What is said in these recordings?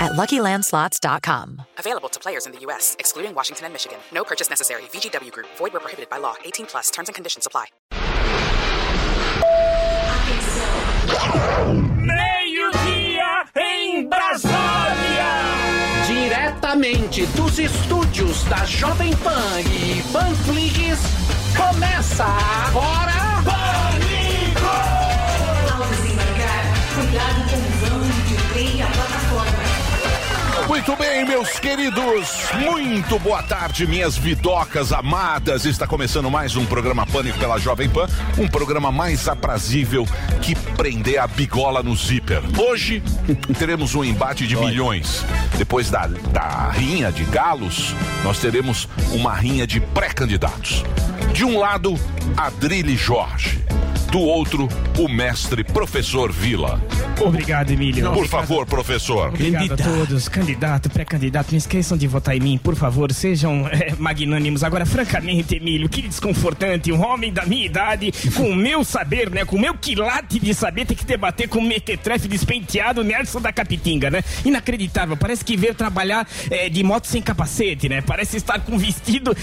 at luckylandslots.com. Available to players in the U.S., excluding Washington and Michigan. No purchase necessary. VGW Group, void were prohibited by law. 18 plus terms and conditions apply. Meio-dia em Brasília! Diretamente dos estúdios da Jovem Pan e Panflix, começa agora Pânico! Ao desembarcar, cuidado com o vão de trem e a plataforma. Muito bem, meus queridos, muito boa tarde, minhas vidocas amadas. Está começando mais um programa Pânico pela Jovem Pan, um programa mais aprazível que prender a bigola no zíper. Hoje teremos um embate de milhões. Depois da, da rinha de galos, nós teremos uma rinha de pré-candidatos. De um lado, Adrilles Jorge. Do outro, o mestre professor Vila. Obrigado, Emílio. Por favor, professor. Obrigado a todos, candidato, pré-candidato, não esqueçam de votar em mim, por favor, sejam É, eh, magnânimos. Agora, francamente, Emílio, que desconfortante, um homem da minha idade, com o meu saber, né, com o meu quilate de saber, ter que debater com o mequetrefe despenteado Nelson da Capitinga, né? Inacreditável, parece que veio trabalhar eh, de moto sem capacete, né? Parece estar com vestido,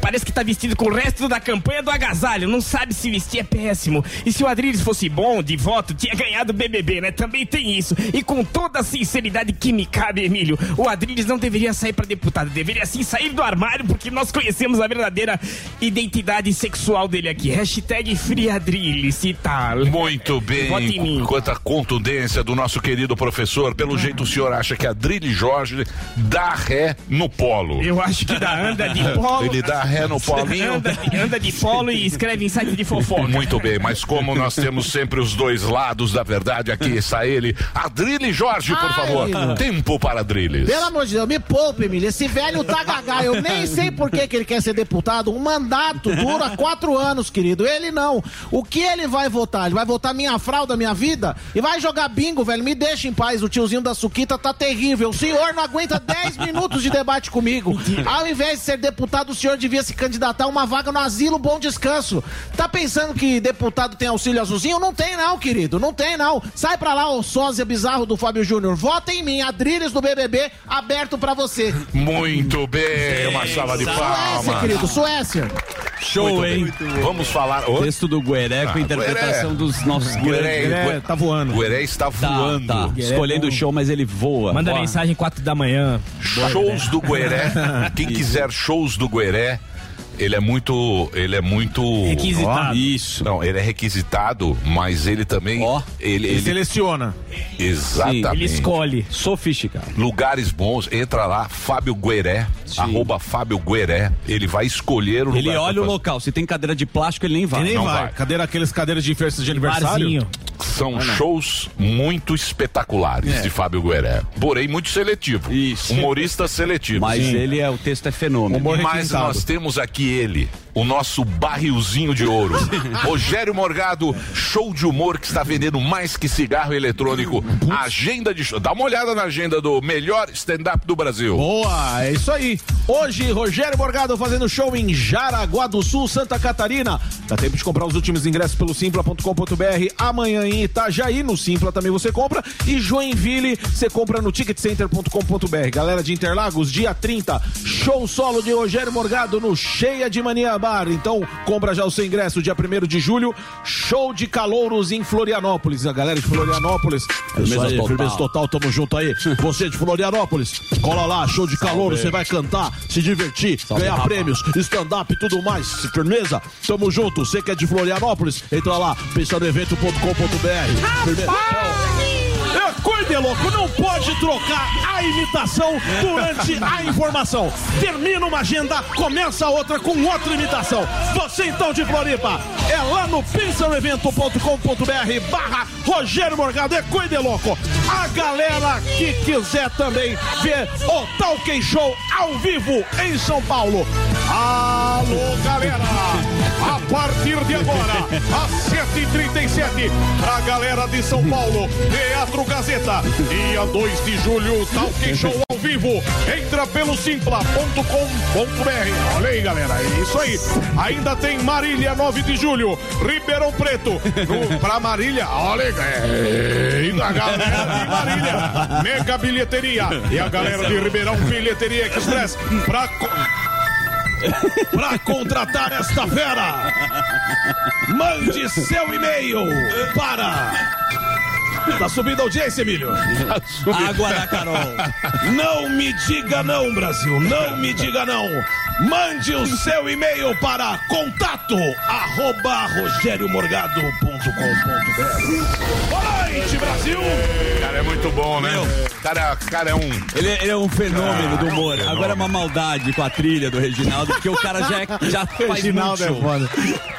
parece que tá vestido com o resto da campanha do agasalho, não sabe se vestir, é péssimo. E se o Adriles fosse bom de voto, tinha ganhado o BBB, né? Também tem isso. E com toda a sinceridade que me cabe, Emílio, o Adriles não deveria sair pra deputado, deveria sim sair do armário, porque nós conhecemos a verdadeira identidade sexual dele aqui. Hashtag FreeAdriles e tá. tal. Muito Vote É, em bem, mim. quanta contundência do nosso querido professor. Pelo jeito o senhor acha que a Drilly Jorge dá ré no polo. Eu acho que dá anda de polo. Ele dá ré no polinho. Anda, anda de polo e escreve em site de fofoca. Muito bem, mas como nós temos sempre os dois lados da verdade, aqui está ele. Adrilles Jorge, por Ai, favor. Lino. Tempo para Adrilles. Pelo amor de Deus, me poupe, Emílio. Esse velho tá gagá. Eu nem sei por que, que ele quer ser deputado. Um mandato dura quatro anos, querido. Ele não. O que ele vai votar? Ele vai votar minha fralda, minha vida? E vai jogar bingo, velho. Me deixa em paz. O tiozinho da Suquita tá terrível. O senhor não aguenta dez minutos de debate comigo. Ao invés de ser deputado, o senhor devia se candidatar a uma vaga no asilo Bom Descanso. Tá pensando que deputado tem auxílio azulzinho? Não tem, não, querido. Não tem, não. Sai pra lá, ô sósia bizarro do Fábio Júnior. Vota em mim, Adriles do BBB, aberto pra você. Muito bem, uma salva de Suécia, palmas. querido, Suécia. Muito Show, bem. hein? Vamos falar. Ô, Texto do Guereco, Ah, interpretação Gueré. dos nossos Gueré, grandes. Gueré tá voando. Gueré está voando. Tá, Escolhendo o show, mas ele voa. Manda Voa. mensagem 4 da manhã. né? Shows do Gueré. Quem quiser shows do Gueré, ele é muito. Ele é muito. Ó, Requisitado. Isso. Não, ele é requisitado, mas ele também. Ó. ele, ele- seleciona. exatamente. Ele escolhe. Sofisticado. Lugares bons, entra lá, Fábio Gueré, arroba Fábio Gueré. Ele vai escolher o Ele lugar. olha o pra local. Se tem cadeira de plástico, ele nem vai. Não vai. Cadeira, aqueles cadeiras de festa de aniversário? Barzinho. fazer. São shows muito espetaculares de Fábio Gueré. Porém, muito seletivo. É. Isso. Humorista seletivo. Mas Sim. ele é. O texto é fenômeno. Mas nós temos aqui ele, o nosso barrilzinho de ouro. Rogério Morgado, show de humor que está vendendo mais que cigarro eletrônico. Agenda de show. Dá uma olhada na agenda do melhor stand-up do Brasil. Boa, é isso aí. Hoje, Rogério Morgado fazendo show em Jaraguá do Sul, Santa Catarina. Dá tempo de comprar os últimos ingressos pelo simpla.com.br. Amanhã em Itajaí, no Simpla também você compra. E Joinville, você compra no ticketcenter.com.br. Galera de Interlagos, dia 30, show solo de Rogério Morgado no Cheia de Mania Bar. Então, compra já o seu ingresso, dia 1 de julho, show de calouros em Florianópolis. A galera de Florianópolis, firmeza aí, total. firmeza total. Total, tamo junto aí. Você de Florianópolis, cola lá, show de calor, você vai cantar, se divertir, ganhar rapaz. prêmios, stand-up e tudo mais. Firmeza? Tamo junto. Você que é de Florianópolis, entra lá, pensadoevento.com.br. Firmeza? É, Cuide, louco, não pode trocar a imitação durante a informação. Termina uma agenda, começa outra com outra imitação. Você então de Floripa, é lá no pincelevento.com.br barra Rogério Morgado, é Cuide, louco. A galera que quiser também ver o Talking Show ao vivo em São Paulo. Alô, galera! A partir de agora, às 7h37, pra galera de São Paulo, Teatro Gazeta, dia 2 de julho, Talk Show ao vivo. Entra pelo simpla.com.br. Olha aí, galera, é isso aí. Ainda tem Marília, 9 de julho, Ribeirão Preto, no, pra Marília. Olha aí, eita, galera de Marília, mega bilheteria. E a galera de Ribeirão Bilheteria Express, pra. co- pra contratar esta fera. Mande seu e-mail para. Tá subindo a audiência, Emílio? Tá Água da Carol. Não me diga não, Brasil. Não me diga não. Mande o seu e-mail para contato arroba rogeriomorgado.com.br Boa noite, Brasil! Cara, é muito bom, né? Cara, cara é um. Ele, ele é um Ah, fenômeno do humor. Agora é uma maldade com a trilha do Reginaldo, porque o cara já, é- já faz muito Reginaldo é show. foda.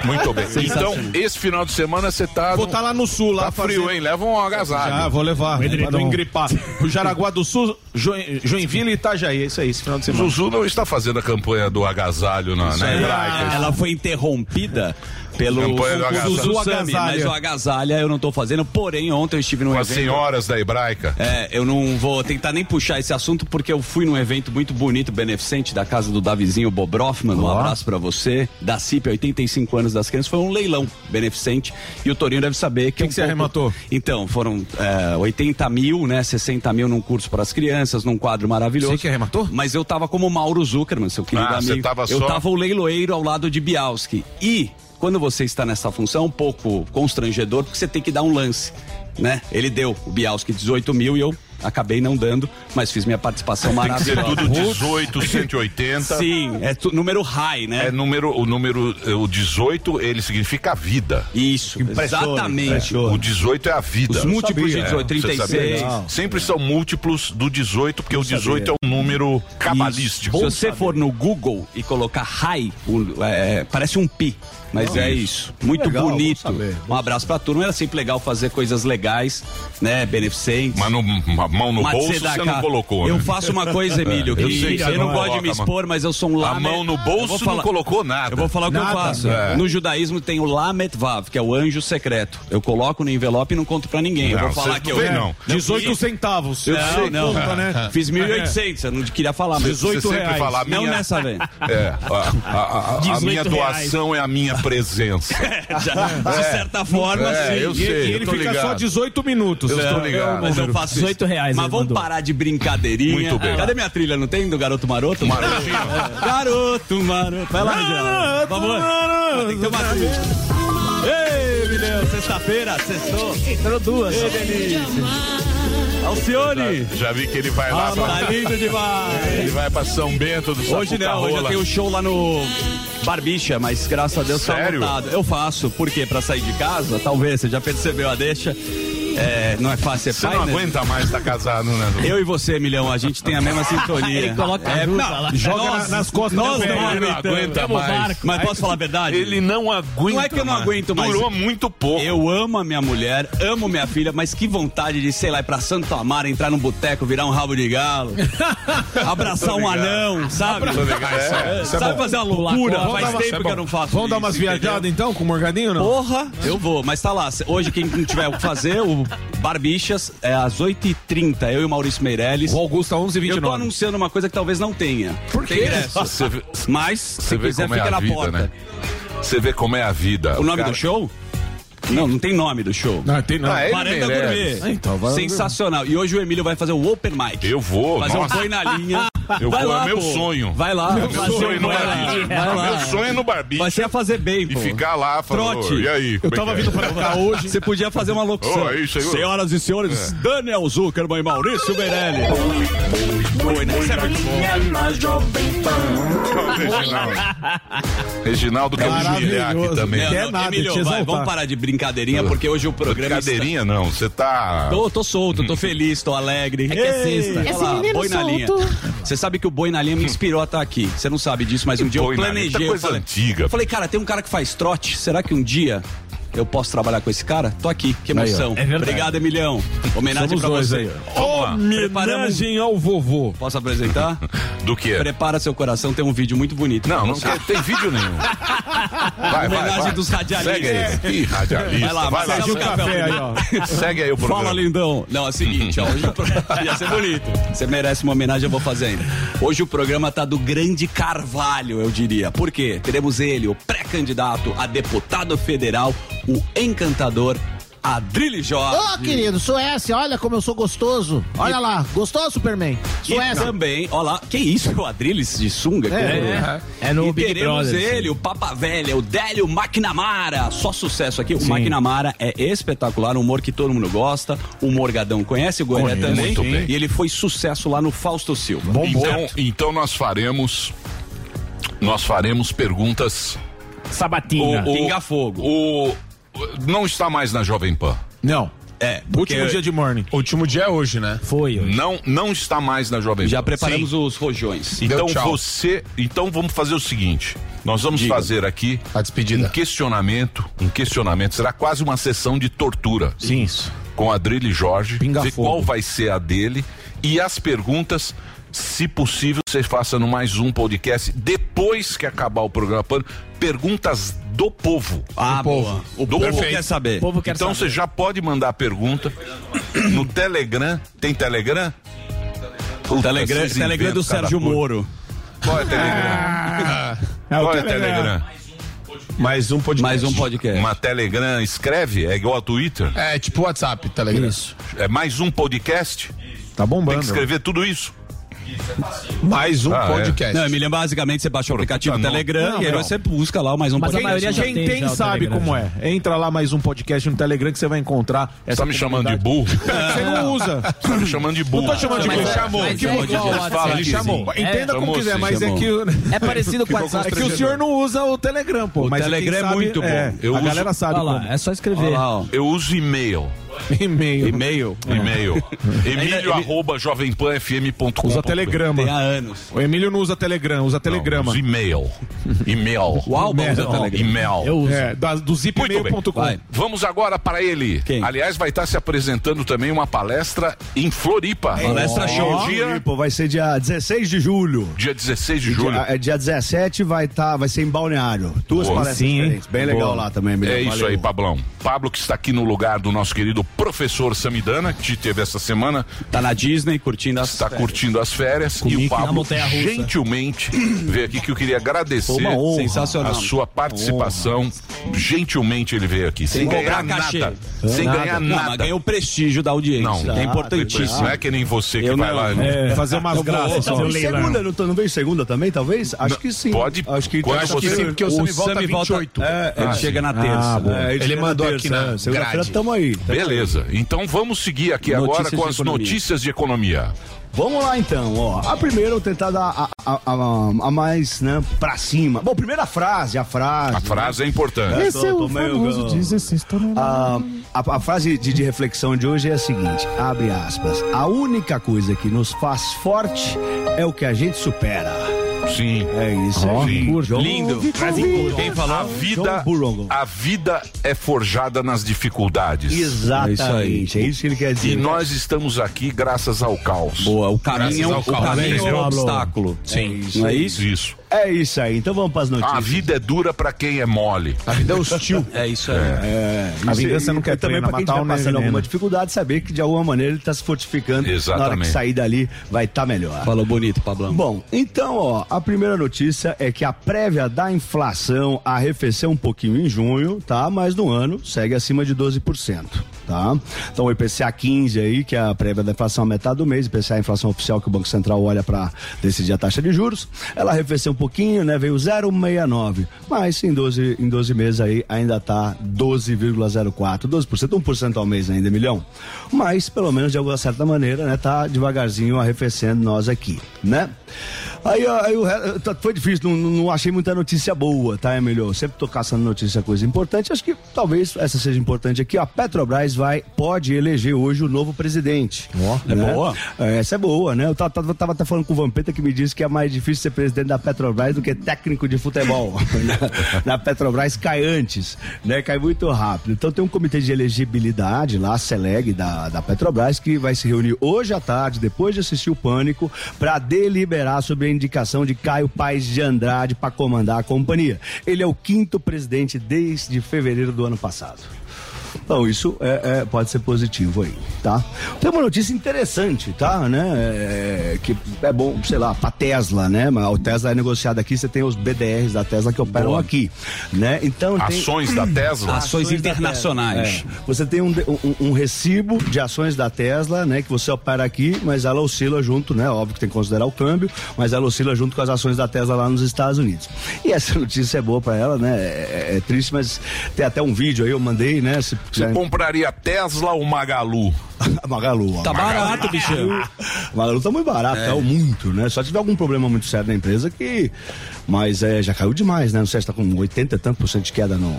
Muito bem. Então, Sensacional. esse final de semana você tá. Vou no- estar lá no sul, lá Tá frio, fazendo- hein? Leva um agasalho. Ah, vou levar. Pra não edredom. engripar. O Jaraguá do Sul, Jo- Joinville e Itajaí. É isso aí, esse final de semana. Zuzu não está fazendo a campanha do agasalho na, na hebraica. Ela foi interrompida pelo Campanha do agasalho. Zuzu Agami, mas o Agasalha eu não tô fazendo, porém ontem eu estive num Com as evento... senhoras da hebraica. É, eu não vou tentar nem puxar esse assunto porque eu fui num evento muito bonito, beneficente da casa do Davizinho Bobroffman. Um abraço pra você. Da CIP, 85 anos das crianças. Foi um leilão beneficente e o Torinho deve saber que. O que você arrematou? Então, foram é, 80 mil, né? 60 mil num curso para as crianças, num quadro maravilhoso. Você que arrematou? Mas eu tava como Mauro Zuckerman, seu querido Ah, você amigo. tava eu só- tava o leiloeiro ao lado de Bialski. E quando você está nessa função, é um pouco constrangedor, porque você tem que dar um lance, né? Ele deu o Bialski 18 mil e eu acabei não dando, mas fiz minha participação Tem que ser maravilhosa. tudo 18, 180. Sim, é tu- número high, né? É número, o número, eh, o 18, ele significa vida. Isso, né? exatamente. O 18 é a vida. Os múltiplos É, de 18, você sabia? 36. Sempre são múltiplos do 18, porque o 18 é um número cabalístico. Se você for no Google e colocar high, o- é, parece um pi. Mas é isso. Muito bonito. Um abraço pra turma. Era sempre legal fazer coisas legais, né? Beneficentes. Mas no, uma mão no Mas bolso você dá você aquela- não colocou, Eu né? É. faço uma coisa, Emílio, eu sei que que eu, você não não gosto de coloca me a mão. expor, mas eu sou um A lamet. mão no Eu vou bolso falar- não colocou nada. Eu vou falar o que eu faço. É. No judaísmo tem o lamet vav, que é o anjo secreto. Eu coloco no envelope e não conto pra ninguém. eu Não, vou falar vocês que não eu... vem, não. 18 centavos. Eu sei, não. Fiz 1.800, eu não queria falar, mas... Você sempre fala, a minha, Não nessa vez. É, a, a- a- a 18 minha doação é a minha presença. É, Já, de certa forma, É, sim. eu sei, eu tô ligado. 18 minutos. Eu tô Não, ligado. mas eu faço 18 isso. reais Mas ele vamos mandou. parar de brincadeirinha. Muito bem. Cadê minha trilha? Não tem do Garoto Maroto? Marotinho. Garoto Maroto. Vai lá, Reginaldo. Por favor. Tem que ter uma trilha. um- Ei, menino. Sexta-feira, sextou. Entrou duas. Que delícia. Alcione. Já vi que ele vai lá Tá pra, lindo demais. ele vai pra São Bento do Hoje não, hoje eu Sapucarola. tenho um show lá no Barbicha, mas graças a Deus Sério? tá lotado. Eu faço, por quê? Pra sair de casa? Talvez, você já percebeu a deixa. É, não é fácil, é Você pai, não né? aguenta mais estar casado, né? Lu? Eu e você, Milhão, a gente tem a mesma sintonia. Ele coloca a é, jupa não, lá. Joga Nós- nas costas nós do não velho. aguenta Tamo mais. barco. Mas posso falar a verdade? Ele não aguenta. Não é que eu não mais. aguento mais. Durou muito pouco. Eu amo a minha mulher, amo minha filha, mas que vontade de, sei lá, ir pra Santo Amaro, entrar num boteco, virar um rabo de galo, abraçar um anão, sabe? Tô ligado, Ah, é, isso é sabe bom. fazer uma loucura? Vamos Faz dar uma- tempo que eu não faço Vamos dar isso, umas entendeu? viajadas então com o Morgadinho não? Porra, eu vou, mas tá lá. Hoje, quem não tiver o que fazer, o Barbichas é às 8h30, eu e o Maurício Meirelles. O Augusto tá Eu tô 11h29. anunciando uma coisa que talvez não tenha. Por quê? Tem ingresso. Você vê- Mas, se Você vê quiser, como é fica a na vida, porta. né? Você vê como é a vida. O nome cara- do show? Não, não tem nome do show. Não, tem Ah, então, não. Ah, ele Varanda merece. Gourmet. Sensacional. E hoje o Emílio vai fazer o Open Mic. Eu vou, Fazer um nossa. põe na linha. Eu vai vou, lá, é meu pô. sonho. Vai lá. Meu fazer um sonho no põe na barbicho. linha. Vai Meu lá. sonho é no barbicho. Vai ser a fazer bem, E pô. ficar lá falando. Trote. E aí? Eu tava vindo pra cá hoje. Você podia fazer uma locução. Oh, é isso aí, ô. Senhoras e senhores, Daniel Zuckerman e Maurício Meirelli. Põe na- Isso é muito bom. Reginaldo quer humilhar aqui também. Não, Quer não, nada, Emílio, te vai, exaltar. vamos parar de brincadeirinha, porque hoje o programa. Tá. Brincadeirinha, não. Você tá. Tô, tô solto, tô feliz, tô alegre. É que é Ei, sexta. olha Esse lá, menino boi na linha. solto. Você sabe que o boi na linha me inspirou a estar aqui. Você não sabe disso, mas um dia eu Boi na linha, tá planejei. Eu coisa falei, antiga. eu falei, cara, tem um cara que faz trote. Será que um dia. Eu posso trabalhar com esse cara? Tô aqui, que Aí, ó. emoção. É verdade. Obrigado, Emilhão. Homenagem Somos pra dois você. aí, Opa, preparamos Homenagem ao vovô. Posso apresentar? Do que? Prepara seu coração, tem um vídeo muito bonito. Não, não quer- tem vídeo nenhum. Vai, vai, Homenagem vai. dos radialistas. É. Segue aí. Ih, radialista. Vai lá, vai lá. Marcelo Café aí, ó. Segue aí o programa. Fala, lindão. Não, é o seguinte, ó, hoje o pro... ia ser bonito. Você merece uma homenagem, eu vou fazer ainda. Hoje o programa tá do grande Carvalho, eu diria. Por quê? Teremos ele, o pré-candidato a deputado federal, o encantador Adrilho Jorge. Ô, querido, Suécia, olha como eu sou gostoso. Olha lá, gostou, Superman? E Suécia. também, ó lá, que isso, o Adrilles de sunga? É, é, no e Big teremos Brother, ele, o Papa Velha, o Délio McNamara, só sucesso aqui. O McNamara é espetacular, um humor que todo mundo gosta, o Morgadão conhece, o Goiânia Conheço, também, muito bem. e ele foi sucesso lá no Fausto Silva. Então, então nós faremos. Nós faremos perguntas. Sabatina. O- Pinga fogo. O, não está mais na Jovem Pan. Não. É, porque Último dia de morning. Último dia é hoje, né? Foi, hoje. Não, não está mais na Jovem Pan. já preparamos os rojões. Então Deu tchau. você. Então vamos fazer o seguinte. Nós vamos Diga. fazer aqui A despedida. um questionamento. Um questionamento. Será quase uma sessão de tortura. Sim, isso. com a Adrilho Jorge, Pinga ver fogo. qual vai ser a dele e as perguntas, se possível, você faça no mais um podcast depois que acabar o programa Pan, perguntas do povo. Ah, boa. O povo Perfeito. quer saber. O povo quer então você saber. já pode mandar a pergunta no Telegram. Tem Telegram? Puta, Telegram, vocês Telegram do inventam cada Sérgio coisa. Moro. Qual é o Telegram? Qual é o Telegram? Mais um podcast. Mais um podcast. Uma Telegram escreve? É igual a Twitter? É tipo WhatsApp, Telegram. Isso. É mais um podcast? Tá Tem bombando. que escrever tudo isso? Mais um Ah, é. podcast. Não, Emiliano, basicamente você baixa o aplicativo não. Telegram Não, e aí não. você busca lá o mais um Mas a podcast. maioria já Quem tem, tem, já, o sabe Telegram. como é. Entra lá mais um podcast no Telegram que você vai encontrar. Você tá me chamando de burro? Você não usa. Você tá me chamando de burro. Não tô chamando de Mas burro. é- chamou. Ele mas é chamou. igual ao Fala, WhatsApp, Ele chamou. sim. Entenda como Chamou, quiser, sim, mas é chamou. que... o- É parecido com o WhatsApp. É que o senhor não usa o Telegram, pô. O mas Telegram quem é sabe- muito bom. é, Eu a uso- galera sabe. Olha lá, como. é só escrever. Olha lá, ó. Eu uso e-mail. E-mail. E-mail. E-mail. Ele- Emílio arroba jovempanfm.com. Usa telegrama. Tem há anos. O Emílio não usa Telegram, usa Não, telegrama. uso e-mail. E-mail. O Alba usa Não. Telegram. E-mail. Eu uso. É, da, do Muito bem. zipmail.com. Vai. Vamos agora para ele. Quem? Aliás, vai estar se apresentando também uma palestra em Floripa. Um Palestra show. Dia, Vai ser dia 16 de julho. dia 16 de julho. Dia, é, dia 17 vai, tá, vai ser em Balneário. Duas Boa. palestras Sim, hein? diferentes. Bem legal Boa. lá também, Miguel. É isso Valeu. aí, Pablão. Pablo que está aqui no lugar do nosso querido professor Samidana, que te teve essa semana, Tá na Disney curtindo as. está curtindo as férias. e o Pablo gentilmente veio aqui que eu queria agradecer. Foi uma honra. a Sensacional. sua participação. Gentilmente ele veio aqui, sem Sem ganhar cobrar cachê. nada. Sem ganhar Não, mas nada. ganhou o prestígio da audiência. Não, é Isso importantíssimo. não é que nem você que Eu vai não. lá. né? É, fazer umas graças. um um Talvez ó. segunda, não, tô- não veio segunda também, talvez? Acho que sim. Pode- Acho que, quando acho que você- sim, porque o Sami volta Sami 28. É, ele Ah, chega na Ah, terça. bom. né? É, Ele chega mandou terça, aqui na né? Segunda-feira grade. tamo aí. Beleza, então vamos seguir aqui agora Notícias com de as economia. notícias de economia. Vamos lá então, ó. A primeira eu vou tentar dar a, a- a- a mais, né, pra cima. Bom, primeira frase, a frase. A frase é importante. Esse é o famoso 16 a, Ah, a, a frase de, de reflexão de hoje é a seguinte, abre aspas. A única coisa que nos faz forte é o que a gente supera. Sim. É isso aí. Sim. Lindo. Quem A falou? vida, John Burroughs. a vida é forjada nas dificuldades. Exatamente. É isso, que ele quer dizer. E nós estamos aqui graças ao caos. Boa, o caminho, é um- Graças o ao Paulo, caminho né? é um Pablo. obstáculo. Sim. Não é isso? Isso. É isso aí. Então vamos para as notícias. A vida é dura pra quem é mole. A vida é hostil. É isso aí. Ah, A vingança não quer e também treina, para quem está matar o passando veneno. alguma dificuldade, saber que de alguma maneira ele está se fortificando. Na hora Exatamente. que sair dali, vai estar melhor. Falou bonito, Pablão. Bom, então, ó, a primeira notícia é que a prévia da inflação arrefeceu um pouquinho em junho, tá? Mas no ano segue acima de 12%, tá? Então, o IPCA 15 aí, que é a prévia da inflação a metade do mês, IPCA é a inflação oficial que o Banco Central olha para decidir a taxa de juros, ela arrefeceu um um pouquinho, né? Veio 0,69. Mas em 12, em 12 meses aí ainda tá 12,04. 12%, 1% ao mês ainda, milhão. Mas pelo menos de alguma certa maneira, né? Tá devagarzinho arrefecendo nós aqui, né? Aí, ó, aí o re- tá- foi difícil, não, não- não achei muita notícia boa, tá, Emilio? Sempre tô caçando notícia, coisa importante. Acho que talvez essa seja importante aqui. ó. A Petrobras vai, pode eleger hoje o novo presidente. é né? boa? É, Essa é boa, né? Eu tava, tava- tava até falando com o Vampeta que me disse que é mais difícil ser presidente da Petrobras do que técnico de futebol. né? na, na Petrobras cai antes, né? Cai muito rápido. Então tem um comitê de elegibilidade lá, a SELEG da, da Petrobras, que vai se reunir hoje à tarde, depois de assistir o Pânico, para deliberar sobre a indicação de Caio Paes de Andrade para comandar a companhia. Ele é o quinto presidente desde fevereiro do ano passado. Então, isso é, é- pode ser positivo aí, tá? Tem uma notícia interessante, tá? Né? É, que é bom, sei lá, pra Tesla, né? Mas O Tesla é negociado aqui, você tem os BDRs da Tesla que operam aqui, né? Então, tem- Ações da Tesla? Ações da internacionais. Tesla, é. Você tem um, de- um- um recibo de ações da Tesla, né? Que você opera aqui, mas ela oscila junto, né? Óbvio que tem que considerar o câmbio, mas ela oscila junto com as ações da Tesla lá nos Estados Unidos. E essa notícia é boa pra ela, né? É, é- é triste, mas tem até um vídeo aí, eu mandei, né? Se, Você quiser- compraria Tesla ou Magalu? Magalu. ó. Tá barato, Magalu. bichão. Magalu tá muito barato, É. caiu muito, né? Só tiver algum problema muito sério na empresa que. Mas é, já caiu demais, né? Não sei se tá com 80 e tanto por cento de queda no.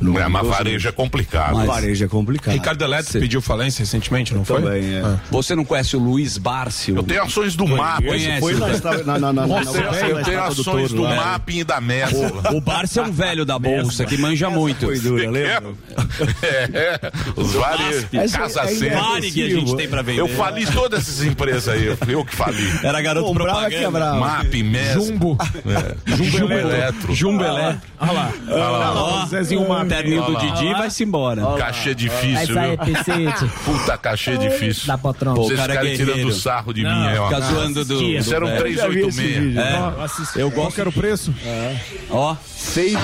no É, mas no- varejo é complicado. Mas- Varejo é complicado. Ricardo Eletro pediu falência recentemente, não foi? Também, é. Você não conhece o Luiz Bárcio? Eu Ah. tenho ações do MAP. Conhece, Foi na estra- na- na- na- Você eu tenho ações do MAP e da Mesla. né? O, o Bárcio é um velho da bolsa que manja muito. Foi dura, lembra? É, os vários. Asp. Essa Casa é Sérgio. Varig a gente tem pra vender. Eu fali todas essas empresas aí. eu- Eu que fali. Era garoto Comprava, propaganda. quebrava. MAP, Mesla. Jumbo. É. Jumbo, Eletro. Ah, Jumbo Eletro. Olha lá. Ó, Zezinho Map. Terninho do Olha lá. Didi vai-se embora. Cachê difícil, Essa é viu? eficiente. Puta cachê difícil. Da patrão. Pô, Vocês cara é ficarem tirando guerreiro. sarro de Não, mim é aí, ó. fica zoando do- Isso do era um Já velho. vi esse 386. vídeo. Eu Qual gosto. que era o preço? É. Ó, Seis.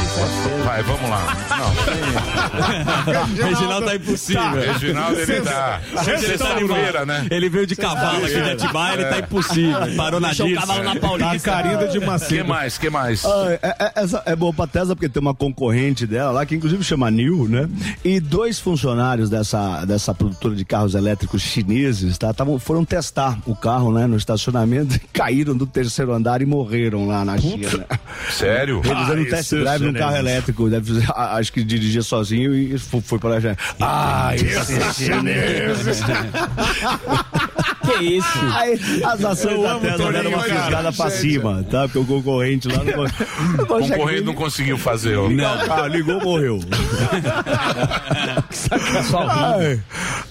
Vai, vamos lá. Reginaldo tá Não, impossível. Reginaldo, ele tá. Sexta-feira, né? Ele veio de cavalo aqui de Atibaia, É. ele tá impossível. Parou na Deixou o cavalo Tá Dirce. na Paulista. Carinda de Que Macedo. mais? Que mais? Ah, é, é, essa é boa pra Tesla porque tem uma concorrente dela lá, que inclusive chama New, né? E dois funcionários dessa, dessa produtora de carros elétricos chineses tá, tavam, foram testar o carro né, no estacionamento e caíram do terceiro andar e morreram lá na China. Sério? Eles eram um test drive num carro elétrico, deve- a- acho que dirigia sozinho e fo- foi para lá. Ah, é esse chinês! Que isso? Aí, as ações da né? Tesla deram uma cara. fisgada pra cima, tá? Porque o concorrente lá não conseguiu. O concorrente não conseguiu fazer, ó. Não, cara, ligou, morreu. Ai,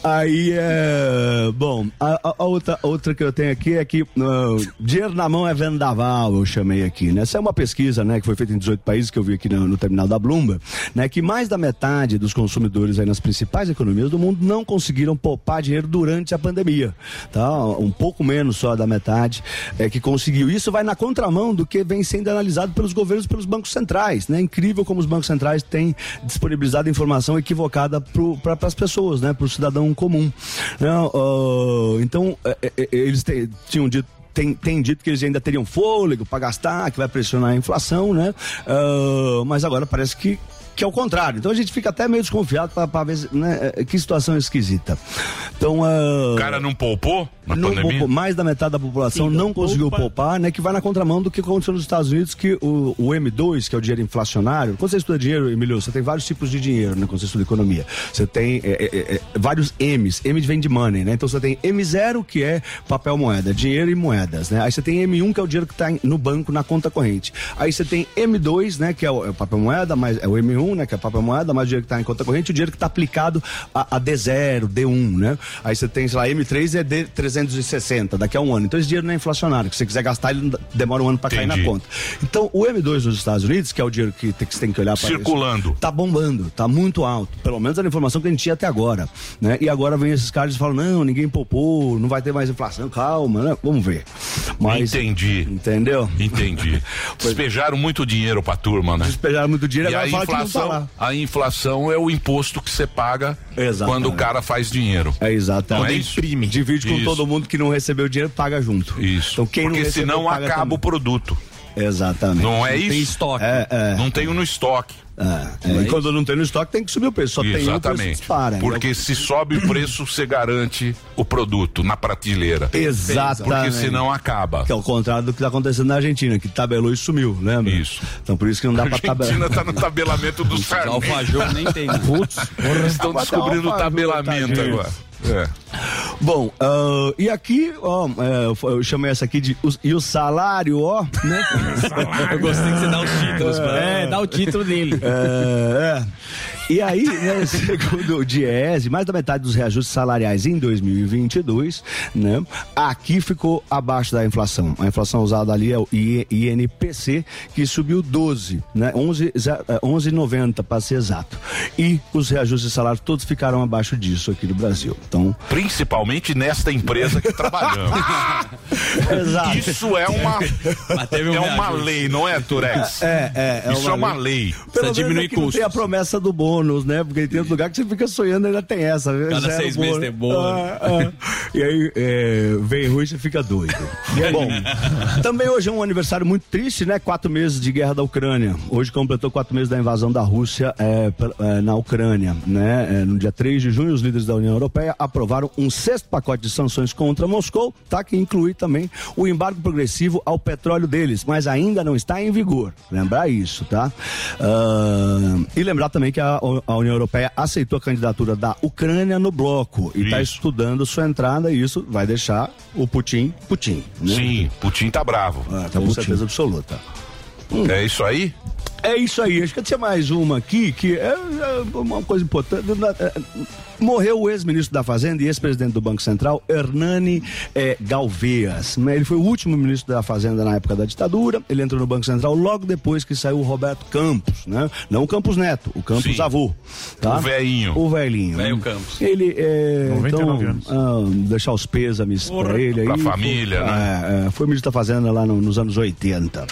Aí é. Bom, a, a- a outra, outra que eu tenho aqui é que ah, dinheiro na mão é vendaval, eu chamei aqui, né? Essa é uma pesquisa, né, que foi feita em 18 países, que eu vi aqui no, no terminal da Bloomberg, né? Que mais da metade dos consumidores aí nas principais economias do mundo não conseguiram poupar dinheiro durante a pandemia, tá? Um pouco menos só da metade é que conseguiu. Isso vai na contramão do que vem sendo analisado pelos governos, pelos bancos centrais, né? Incrível como os bancos centrais têm disponibilizado informação equivocada para as pessoas, né? Para o cidadão comum. Não, ah, então, eh, eh, eles te- tinham dito tem, tem dito que eles ainda teriam fôlego para gastar, que vai pressionar a inflação, né? Ah, mas agora parece que, que é o contrário. Então a gente fica até meio desconfiado para ver se- né, eh, que situação esquisita. Então, ah, O cara não poupou na não pandemia? poupou, mais da metade da população não conseguiu poupar, né? Que vai na contramão do que aconteceu nos Estados Unidos, que o, o M2, que é o dinheiro inflacionário, quando você estuda dinheiro, Emilio, você tem vários tipos de dinheiro, né? Quando você estuda economia. Você tem é, é, é, é, vários M's. M vem de money, né? Então você tem M0, que é papel moeda, dinheiro e moedas, né? Aí você tem M1, que é o dinheiro que está no banco, na conta corrente. Aí você tem M2, né? Que é o, é o papel moeda, mas é o M1, né? Que é papel moeda, mais o dinheiro que está em conta corrente, e o dinheiro que está aplicado a, a D0, D1, né? Aí você tem, sei lá, M3 é D360 daqui a um ano. Então esse dinheiro não é inflacionário. que Se você quiser gastar, ele não dá- demora um ano para cair na Entendi. conta. Então o M2 nos Estados Unidos, que é o dinheiro que, tem- que você tem que olhar para Circulando. tá bombando, tá muito alto. Pelo menos era a informação que a gente tinha até agora. Né? E agora vem esses caras e falam: não, ninguém poupou, não vai ter mais inflação, calma, né? Vamos ver. Mas. Entendi. Entendeu? Entendi. Despejaram muito dinheiro pra turma, né? Despejaram muito dinheiro, E a agora fala que não tá lá. inflação, a inflação é o imposto que você paga Exatamente. quando o cara faz dinheiro. É exatamente. Não é isso? Divide com Isso. todo mundo que não recebeu dinheiro, paga junto. Isso. Então quem Porque não recebeu, senão paga acaba o também. produto. Exatamente. Não é isso? tem estoque. É, Não tem um no estoque. É, e quando não tem no estoque, tem que subir o preço. Só tem um, o preço Exatamente. dispara. Porque se sobe o preço, você garante o produto na prateleira. Exatamente. Porque senão acaba. Que é o contrário do que está acontecendo na Argentina, que tabelou e sumiu, lembra? Isso. Então por isso que não dá A para tabelar. Argentina tá no tabelamento do Sarney. alfajor nem tem, né? Putz, Eles estão Vai dar descobrindo o alfajor, tabelamento tadinho. agora. É. Bom, ah, e aqui, ó, é, eu f- eu chamei essa aqui de. o- E o salário, ó, né? Eu gostei que você dá os títulos, mano. É, dá o título dele. É, é. E aí, né, segundo o Diese, mais da metade dos reajustes salariais em 2022, né, aqui ficou abaixo da inflação. A inflação usada ali é o I- INPC, que subiu 12, né, 11 za- eh, 11,90 para ser exato. E os reajustes de salário todos ficaram abaixo disso aqui no Brasil. Então, Principalmente nesta empresa que trabalhamos. Exato. Isso é uma, um é uma reajuste. lei, não é, Turex? É, é, é Isso é uma lei. Pelo menos aqui não tem a promessa do bônus, né? Porque tem outro lugar que você fica sonhando, ainda tem essa. né? Cada seis meses tem bônus. Ah, ah. E aí é, vem ruim, você fica doido. E é bom. Também hoje é um aniversário muito triste, né? Quatro meses de guerra da Ucrânia. Hoje completou quatro meses da invasão da Rússia é, pra- é, na Ucrânia, né? É, no dia 3 de junho, os líderes da União Europeia aprovaram um sexto pacote de sanções contra Moscou, tá? Que inclui também o embargo progressivo ao petróleo deles, mas ainda não está em vigor. Lembrar isso, tá? Ah, e lembrar também que a, a União Europeia aceitou a candidatura da Ucrânia no bloco e está estudando sua entrada e isso vai deixar o Putin Putin. Né? Sim, Putin tá bravo. Ah, tá com certeza absoluta. Hum. É isso aí? É isso aí. Acho que tinha mais uma aqui que é é uma coisa importante. é, Morreu o ex-ministro da Fazenda e ex-presidente do Banco Central, Hernani eh, Galveias. né? Ele foi o último ministro da Fazenda na época da ditadura. Ele entrou no Banco Central logo depois que saiu o Roberto Campos, né? Não o Campos Neto, o Campos Sim. avô. Tá? O velhinho. O velhinho. Velho Campos. Ele é. 99 então, ah, deixar os pêsames pra ele aí. Pra família, né? É, é, foi ministro da Fazenda lá no- nos anos 80.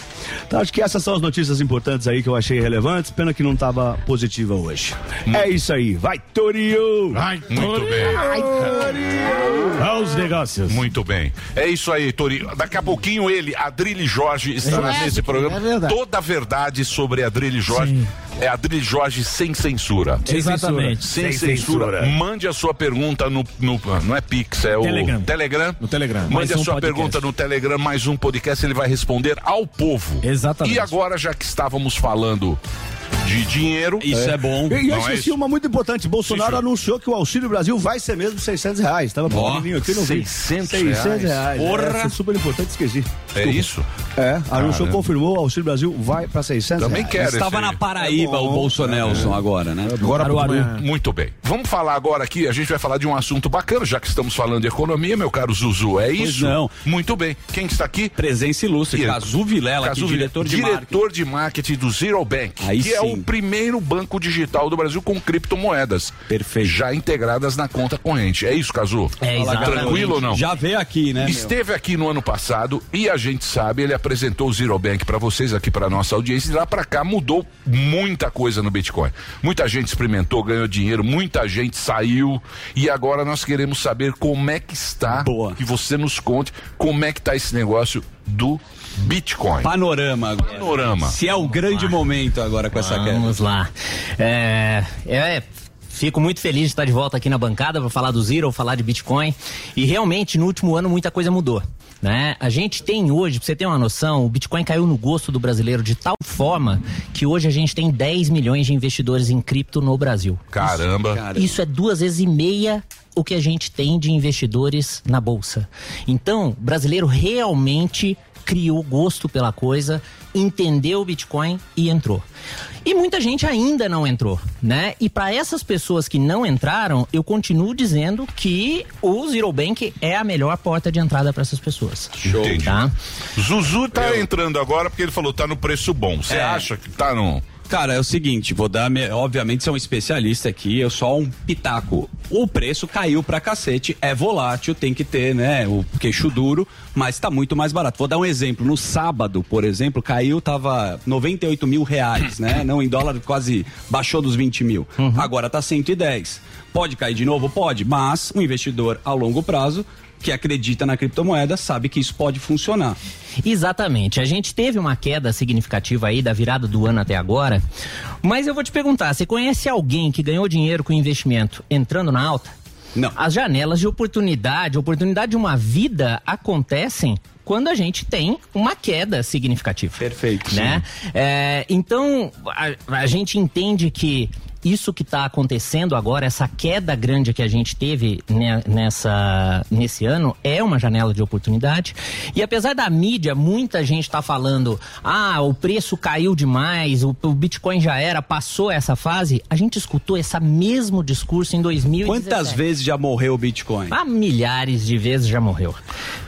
Então, acho que essas são as notícias importantes aí que eu achei relevantes. Pena que não estava positiva hoje. É isso aí. Vai, Torio! Vai, Muito bem. Aos negócios. Muito bem. É isso aí, Tori. Daqui a pouquinho ele, Adrilho Jorge, estará É, nesse programa. é verdade. Toda a verdade sobre Adrilho Jorge. É Adrilho Jorge sem censura. Sem Exatamente. censura. Sem, Sem censura. censura. Mande a sua pergunta no, no- Não é Pix, é o Telegram. Telegram. No Telegram. Mais Mande a um sua podcast. pergunta no Telegram, mais um podcast, ele vai responder ao povo. Exatamente. E agora, já que estávamos falando de dinheiro. E eu Não é esqueci uma muito importante. Bolsonaro anunciou que o Auxílio Brasil vai ser mesmo 600 reais. Tava Ó, pequenininho aqui, não vi. 600 600 reais. reais. Porra. Porra. É, super importante, esqueci. É isso? É, anunciou, Caramba. confirmou, o Auxílio Brasil vai pra 600 Também reais. quero Estava esse É, na aí. Paraíba, o Bolsonelson, agora, né? É Agora Caruaru. Muito bem. Vamos falar agora aqui, a gente vai falar de um assunto bacana, já que estamos falando de economia, meu caro Zuzu, é Pois isso? não. Muito bem. Quem está aqui? Presença ilustre, Cazu Vilela, aqui, diretor de Diretor de marketing do Zero Bank, Aí que é sim. o primeiro banco digital do Brasil com criptomoedas. Perfeito. Já integradas na conta corrente. É isso, Cazu? É, exatamente. Tranquilo ou não? Já veio aqui, né, meu? Esteve aqui no ano passado e a gente sabe, ele apresentou o Zero Bank para vocês aqui para nossa audiência e lá para cá mudou muita coisa no Bitcoin. Muita gente experimentou, ganhou dinheiro, muita gente saiu e agora nós queremos saber como é que está, que você nos conte como é que está esse negócio do Bitcoin. Panorama agora. Panorama. Se é o grande momento agora com essa queda. Vamos lá. É, é, fico muito feliz de estar de volta aqui na bancada para falar do Zero, falar de Bitcoin. E realmente, no último ano, muita coisa mudou. Né? A gente tem hoje, pra você ter uma noção, o Bitcoin caiu no gosto do brasileiro de tal forma que hoje a gente tem 10 milhões de investidores em cripto no Brasil. Caramba. Isso é duas vezes e meia o que a gente tem de investidores na bolsa. Então, o brasileiro realmente criou gosto pela coisa, entendeu o Bitcoin e entrou. E muita gente ainda não entrou, né? E para essas pessoas que não entraram, eu continuo dizendo que o Zero Bank é a melhor porta de entrada para essas pessoas. Show. Entendi. Zuzu tá entrando agora porque ele falou tá no preço bom. Você É. acha que tá no Cara, é o seguinte, vou dar. me- Obviamente, você é um especialista aqui, eu só um pitaco. O preço caiu pra cacete, é volátil, tem que ter, né? O queixo duro, mas tá muito mais barato. Vou dar um exemplo. No sábado, por exemplo, caiu, tava 98 mil reais, né? Não, em dólar quase baixou dos 20 mil. Agora tá 110. Pode cair de novo? Pode, mas o investidor a longo prazo que acredita na criptomoeda sabe que isso pode funcionar. Exatamente. A gente teve uma queda significativa aí da virada do ano até agora. Mas eu vou te perguntar, você conhece alguém que ganhou dinheiro com investimento entrando na alta? Não. As janelas de oportunidade, oportunidade de uma vida acontecem quando a gente tem uma queda significativa. Perfeito. Né? É, então, a, a gente entende que isso que está acontecendo agora, essa queda grande que a gente teve né, nessa, nesse ano, é uma janela de oportunidade. E apesar da mídia, muita gente está falando: ah, o preço caiu demais, o, o Bitcoin já era, passou essa fase. A gente escutou esse mesmo discurso em 2017. Quantas vezes já morreu o Bitcoin? Ah, milhares de vezes já morreu.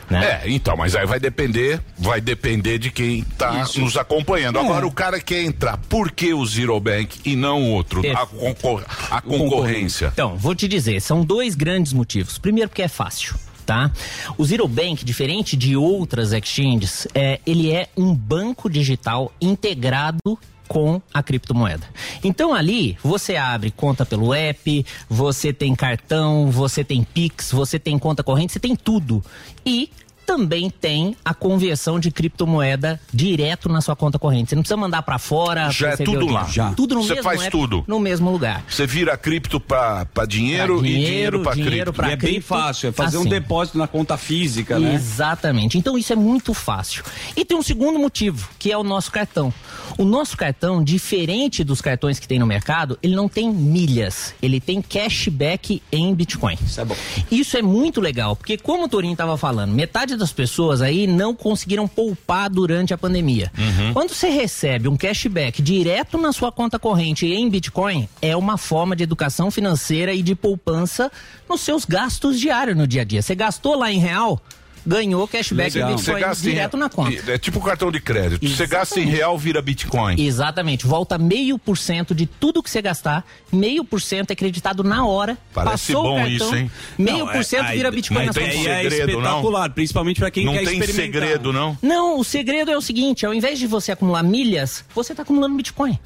né? É, então, mas aí vai depender, vai depender de quem tá Isso. nos acompanhando. Hum. É. Agora o cara quer entrar, por que o Zero Bank e não o outro? A, Perfeito. concor- a concorrência. Então, vou te dizer, são dois grandes motivos. Primeiro, porque é fácil. Tá? O Zero Bank, diferente de outras exchanges, é, ele é um banco digital integrado com a criptomoeda. Então ali você abre conta pelo app, você tem cartão, você tem Pix, você tem conta corrente, você tem tudo. E também tem a conversão de criptomoeda direto na sua conta corrente. Você não precisa mandar para fora. pra Já é receber o tudo dinheiro. lá. Já. Tudo no Você mesmo faz app, tudo. No mesmo lugar. Você vira cripto pra, pra dinheiro, Pra e dinheiro pra cripto. pra e é bem cripto, fácil, é fazer um assim. depósito na conta física, né? Exatamente. Então isso é muito fácil. E tem um segundo motivo, que é o nosso cartão. O nosso cartão, diferente dos cartões que tem no mercado, ele não tem milhas, ele tem cashback em Bitcoin. Isso é bom. Isso é muito legal, porque como o Torinho estava falando, metade das pessoas aí não conseguiram poupar durante a pandemia. Uhum. Uhum. Quando você recebe um cashback direto na sua conta corrente em Bitcoin, é uma forma de educação financeira e de poupança nos seus gastos diários no dia a dia. Você gastou lá em real, ganhou né, cashback em Você Bitcoin gasta em- direto na conta. É tipo cartão de crédito. Você gasta em real, vira Bitcoin. Exatamente, volta meio por cento de tudo que você gastar, meio por cento é creditado na hora. Parece passou bom o cartão, isso, hein? Meio Não, é- por cento aí- vira Bitcoin mas na sua aí conta. é espetacular, principalmente pra quem Não quer tem experimentar. segredo, não? Não, o segredo é o seguinte: ao invés de você acumular milhas, você está acumulando Bitcoin.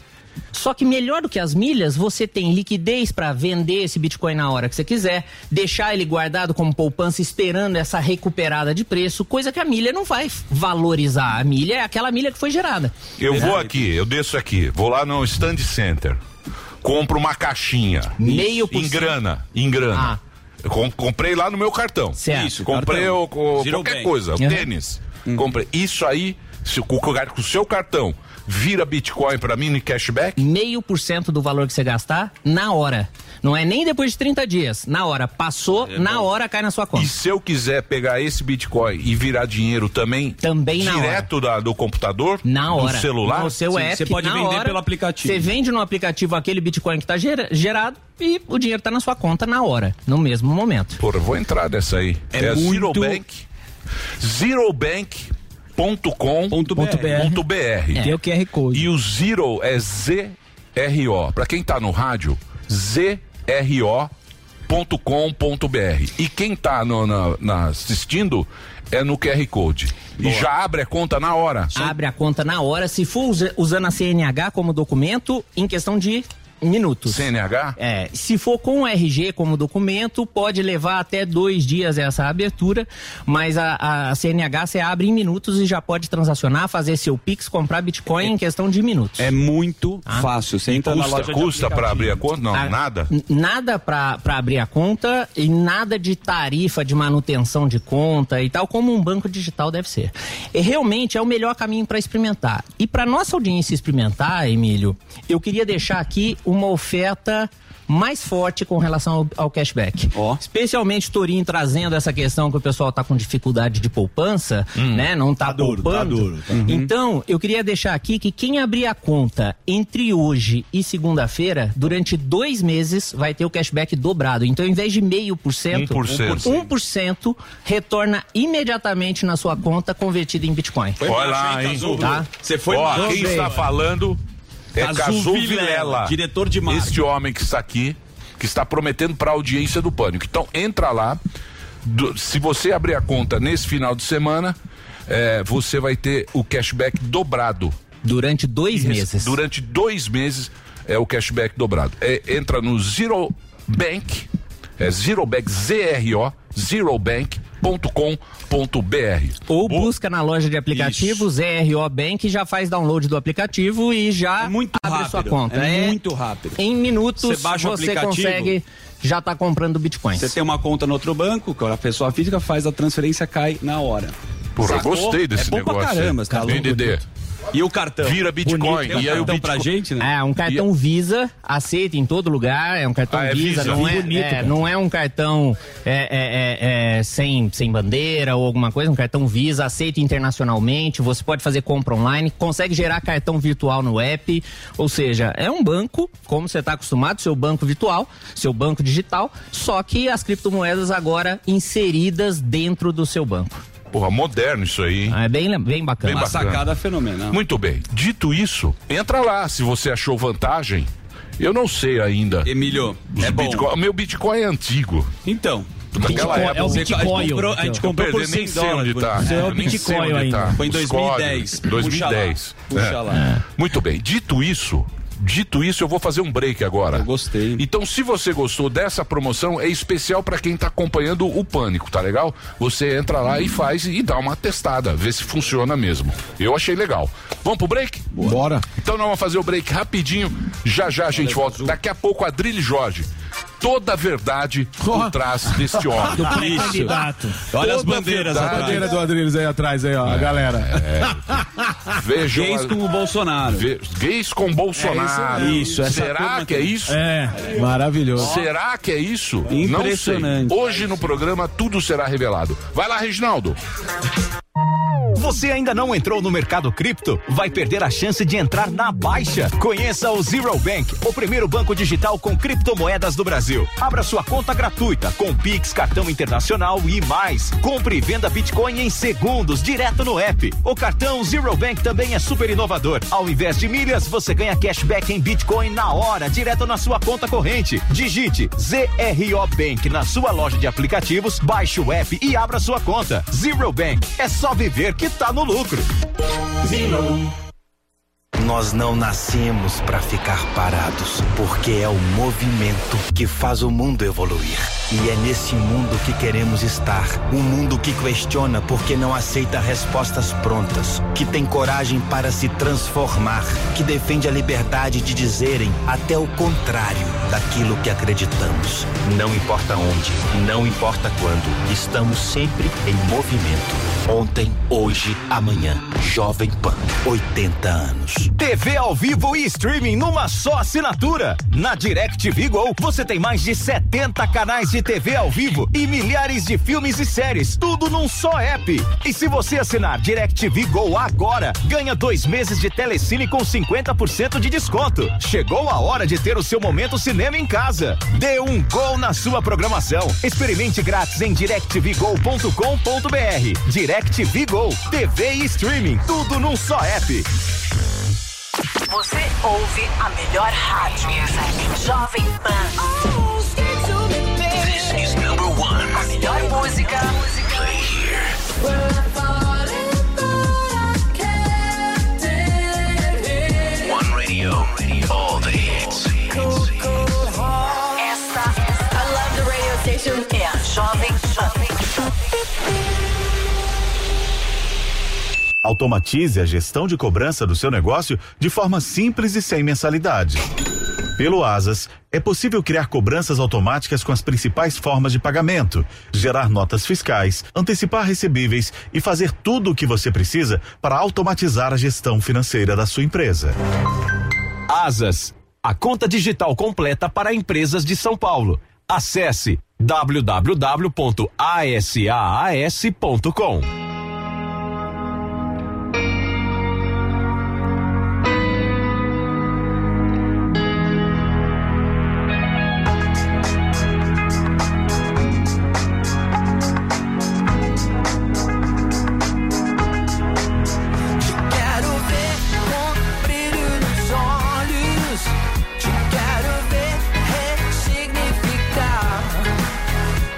Só que melhor do que as milhas, você tem liquidez para vender esse Bitcoin na hora que você quiser, deixar ele guardado como poupança, esperando essa recuperada de preço, coisa que a milha não vai valorizar. A milha é aquela milha que foi gerada. Eu vou aqui, eu desço aqui, vou lá no Stand Center, compro uma caixinha. Meio por Em cento. Ah. grana, em grana. Eu com- comprei lá no meu cartão. Certo. Isso, comprei cartão. o- o- Zero qualquer bem. coisa, o Uhum. tênis. Hum. Comprei. Isso aí, se, o- com, o seu cartão, vira Bitcoin pra mim em cashback? Meio por cento do valor que você gastar na hora. Não é nem depois de 30 dias. Na hora. Passou, É na hora cai na sua conta. E se eu quiser pegar esse Bitcoin e virar dinheiro também? Também na hora. Direto da- do computador? Na hora. Do celular? No seu app. na hora, Você vende no aplicativo aquele Bitcoin que está gerado e o dinheiro está na sua conta na hora, no mesmo momento. Porra, vou entrar nessa aí. É a Zero muito- Bank. Zerobank.com.br. É. Tem o QR Code. E o Zero é Z-R-O. Pra quem tá no rádio, Z-R-O.com.br. E quem tá no- na, na- assistindo é no QR Code. E já abre a conta na hora. Abre a conta na hora, se for usa- usando a CNH como documento, em questão de minutos. CNH? É, se for com o RG como documento, pode levar até dois dias essa abertura, mas a, a CNH você abre em minutos e já pode transacionar, fazer seu Pix, comprar Bitcoin em questão de minutos. É muito fácil. Você entra na loja Ah? Custa, de custa pra abrir a aplicativo. conta? Não, Ah, nada. N- Nada pra pra abrir a conta e nada de tarifa de manutenção de conta e tal, como um banco digital deve ser. E realmente é o melhor caminho para experimentar. E para nossa audiência experimentar, Emílio, eu queria deixar aqui uma oferta mais forte com relação ao, ao cashback. Especialmente o Torinho trazendo essa questão que o pessoal tá com dificuldade de poupança, né? Não tá, duro, tá poupando. duro, tá. Então, eu queria deixar aqui que quem abrir a conta entre hoje e segunda-feira, durante dois meses, vai ter o cashback dobrado. Então, ao invés de meio por cento, 1%. 1% retorna imediatamente na sua conta convertida em Bitcoin. Olha lá, hein? Tá? Você foi Ó, macho, quem hein? está falando é Cazu Cazu Vilela, Vilela. diretor de marketing. Este homem que está aqui, que está prometendo para a audiência do Pânico. Então, entra lá. Do- se você abrir a conta nesse final de semana, é, você vai ter o cashback dobrado. Durante dois meses. Durante dois meses é o cashback dobrado. É, entra no Zero Bank, é Zero Bank, Z-R-O, Zero Bank. robank.com.br. Ou busca na loja de aplicativos RO Bank, já faz download do aplicativo e já abre sua rápido, conta. é muito rápido. Em minutos Você você, baixa o aplicativo. consegue já tá comprando Bitcoin. Você tem uma conta no outro banco, quando a pessoa física faz a transferência, cai na hora. Porra, eu Sacou? gostei desse é bom negócio. Pra caramba, aí. tá louco, DDD. bonito. E o cartão? Vira Bitcoin. Bonito, um e aí o cartão Bitcoin. pra gente, né? É, um cartão Visa, aceito em todo lugar, é um cartão Ah, é Visa, Visa. Não, é, Bonito, é, cara. não é um cartão é, é, é, é, sem, sem bandeira ou alguma coisa, um cartão Visa, aceito internacionalmente, você pode fazer compra online, consegue gerar cartão virtual no app, ou seja, é um banco, como você está acostumado, seu banco virtual, seu banco digital, só que as criptomoedas agora inseridas dentro do seu banco. Porra, moderno isso aí, hein? É bem, bem bacana. Bem bacana. é fenomenal. Muito bem. Dito isso, entra lá se você achou vantagem. Eu não sei ainda. Emílio, Os é bom. Bitcoin- Meu Bitcoin é antigo. Então. Daquela época. é A gente comprou, a gente comprou por Eu 100 nem sei dólares. onde tá. Bruno. Eu nem sei onde tá. Foi em Os 2010. códigos. 2010. Puxa lá. É. Puxa lá. Muito bem. Dito isso. Dito isso, eu vou fazer um break agora. Eu gostei. Então, se você gostou dessa promoção, é especial pra quem tá acompanhando o Pânico, tá legal? Você entra lá e faz e dá uma testada, vê se funciona mesmo. Eu achei legal. Vamos pro break? Bora. Então, nós vamos fazer o break rapidinho. Já já a gente volta. Daqui a pouco, Adrilho Jorge. Toda a verdade por trás deste homem. Do pré-candidato. Olha as bandeiras A atrás. bandeira do Adriles aí atrás, aí, ó, a galera. Vejam Gays com o Bolsonaro. Gays com Bolsonaro. É isso, essa Será turma que é tem. isso? É, maravilhoso. Será que é isso? Impressionante. Não sei. Hoje no programa tudo será revelado. Vai lá, Reginaldo. Você ainda não entrou no mercado cripto? Vai perder a chance de entrar na baixa. Conheça o Zero Bank, o primeiro banco digital com criptomoedas do Brasil. Abra sua conta gratuita com Pix, cartão internacional e mais. Compre e venda Bitcoin em segundos, direto no app. O cartão Zero Bank também é super inovador. Ao invés de milhas, você ganha cashback em Bitcoin na hora, direto na sua conta corrente. Digite ZRO Bank na sua loja de aplicativos, baixe o app e abra sua conta. Zero Bank, é só viver que tá no lucro. Nós não nascemos para ficar parados, porque é o movimento que faz o mundo evoluir. E é nesse mundo que queremos estar. Um mundo que questiona porque não aceita respostas prontas, que tem coragem para se transformar, que defende a liberdade de dizerem até o contrário daquilo que acreditamos. Não importa onde, não importa quando, estamos sempre em movimento. Ontem, hoje, amanhã. Jovem Pan, 80 anos. TV ao vivo e streaming numa só assinatura. Na DirecTV Go, você tem mais de 70 canais de TV ao vivo e milhares de filmes e séries, tudo num só app. E se você assinar DirecTV Go agora, ganha dois meses de telecine com 50% de desconto. Chegou a hora de ter o seu momento cinema em casa. Dê um gol na sua programação. Experimente grátis em directvgo.com.br. DirecTV Go, TV e streaming, tudo num só app. Você ouve a melhor rádio. Jovem Pan. This is number one. A melhor música. Play here. One radio. All the hits. Esta, I love the radio station. É a Jovem Pan. Automatize a gestão de cobrança do seu negócio de forma simples e sem mensalidade. Pelo Asas, é possível criar cobranças automáticas com as principais formas de pagamento, gerar notas fiscais, antecipar recebíveis e fazer tudo o que você precisa para automatizar a gestão financeira da sua empresa. Asas, a conta digital completa para empresas de São Paulo. Acesse www.asaas.com. Te quero ver com brilho nos olhos. Te quero ver ressignificar.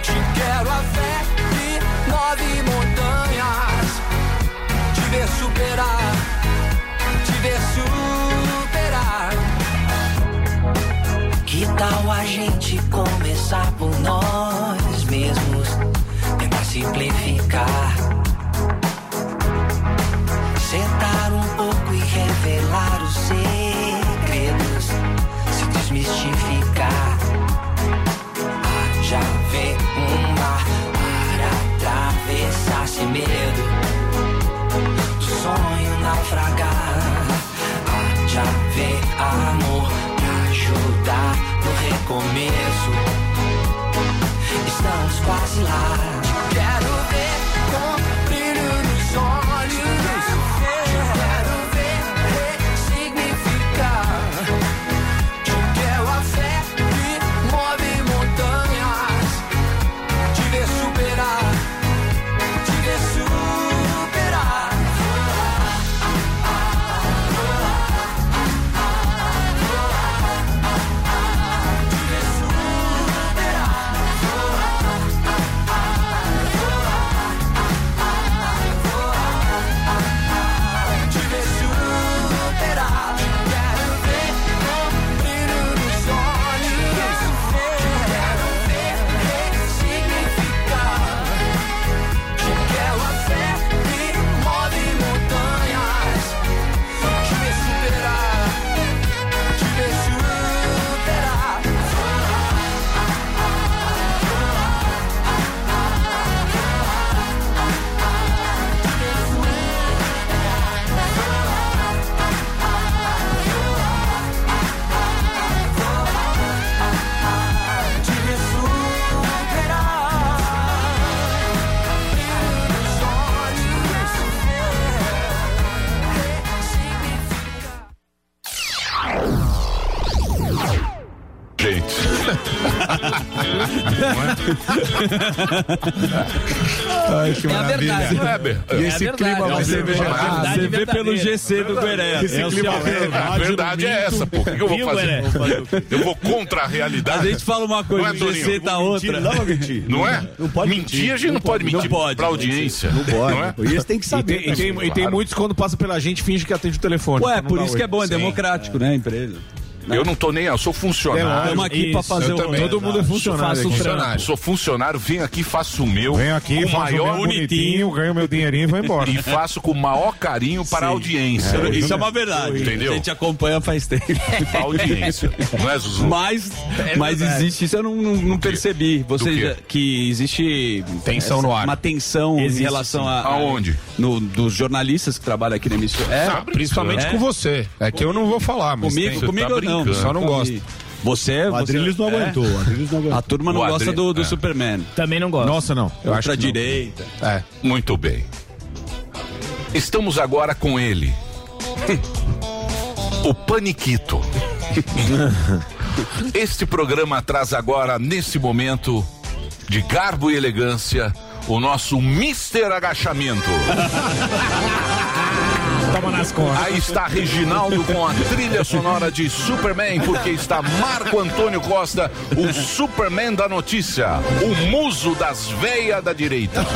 Te quero a fé de nove montanhas. Te ver superar. Te ver superar. Que tal a gente começar por nós mesmos? Tentar se simplificar. Sentar um pouco e revelar os segredos, se desmistificar. Ah, já vê um mar para atravessar sem medo. Do sonho naufragar. Ah, já vê amor pra ajudar no recomeço. Estamos quase lá. Quero ver com brilho nos olhos. Quero ver ressignificar. Quero a fé que move montanhas. Te ver superar. Te ver superar. Te ver superar. Quero ver com brilho nos olhos. Quero ver ressignificar. Te quero a fé que move montanhas. Te ver superar. Te ver superar. Te ver superar. Gente. Ai, que maravilha. Weber. E esse clima vai ser Ah, verdade. você vê pelo GC do Gueré. Esse É o clima seu é Weber. A verdade é essa, pô. O que que eu vou Viu, fazer? Gueré? Eu vou contra a realidade. é, A gente fala uma coisa, é, o GC Torinho? tá Eu vou mentir, outra. não vou mentir. Não é? Não pode mentir. mentir. a gente não Não pode pode. mentir Não pode. pra audiência. Não pode. é? E eles têm que saber. né? E tem, e tem- e tem Claro. muitos que quando passa pela gente finge que atende o telefone. Ué, pra não por dar isso oi. que é bom, é Sim. democrático, né, empresa? Eu não tô nem, eu sou funcionário. É, tamo aqui pra fazer eu o- todo mundo é funcionário Faço aqui. funcionário. Sou funcionário, venho aqui, faço o meu. Venho aqui, com faço o meu bonitinho, ganho meu dinheirinho e vou embora. E faço com o maior carinho para a audiência. É, Isso é uma verdade. Entendeu? A gente acompanha faz tempo. Tipo, A audiência. Não é, Zuzu? Mas, É mas verdade. existe isso, eu não, não- não percebi. Você quê? já- que existe Tensão no ar. Uma tensão Existe, em relação sim. a, a- Aonde? no- dos jornalistas que trabalham aqui na emissora. É, Ah, principalmente é. com você. É que eu não vou falar, mas Comigo, tem. comigo Você tá eu não. brincando. Só não gosto. Você, é? O Adriles não aguentou, o Adriles não aguentou. A turma não O gosta Adri- do, do é. Superman. Também não gosta. Nossa, não. Eu acho direita. É. Muito bem. Estamos agora com ele. o Paniquito. este programa traz agora, nesse momento, de garbo e elegância, o nosso Mister Agachamento. Toma nas costas. Aí está Reginaldo com a trilha sonora de Superman, porque está Marco Antônio Costa, o Superman da notícia, o muso das veias da direita.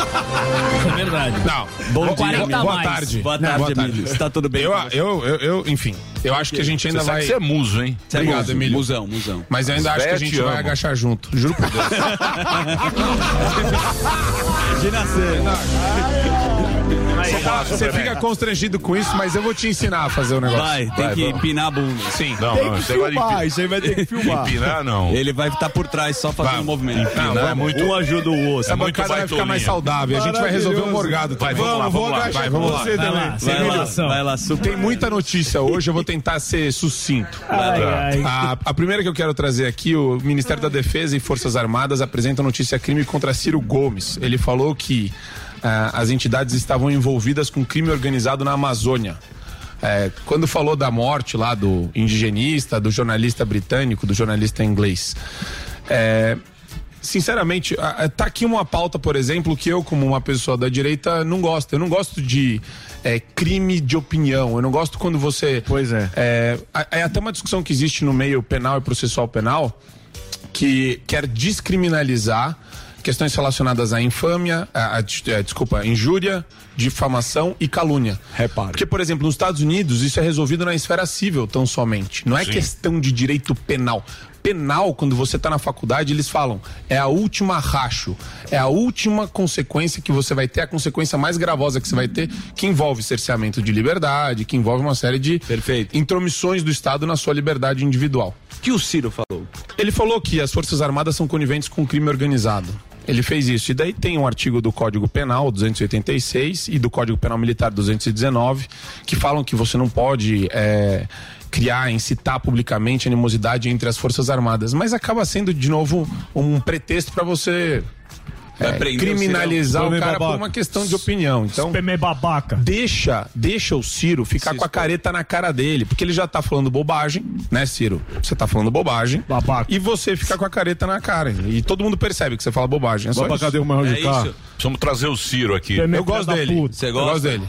É verdade. Não. Bom Boa- dia, boa, amigo. boa tarde. Boa Não, tarde, Emílio. Está tudo bem Eu, com você? eu, eu, eu, enfim, eu acho que a gente Você ainda sabe vai. que você é muso, hein? Você é Obrigado, muso. Emílio. Musão, musão. Mas eu ainda acho que a Zé, gente te vai amo. agachar junto. Juro por Deus. De nascer. Você fica constrangido com isso, mas eu vou te ensinar a fazer o negócio. Vai, tem que empinar a bunda. Sim. Não, Tem não, que esse negócio de filmar, empi- isso aí vai ter que filmar. Empinar, não. Ele vai estar por trás só fazendo o movimento. Empinar Não, é vamos. muito- Um ajuda o outro. Essa bancada vai ficar mais saudável. A gente vai resolver o morgado Vai, também. vamos lá, vamos lá, vai, agachar com vamos lá. você Vai também. lá, Você vai lá, melhor. vai lá, super. Tem muita notícia hoje, eu vou tentar ser sucinto. Ai, Tá. ai. A, a primeira que eu quero trazer aqui, o Ministério da Defesa e Forças Armadas apresenta notícia crime contra Ciro Gomes. Ele falou que ah, as entidades estavam envolvidas com crime organizado na Amazônia. É, quando falou da morte lá do indigenista, do jornalista britânico, do jornalista inglês, é, sinceramente, a- a- tá aqui uma pauta, por exemplo, que eu, como uma pessoa da direita, não gosto. Eu não gosto de é, crime de opinião. Eu não gosto quando você. Pois é. a- É, até uma discussão que existe no meio penal e processual penal que quer descriminalizar questões relacionadas à infâmia, à, à dis- eh, desculpa, injúria, difamação e calúnia. Repare. Porque, por exemplo, nos Estados Unidos isso é resolvido na esfera civil tão somente. Não é Sim. questão de direito penal. penal, quando você está na faculdade, eles falam, é a última racho, é a última consequência que você vai ter, a consequência mais gravosa que você vai ter, que envolve cerceamento de liberdade, que envolve uma série de intromissões do Estado na sua liberdade individual. O que o Ciro falou? Ele falou que as Forças Armadas são coniventes com o crime organizado. Ele fez isso. E daí tem um artigo do Código Penal 286 e do Código Penal Militar 219 que falam que você não pode é, criar, incitar publicamente animosidade entre as Forças Armadas. Mas acaba sendo, de novo, um pretexto para você. Vai é, prender o criminalizar o Ciro. cara por Babaca. uma questão de opinião. Então, Deixa, deixa o Ciro ficar com a careta na cara dele, porque ele já tá falando bobagem, né, Ciro? Você tá falando bobagem. E você fica com a careta na cara. E todo mundo percebe que você fala bobagem. É só isso. Precisamos trazer o Ciro aqui. Eu gosto dele. Você Eu gosto gosta? dele.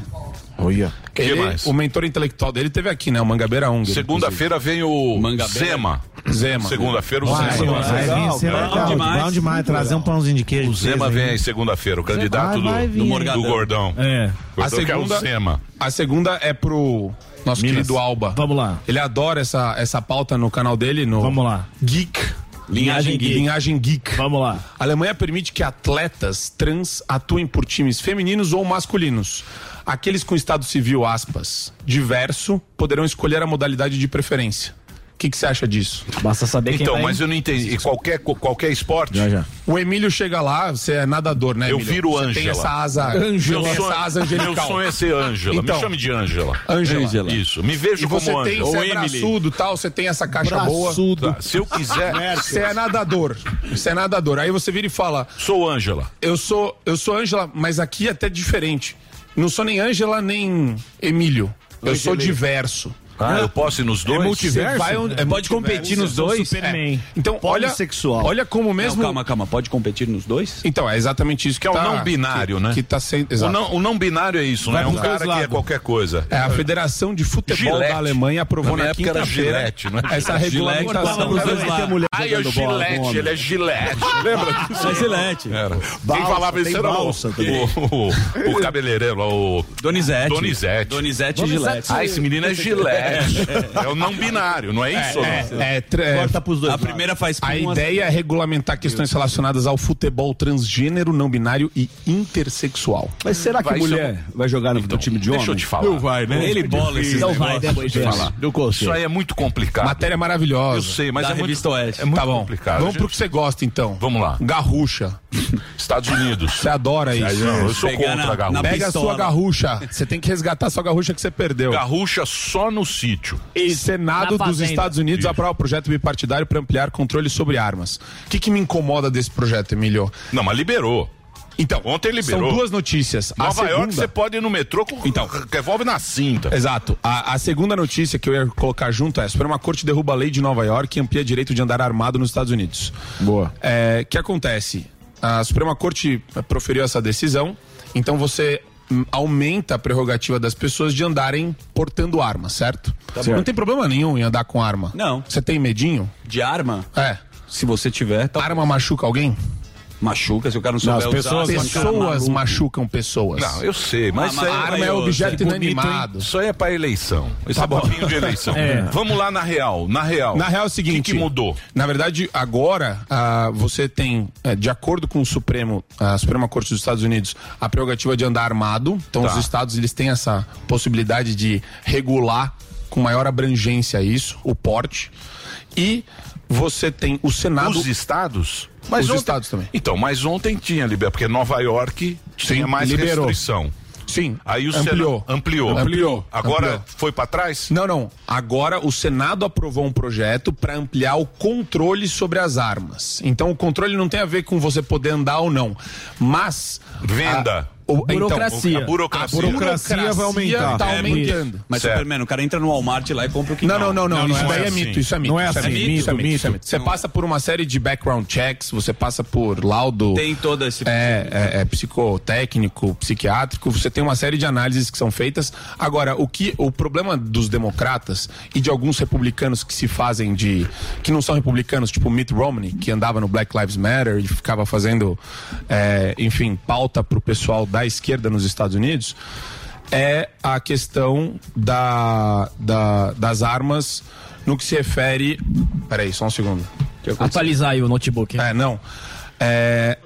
Olha. Que mais? O mentor intelectual dele teve aqui, né? O Mangabeira 1. Segunda-feira vem o Mangabeira. Zema. Zema. Segunda-feira o Vai, Zema. vai, Legal, vai, Zema, cara. legal, Bom demais. bom demais, trazer um pãozinho de queijo. O Zema pra vocês vem aí. aí segunda-feira, o candidato Vai, vai do, vir, do, né? do Gordão. É. Gordão A que é o segunda, Zema. a segunda é pro nosso Minas. querido Alba. Vamos lá. Ele adora essa, essa pauta no canal dele. No Vamos lá. Geek. Linhagem Geek. Linhagem Geek. Vamos lá. A Alemanha permite que atletas trans atuem por times femininos ou masculinos. Aqueles com estado civil, aspas, diverso, poderão escolher a modalidade de preferência. O que que você acha disso? Basta saber quem Então, vai- mas eu não entendi. E qualquer, qualquer esporte? O Emílio chega lá, você é nadador, né? Eu Emílio? viro Você Tem Ângela. essa asa, Ângela. Tem Meu essa sonho- asa angelical. Então, meu sonho é ser Ângela. Me chame de Ângela. Ângela. Isso, me vejo e você como tem, Ângela. Você Ou é Emily. braçudo tal, você tem essa caixa Braçudo. boa. Tá, se eu quiser- Você é nadador. Você é nadador. Aí você vira e fala... Sou Ângela. Eu sou eu sou Ângela, mas aqui é até diferente. Não sou nem Ângela, nem Emílio. Eu sou Angelei. diverso. Ah, eu posso ir nos dois? É multiverso? Você vai onde- É Pode multiverso. competir nos Eu sou dois? Superman. É. Então, olha, Polissexual. olha como mesmo... Não, calma, calma. Pode competir nos dois? Então, é exatamente isso Que é o tá- não binário, que- né? Que tá sendo... O exato. não, o não binário é isso, Vai né? É um pros dois cara que é lados. qualquer coisa. É, a Federação de Futebol Gillette. da Alemanha aprovou Na na, minha época era quinta-feira Gillette, né? essa Gillette. Guarda regulamentação. pros dois lados. Ai, é o Gillette, ele é Gillette. Lembra disso? É Gillette. Era. Quem Balsa, falava isso tem era o, balsa também. o, o, o cabeleireiro, lá, o... Donizete. Donizete. Donizete e Gillette. Ah, esse menino é Gillette. É o não binário, não é isso? É, não? é, tra- é, A primeira faz A com ideia é regulamentar questões relacionadas ao futebol transgênero, não binário e intersexual. Mas será que Vai, é um mulher seu- vai jogar no time de homem? deixa eu te falar. né? Ele bola esse Não vai, depois disso. Eu consigo. Isso aí é muito complicado. Matéria maravilhosa. Eu sei, mas Da é muito, revista Oeste. É muito Tá bom. complicado. Vamos Gente, pro que você gosta, então. Vamos lá. Garrucha. Estados Unidos. Você adora isso. Aí, não, eu sou Pegar contra na- a garrucha. na Pega a pistola. sua garrucha. Você tem que resgatar a sua garrucha que você perdeu. Garrucha só no sítio. E Senado dos Na fazenda. Estados Unidos aprova o projeto bipartidário para ampliar controle sobre armas. O que, que me incomoda desse projeto, Emílio? Não, mas liberou. Então, ontem liberou. são duas notícias. A Nova York segunda- você pode ir no metrô com então, revólver na cinta. Exato. A, a segunda notícia que eu ia colocar junto é: a Suprema Corte derruba a lei de Nova York e amplia direito de andar armado nos Estados Unidos. Boa. É, que acontece? A Suprema Corte proferiu essa decisão, então você hum, aumenta a prerrogativa das pessoas de andarem portando arma, certo? Tá bom. Não tem problema nenhum em andar com arma. Não. Você tem medinho? De arma? É. Se você tiver. Arma machuca alguém? Machuca, se o cara não Não, souber as pessoas, usar. pessoas machuca. machucam pessoas. Não, eu sei, mas a arma é objeto inanimado. Isso aí é pra eleição. Isso Tá é bom. papinho de eleição. É. Vamos lá na real, na real. Na real é o seguinte. O que, que mudou? Na verdade, agora ah, você tem, eh, de acordo com o Supremo, a Suprema Corte dos Estados Unidos, a prerrogativa de andar armado. Então Tá. os estados eles têm essa possibilidade de regular com maior abrangência isso, o porte. E você tem o Senado. Os estados? Mas os ontem- estados também. Então, mas ontem tinha liberdade, porque Nova York tinha mais liberou. restrição. Sim. Aí o ampliou. Senado ampliou. Ampliou. Agora Ampliou. foi pra trás? Não, não. Agora o Senado aprovou um projeto para ampliar o controle sobre as armas. Então o controle não tem a ver com você poder andar ou não, mas Venda. a- o- Burocracia. Então, a burocracia. A burocracia vai aumentar. Tá É, aumentando. Mas, Superman, o cara entra no Walmart lá e compra o que Não, não, não, não, isso daí é, assim. mito, isso é mito. isso isso é isso é Você passa por uma série de background checks, você passa por laudo. Tem todo esse. É, é, é psicotécnico, psiquiátrico, você tem uma série de análises que são feitas. Agora, o que o problema dos democratas e de alguns republicanos que se fazem de que não são republicanos, tipo Mitt Romney, que andava no Black Lives Matter e ficava fazendo, é, enfim, pauta pro pessoal da esquerda nos Estados Unidos, é a questão da, da- das armas no que se refere. Peraí, só um segundo. Atualizar aí o notebook. É, não. É,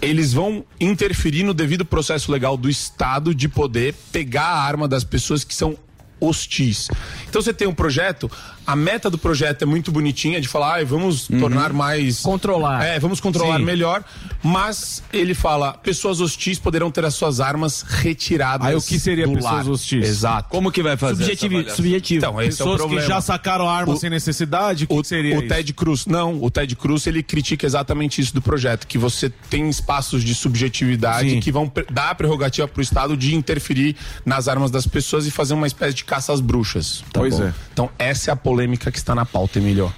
eles vão interferir no devido processo legal do Estado de poder pegar a arma das pessoas que são hostis. Então você tem um projeto, a meta do projeto é muito bonitinha de falar, "Ai, vamos Uhum. tornar mais controlar. É, vamos controlar Sim. melhor, mas ele fala, pessoas hostis poderão ter as suas armas retiradas. Aí o que seria Ah, do pessoas lar." hostis? Exato. Como que vai fazer Subjetivi- essa avaliação? subjetivo. Então, esse é o Pessoas que problema. já sacaram a arma sem necessidade, o, que seria O isso? Ted Cruz, não, o Ted Cruz ele critica exatamente isso do projeto, que você tem espaços de subjetividade Sim. que vão pre- dar a prerrogativa para o Estado de interferir nas armas das pessoas e fazer uma espécie de caça às bruxas. Tá Pois bom? é. Então essa é a polêmica que está na pauta, Emílio.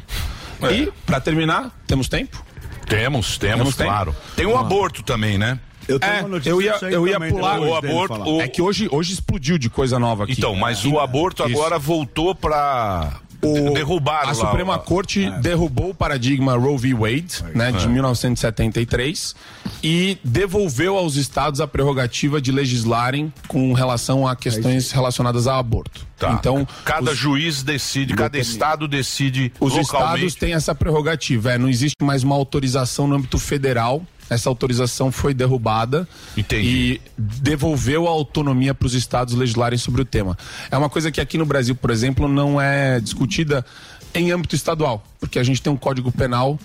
E, para terminar, temos tempo? É. Temos, temos, tempo? claro. Tem o Vamos lá. aborto também, né? Eu, é, eu ia, eu ia pular o aborto. o- É que hoje, hoje explodiu de coisa nova aqui. Então, mas É. o aborto Isso. agora voltou pra. derrubar A Suprema Corte derrubou o paradigma Roe v. Wade, né, de É. 1973, e devolveu aos estados a prerrogativa de legislarem com relação a questões relacionadas a aborto. Então, Tá. cada os- juiz decide, cada estado decide os localmente. estados têm essa prerrogativa. É, não existe mais uma autorização no âmbito federal. Essa autorização foi derrubada e devolveu a autonomia para os estados legislarem sobre o tema. É uma coisa que aqui no Brasil, por exemplo, não é discutida em âmbito estadual, porque a gente tem um código penal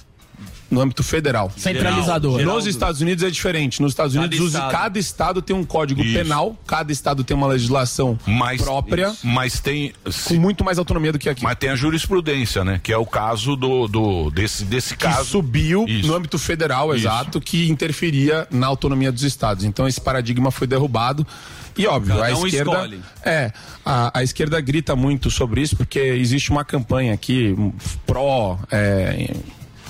no âmbito federal. Centralizador. Nos Estados Unidos é diferente. Nos Estados Cada Unidos, os- cada estado. estado, tem um código Isso. penal, cada estado tem uma legislação mais própria. mas tem com muito mais autonomia do que aqui. Mas tem a jurisprudência, né? Que é o caso do, do desse desse caso que subiu é Isso. no âmbito federal, Isso. exato, que interferia na autonomia dos estados. Então esse paradigma foi derrubado. E óbvio, Cada a um esquerda. escolhe. É, a, a esquerda grita muito sobre isso, porque existe uma campanha aqui um, pró. é,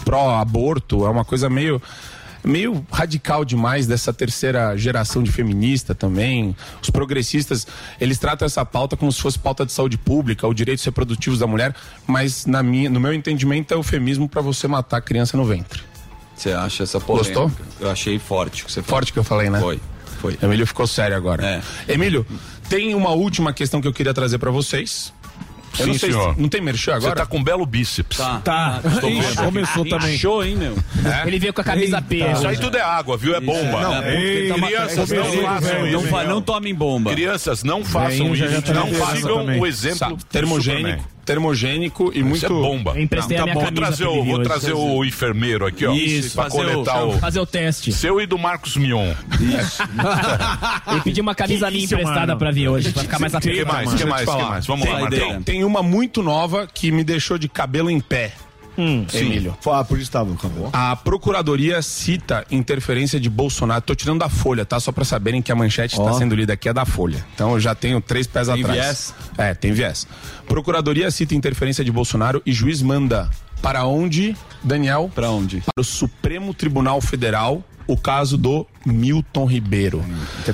pró aborto, é uma coisa meio. Meio radical demais dessa terceira geração de feminista também. Os progressistas, eles tratam essa pauta como se fosse pauta de saúde pública ou direitos reprodutivos da mulher, mas na minha, no meu entendimento é eufemismo para você matar a criança no ventre. Você acha essa polêmica? Gostou? Eu achei forte o que você falou. Forte que eu falei, né? Foi. Foi. Emílio ficou sério agora. Emílio, tem uma última questão que eu queria trazer para vocês. Eu Sim, não sei se- senhor. não tem merchan agora? Você tá com um belo bíceps. Tá. Tá. Estou Ixi, vendo. começou também. Show, hein, meu? Ele veio com a camisa Eita. P. Isso aí tudo é água, viu? É bomba. Não, É. porque tá uma- Crianças, é não começo, façam velho. isso. Não fa- não tomem bomba. Crianças, não façam Venho, já- já isso. tá Não criança sigam também. o exemplo Sabe, termogênico, termogênico e muito tá é bomba. Emprestei a minha bom. camisa vou trazer, pra o, ele vou hoje. trazer o enfermeiro aqui, ó. Isso, pra fazer o- coletar o, fazer o teste. Seu e do Marcos Mion. Isso. Eu pedi uma camisa Que minha isso, emprestada mano? pra vir hoje, pra ficar mais Tem apertado. mais, Deixa tem eu te mais, falar. tem mais. Vamos tem, lá, tem- Madeira. tem uma muito nova que me deixou de cabelo em pé. Hum, Sim. Emílio. Ah, por isso estava no cabelo. A procuradoria cita interferência de Bolsonaro. Tô tirando da Folha, tá? Só pra saberem que a manchete está sendo lida aqui é da Folha. Então eu já tenho três pés Tem atrás. viés? É, tem viés. Procuradoria cita interferência de Bolsonaro e juiz manda para onde, Daniel? Para onde? Para o Supremo Tribunal Federal, o caso do Milton Ribeiro.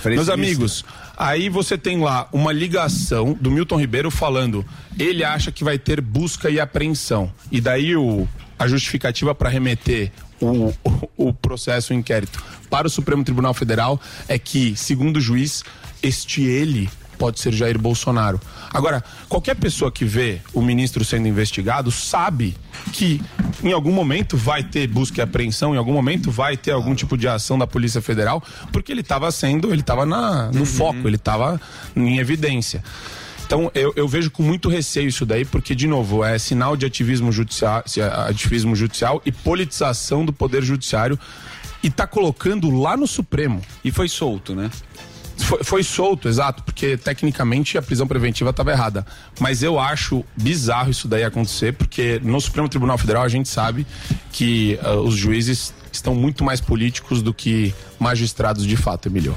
Meus amigos, aí você tem lá uma ligação do Milton Ribeiro falando, ele acha que vai ter busca e apreensão. E daí o, a justificativa para remeter o, o, o processo, o inquérito para o Supremo Tribunal Federal é que, segundo o juiz, este ele pode ser Jair Bolsonaro. Agora, qualquer pessoa que vê o ministro sendo investigado sabe que em algum momento vai ter busca e apreensão, em algum momento vai ter algum tipo de ação da Polícia Federal, porque ele estava sendo, ele estava no foco, ele estava em evidência. Então, eu, eu vejo com muito receio isso daí, porque, de novo, é sinal de ativismo judicial, ativismo judicial e politização do poder judiciário e tá colocando lá no Supremo. E foi solto, né? Foi, foi solto, exato, porque tecnicamente a prisão preventiva estava errada. Mas eu acho bizarro isso daí acontecer, porque no Supremo Tribunal Federal a gente sabe que ah, os juízes estão muito mais políticos do que magistrados de fato, Emilio.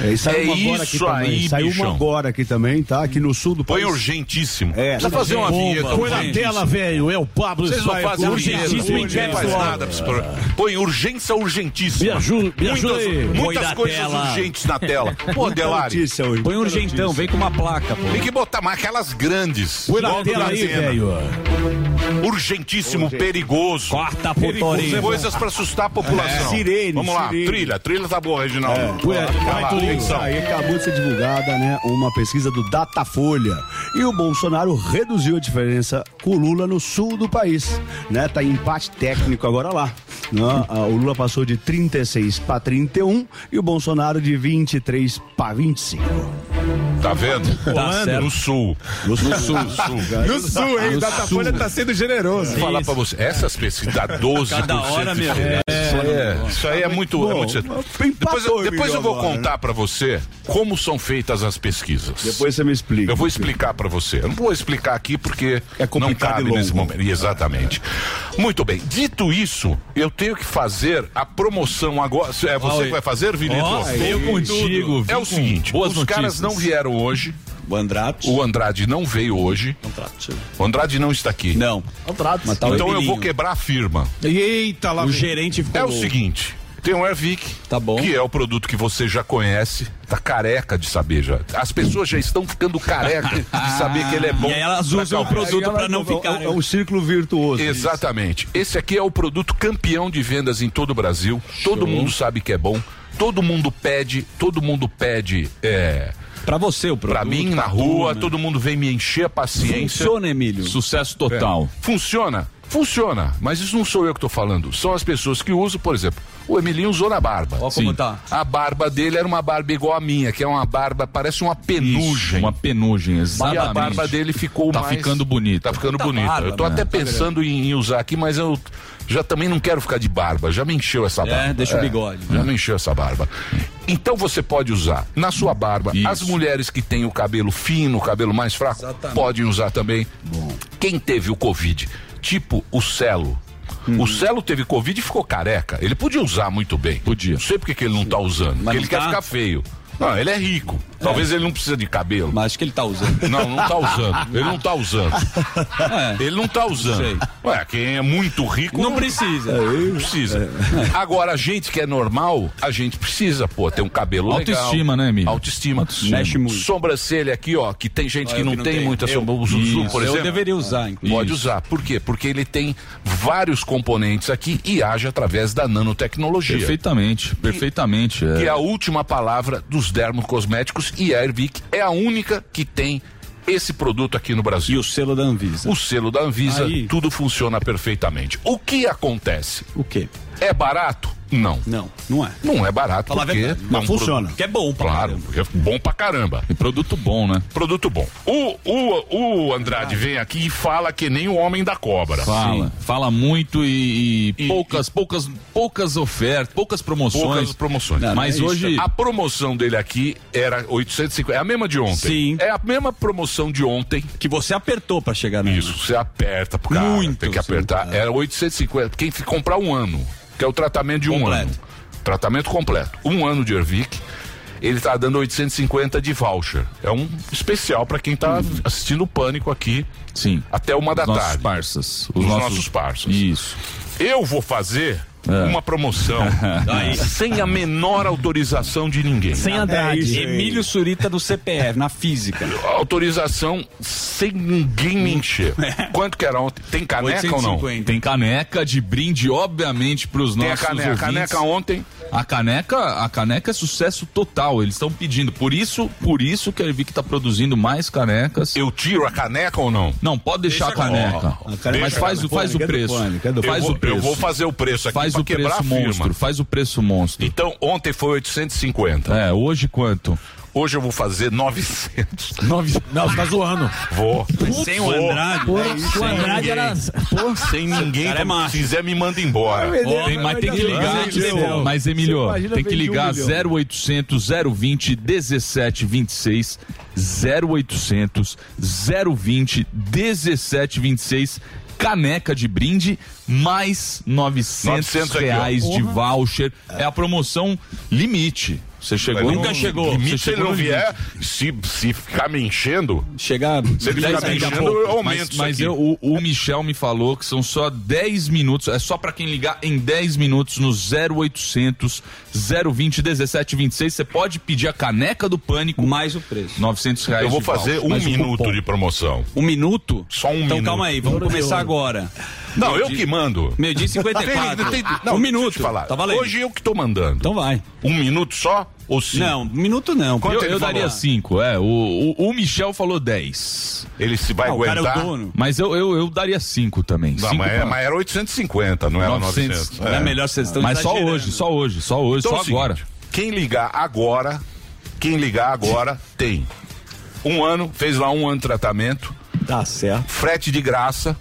É, e saiu uma agora aqui também. Saiu uma agora aqui também, tá? Aqui no sul do Põe país. urgentíssimo. É, Precisa fazer uma Bomba. vinheta. Põe na urgentíssimo. tela, É velho. Eu, Pablo Vocês não Spy, fazem urgentíssimo urgentíssimo. Ninguém faz intelectual. nada pra esse programa. Põe urgência urgentíssima. Me ajuda- me ajuda muitas, aí. Muitas Põe na coisas tela. urgentes na tela. Pô, Muita Delari. notícia hoje, Põe urgentão, vem com uma placa, pô. Tem que botar mais aquelas grandes. Põe na Logo tela aí, cena. velho. Urgentíssimo, perigoso. Corta, Perigoso. é Potorinho. Coisas pra assustar a população. É. Sirene, Vamos lá, sirene. trilha. Trilha tá boa, Reginaldo. É. Ué, Vai lá, atenção. Aí acabou de ser divulgada né, uma pesquisa do Datafolha. E o Bolsonaro reduziu a diferença com o Lula no sul do país. Né? Tá em empate técnico agora lá. né? Ah, O Lula passou de 36 para 31 e o Bolsonaro de 23 para 25. Tá vendo? Tá certo. No sul. No sul. No sul, No sul, hein? No Datafolha sul. tá sendo generoso. Vou falar pra você, essas pesquisas dá 12%. Cada hora, de meu. diferença. É. Isso aí é, isso aí é muito. é Bom, muito cedo. Então, depois eu, depois eu vou né? contar pra você como são feitas as pesquisas. Depois você me explica. É Eu vou explicar pra você. Eu não vou explicar aqui porque não complicado cabe e longo. nesse momento. E Exatamente. Muito bem. Dito isso, eu tenho que fazer a promoção agora. É você Olha. que vai fazer, Vinícius? Ó, eu contigo, É vim o seguinte, com boas os notícias. caras não vieram hoje. O Andrade. O Andrade não veio hoje. O Andrade não está aqui. Não. Mas tá o então eu Ebelinho. vou quebrar a firma. Eita, lá O vem. gerente ficou É o louco. seguinte. Tem um Airvic, tá bom. que é o produto que você já conhece, tá careca de saber já. As pessoas já estão ficando careca de saber que ele é bom. E aí elas usam o calmar. produto Aí elas pra não né? vão- ficarem. É um círculo virtuoso. Exatamente. Esse aqui é o produto campeão de vendas em todo o Brasil. Todo mundo sabe que é bom. Todo mundo pede, todo mundo pede. É, Pra você, o produto. Pra mim, na pra rua, turma. todo mundo vem me encher a paciência. Funciona, Emílio. É. Sucesso total. Funciona. Funciona, mas isso não sou eu que tô falando, são as pessoas que usam, por exemplo, o Emilinho usou na barba. Olha como tá. A barba dele era uma barba igual a minha, que é uma barba, parece uma penugem. Uma penugem, E exatamente. a barba dele ficou Tá mais... ficando bonita. Tá ficando Tá bonita. barba, eu tô né? até Tá pensando em, em usar aqui, mas eu já também não quero ficar de barba. Já me encheu essa É, barba. deixa o bigode. Já me encheu essa barba. Então você pode usar na sua barba. As mulheres que têm o cabelo fino, o cabelo mais fraco, podem usar também. Quem teve o Covid, tipo o Celo. Uhum. O Celo teve Covid e ficou careca. Ele podia usar muito bem. Podia. Não sei porque que ele não tá usando. não porque ele tá? quer ficar feio. Não, ele é rico. Talvez ele não precisa de cabelo. Mas acho que ele tá usando. Não, não tá usando. Ele não tá usando. Ele não tá usando. Ué, quem é muito rico. É. É, Não precisa. Não precisa. Agora, a gente que é normal, a gente precisa, pô, ter um cabelo legal. Autoestima, né, Emílio? Autoestima. Autoestima. Mexe muito. Sobrancelha aqui, ó, que tem gente Ah, que eu não, que não tem, tenho. muita Eu. sobrancelha. Isso. por Eu exemplo. deveria usar, inclusive. Pode Isso. usar. Por quê? Porque ele tem vários componentes aqui e age através da nanotecnologia. Perfeitamente, perfeitamente. é. Que é a última palavra dos dermocosméticos e a Airvic é a única que tem esse produto aqui no Brasil. E o selo da Anvisa. O selo da Anvisa, Aí. tudo funciona perfeitamente. O que acontece? O quê? É barato? Não. Não, não é. Não é barato Fala a porque verdade. é Mas um funciona. produto- Que é bom pra Claro, porque é bom pra caramba. E produto bom, né? Produto bom. O, o, o Andrade Ah. vem aqui e fala que nem o homem da cobra. Fala, fala muito e, e poucas, poucas, poucas ofertas, poucas promoções. Poucas promoções. é Mas hoje É A promoção dele aqui era 850. É a mesma de ontem. Sim. É a mesma promoção de ontem. Que você apertou pra chegar nela. Isso, você aperta pro cara. Muito, Tem que sim, apertar. Era 850. Quem fi- comprar um ano, que é o tratamento de um ano. Tratamento completo. Um ano de Ervic. Ele tá dando 850 de voucher. É um especial para quem tá assistindo o Pânico aqui. Sim. Até uma da Os nossos tarde. parças. Os Os, nossos- nossos, parças. Isso. Eu vou fazer uma promoção Aí. sem a menor autorização de ninguém. Sem Andrade. Emílio Surita do CPF, na física. Hum. Autorização sem ninguém me encher. É. Quanto que era ontem? Tem caneca ou não? Tem caneca de brinde, obviamente, pros Tem a nossos caneca. A ouvintes. caneca ontem. A caneca, a caneca é sucesso total. Eles estão pedindo. Por isso, por isso que a Ervic tá produzindo mais canecas. Eu tiro a caneca ou não? Não, pode deixar Deixa a a caneca. caneca. A caneca- Mas faz, o- faz o Deixa a preço. caneca. É do pânico, é do Faz pânico. o Eu vou- preço. eu vou fazer o preço aqui Faz pra o quebrar preço a firma. monstro. Faz o preço monstro. Então, ontem foi 850. É, hoje quanto? Hoje eu vou fazer 900. Nove... Não, você tá zoando. Vou. Sem Vou. o Andrade. Vou. né? Sem Sem ninguém. ninguém. Sem ninguém. Cara, é Se quiser, me manda embora. Ó, tem, mas tem que ligar. um Mas, Emílio, tem que ligar 0800 020 1726. 0800 020 1726. Caneca de brinde, mais 900, 900 aqui, ó. reais de Porra. voucher. É a promoção limite. Você chegou. Mas no- não- Você Limite, se chegou ele não no limite. vier, se, se ficar me enchendo. Chegar. Se ele ficar me enchendo, eu aumento. Mas, isso mas aqui. eu, o, o Michel me falou que são só 10 minutos, é só pra quem ligar em 10 minutos no 0800 020 1726. Você pode pedir a caneca do pânico. Mais o preço. 900 reais. Eu vou de voucher, fazer um mais o minuto cupom. de promoção. Um minuto? Só um então minuto. calma aí, vamos começar agora. Não, eu que mando. Tá Meio é dia e 54. Tem- tem- Um deixa eu minuto. te falar. Tá valendo. Hoje eu que tô mandando. Então vai. Um minuto só ou cinco? Não, um minuto não. Eu, eu daria 5, é. O, o, o Michel falou 10. Ele se vai O cara é aguentar? o dono. Mas eu, eu, eu daria 5 também. Não, Cinco mas, é- pra- mas era 850, não era 900. É. Mas só hoje, só hoje, só hoje, Então é só o seguinte, agora. Quem ligar agora, quem ligar agora tem. Um ano, fez lá um ano de tratamento. Tá certo. Frete de graça.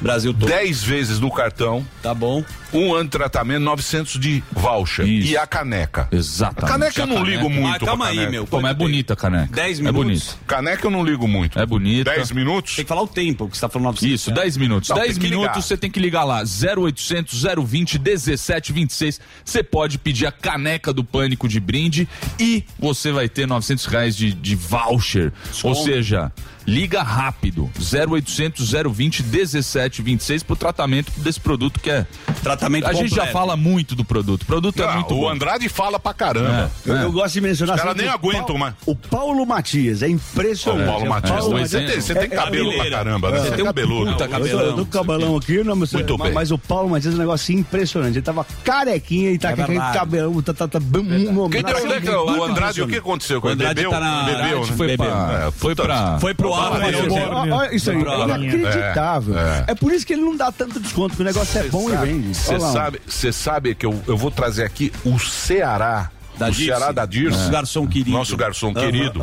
Brasil todo. 10 vezes no cartão. Tá bom. Um ano de tratamento, 900 de voucher. E a caneca. Exatamente. A caneca eu A não caneca. ligo muito. Ah, calma pra aí, caneca. meu. Pô, mas é bonita a caneca. 10 É minutos. bonita. Caneca eu não ligo muito. É bonita. 10 minutos? Tem que falar o tempo, que você tá falando 900. Isso, 10 minutos. Não, 10 tem que ligar. minutos você tem que ligar lá. 0800 020 1726. Você pode pedir a caneca do Pânico de brinde e você vai ter 900 reais de, de voucher. Ou seja, liga rápido. 0800 020 1726 pro tratamento desse produto que é. Tratamento A gente já completo. fala muito do produto. O produto é Não, muito Ah, o bom. Andrade fala pra caramba. É, Eu, é. eu gosto de mencionar. Os caras sempre nem o aguentam Paulo- mais. O Paulo Matias, é impressionante. Ó, o Paulo É, Matias, mas você Matias. tem- você tem É- cabelo pra cabeleira. caramba, né? Você tem um cabeludo. puta Eu tô- eu tô cabelão. com cabelão aqui, não, mas, Muito mas, bem. mas o Paulo Matias é um negócio impressionante. Ele tava carequinha e tá É com aquele verdade. cabelão. Tá, tá, tá, bem- um- Quem deu um- onde é que é o Andrade, o que aconteceu com O ele? Andrade Bebeu? tá na- Bebeu, Andrade né? foi pra- É, foi puta- pra- foi pro puta ar, merda. né, Gilberto? Olha, olha isso aí, Foi pro ar. é inacreditável. É. É. por isso que ele não dá tanto desconto, porque o negócio é bom e vende. Você Olha lá, ó. sabe, cê sabe que eu, eu vou trazer aqui o Ceará. Da o Dirce. Ceará da Dirce. Nosso garçom querido. Nosso garçom Aham, querido.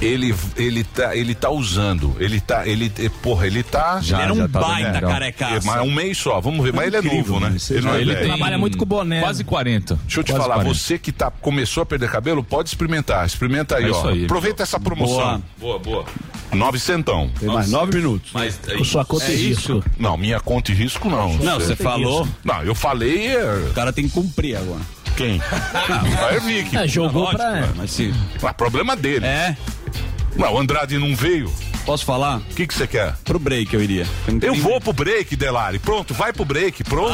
Ele, ele, tá, ele tá usando. Ele tá. Ele, eh, porra, ele tá. Já, Ele era um já tá baita legal. carecaça. Mas um mês só, vamos ver. Mas ele é Incrível, novo, né? mano. não é Ele velho. tem Quase né? 40. Deixa eu te Quase falar, 40. você que tá, começou a perder cabelo, pode experimentar. Experimenta aí, É isso ó. aí. Aproveita essa promoção. Boa, boa. Novecentão. Tem mais nove minutos. Mas é Com sua isso. conta É e isso. risco. Não, minha conta e risco não. Não, você falou. Não, eu falei. O cara tem que cumprir agora. Quem? Ah, é Vic. É, jogou pra- Mas sim. Ah, problema dele. É. Não, o Andrade não veio. Posso falar? O que que você quer? Pro break eu iria. Eu vou pro break, Delari. Pronto, vai pro break. Pronto.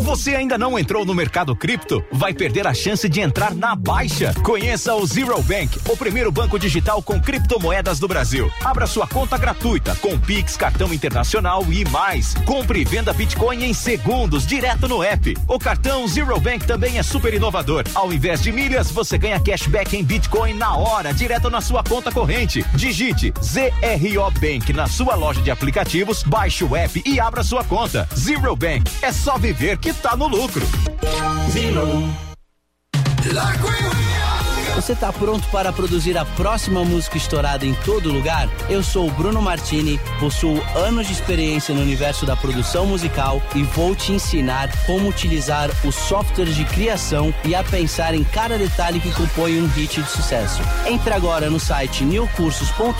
Você ainda não entrou no mercado cripto? Vai perder a chance de entrar na baixa. Conheça o Zero Bank, o primeiro banco digital com criptomoedas do Brasil. Abra sua conta gratuita com Pix, cartão internacional e mais. Compre e venda Bitcoin em segundos, direto no app. O cartão Zero Bank também é super inovador. Ao invés de milhas, você ganha cashback em Bitcoin na hora, direto na sua conta corrente. Digite ZRO Bank na sua loja de aplicativos, baixe o app e abra sua conta. Zero Bank, é só viver que tá no lucro. Você tá pronto para produzir a próxima música estourada em todo lugar? Eu sou o Bruno Martini, possuo anos de experiência no universo da produção musical e vou te ensinar como utilizar os softwares de criação e a pensar em cada detalhe que compõe um hit de sucesso. Entre agora no site newcursos.com.br,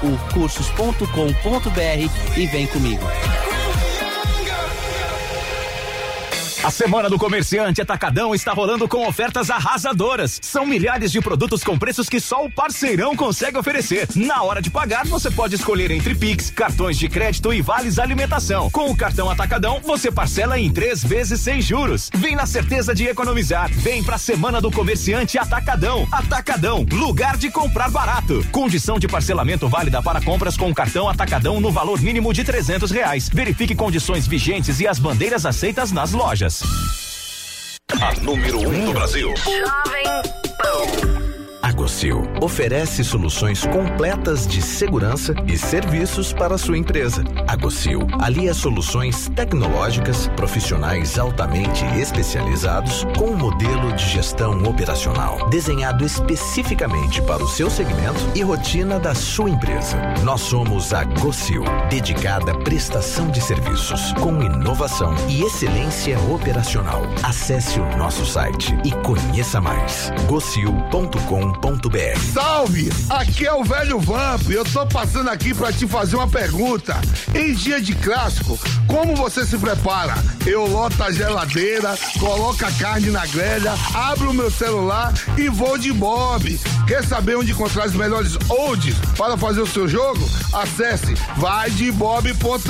niucursos.com.br e vem comigo. A semana do comerciante Atacadão está rolando com ofertas arrasadoras. São milhares de produtos com preços que só o parceirão consegue oferecer. Na hora de pagar, você pode escolher entre Pix, cartões de crédito e vales alimentação. Com o cartão Atacadão, você parcela em três vezes sem juros. Vem na certeza de economizar. Vem pra semana do comerciante Atacadão. Atacadão, lugar de comprar barato. Condição de parcelamento válida para compras com cartão Atacadão no valor mínimo de 300 reais. Verifique condições vigentes e as bandeiras aceitas nas lojas. A número 1 um do Brasil. Agosil oferece soluções completas de segurança e serviços para a sua empresa. Agosil alia soluções tecnológicas, profissionais altamente especializados com um modelo de gestão operacional desenhado especificamente para o seu segmento e rotina da sua empresa. Nós somos a Gocil, dedicada à prestação de serviços com inovação e excelência operacional. Acesse o nosso site e conheça mais. gocil.com.br Salve! Aqui é o velho Vamp. Eu tô passando aqui pra te fazer uma pergunta. Em dia de clássico, como você se prepara? Eu loto a geladeira, coloco a carne na grelha, abro o meu celular e vou de Bob. Quer saber onde encontrar os melhores odds para fazer o seu jogo? Acesse vaidebob.com.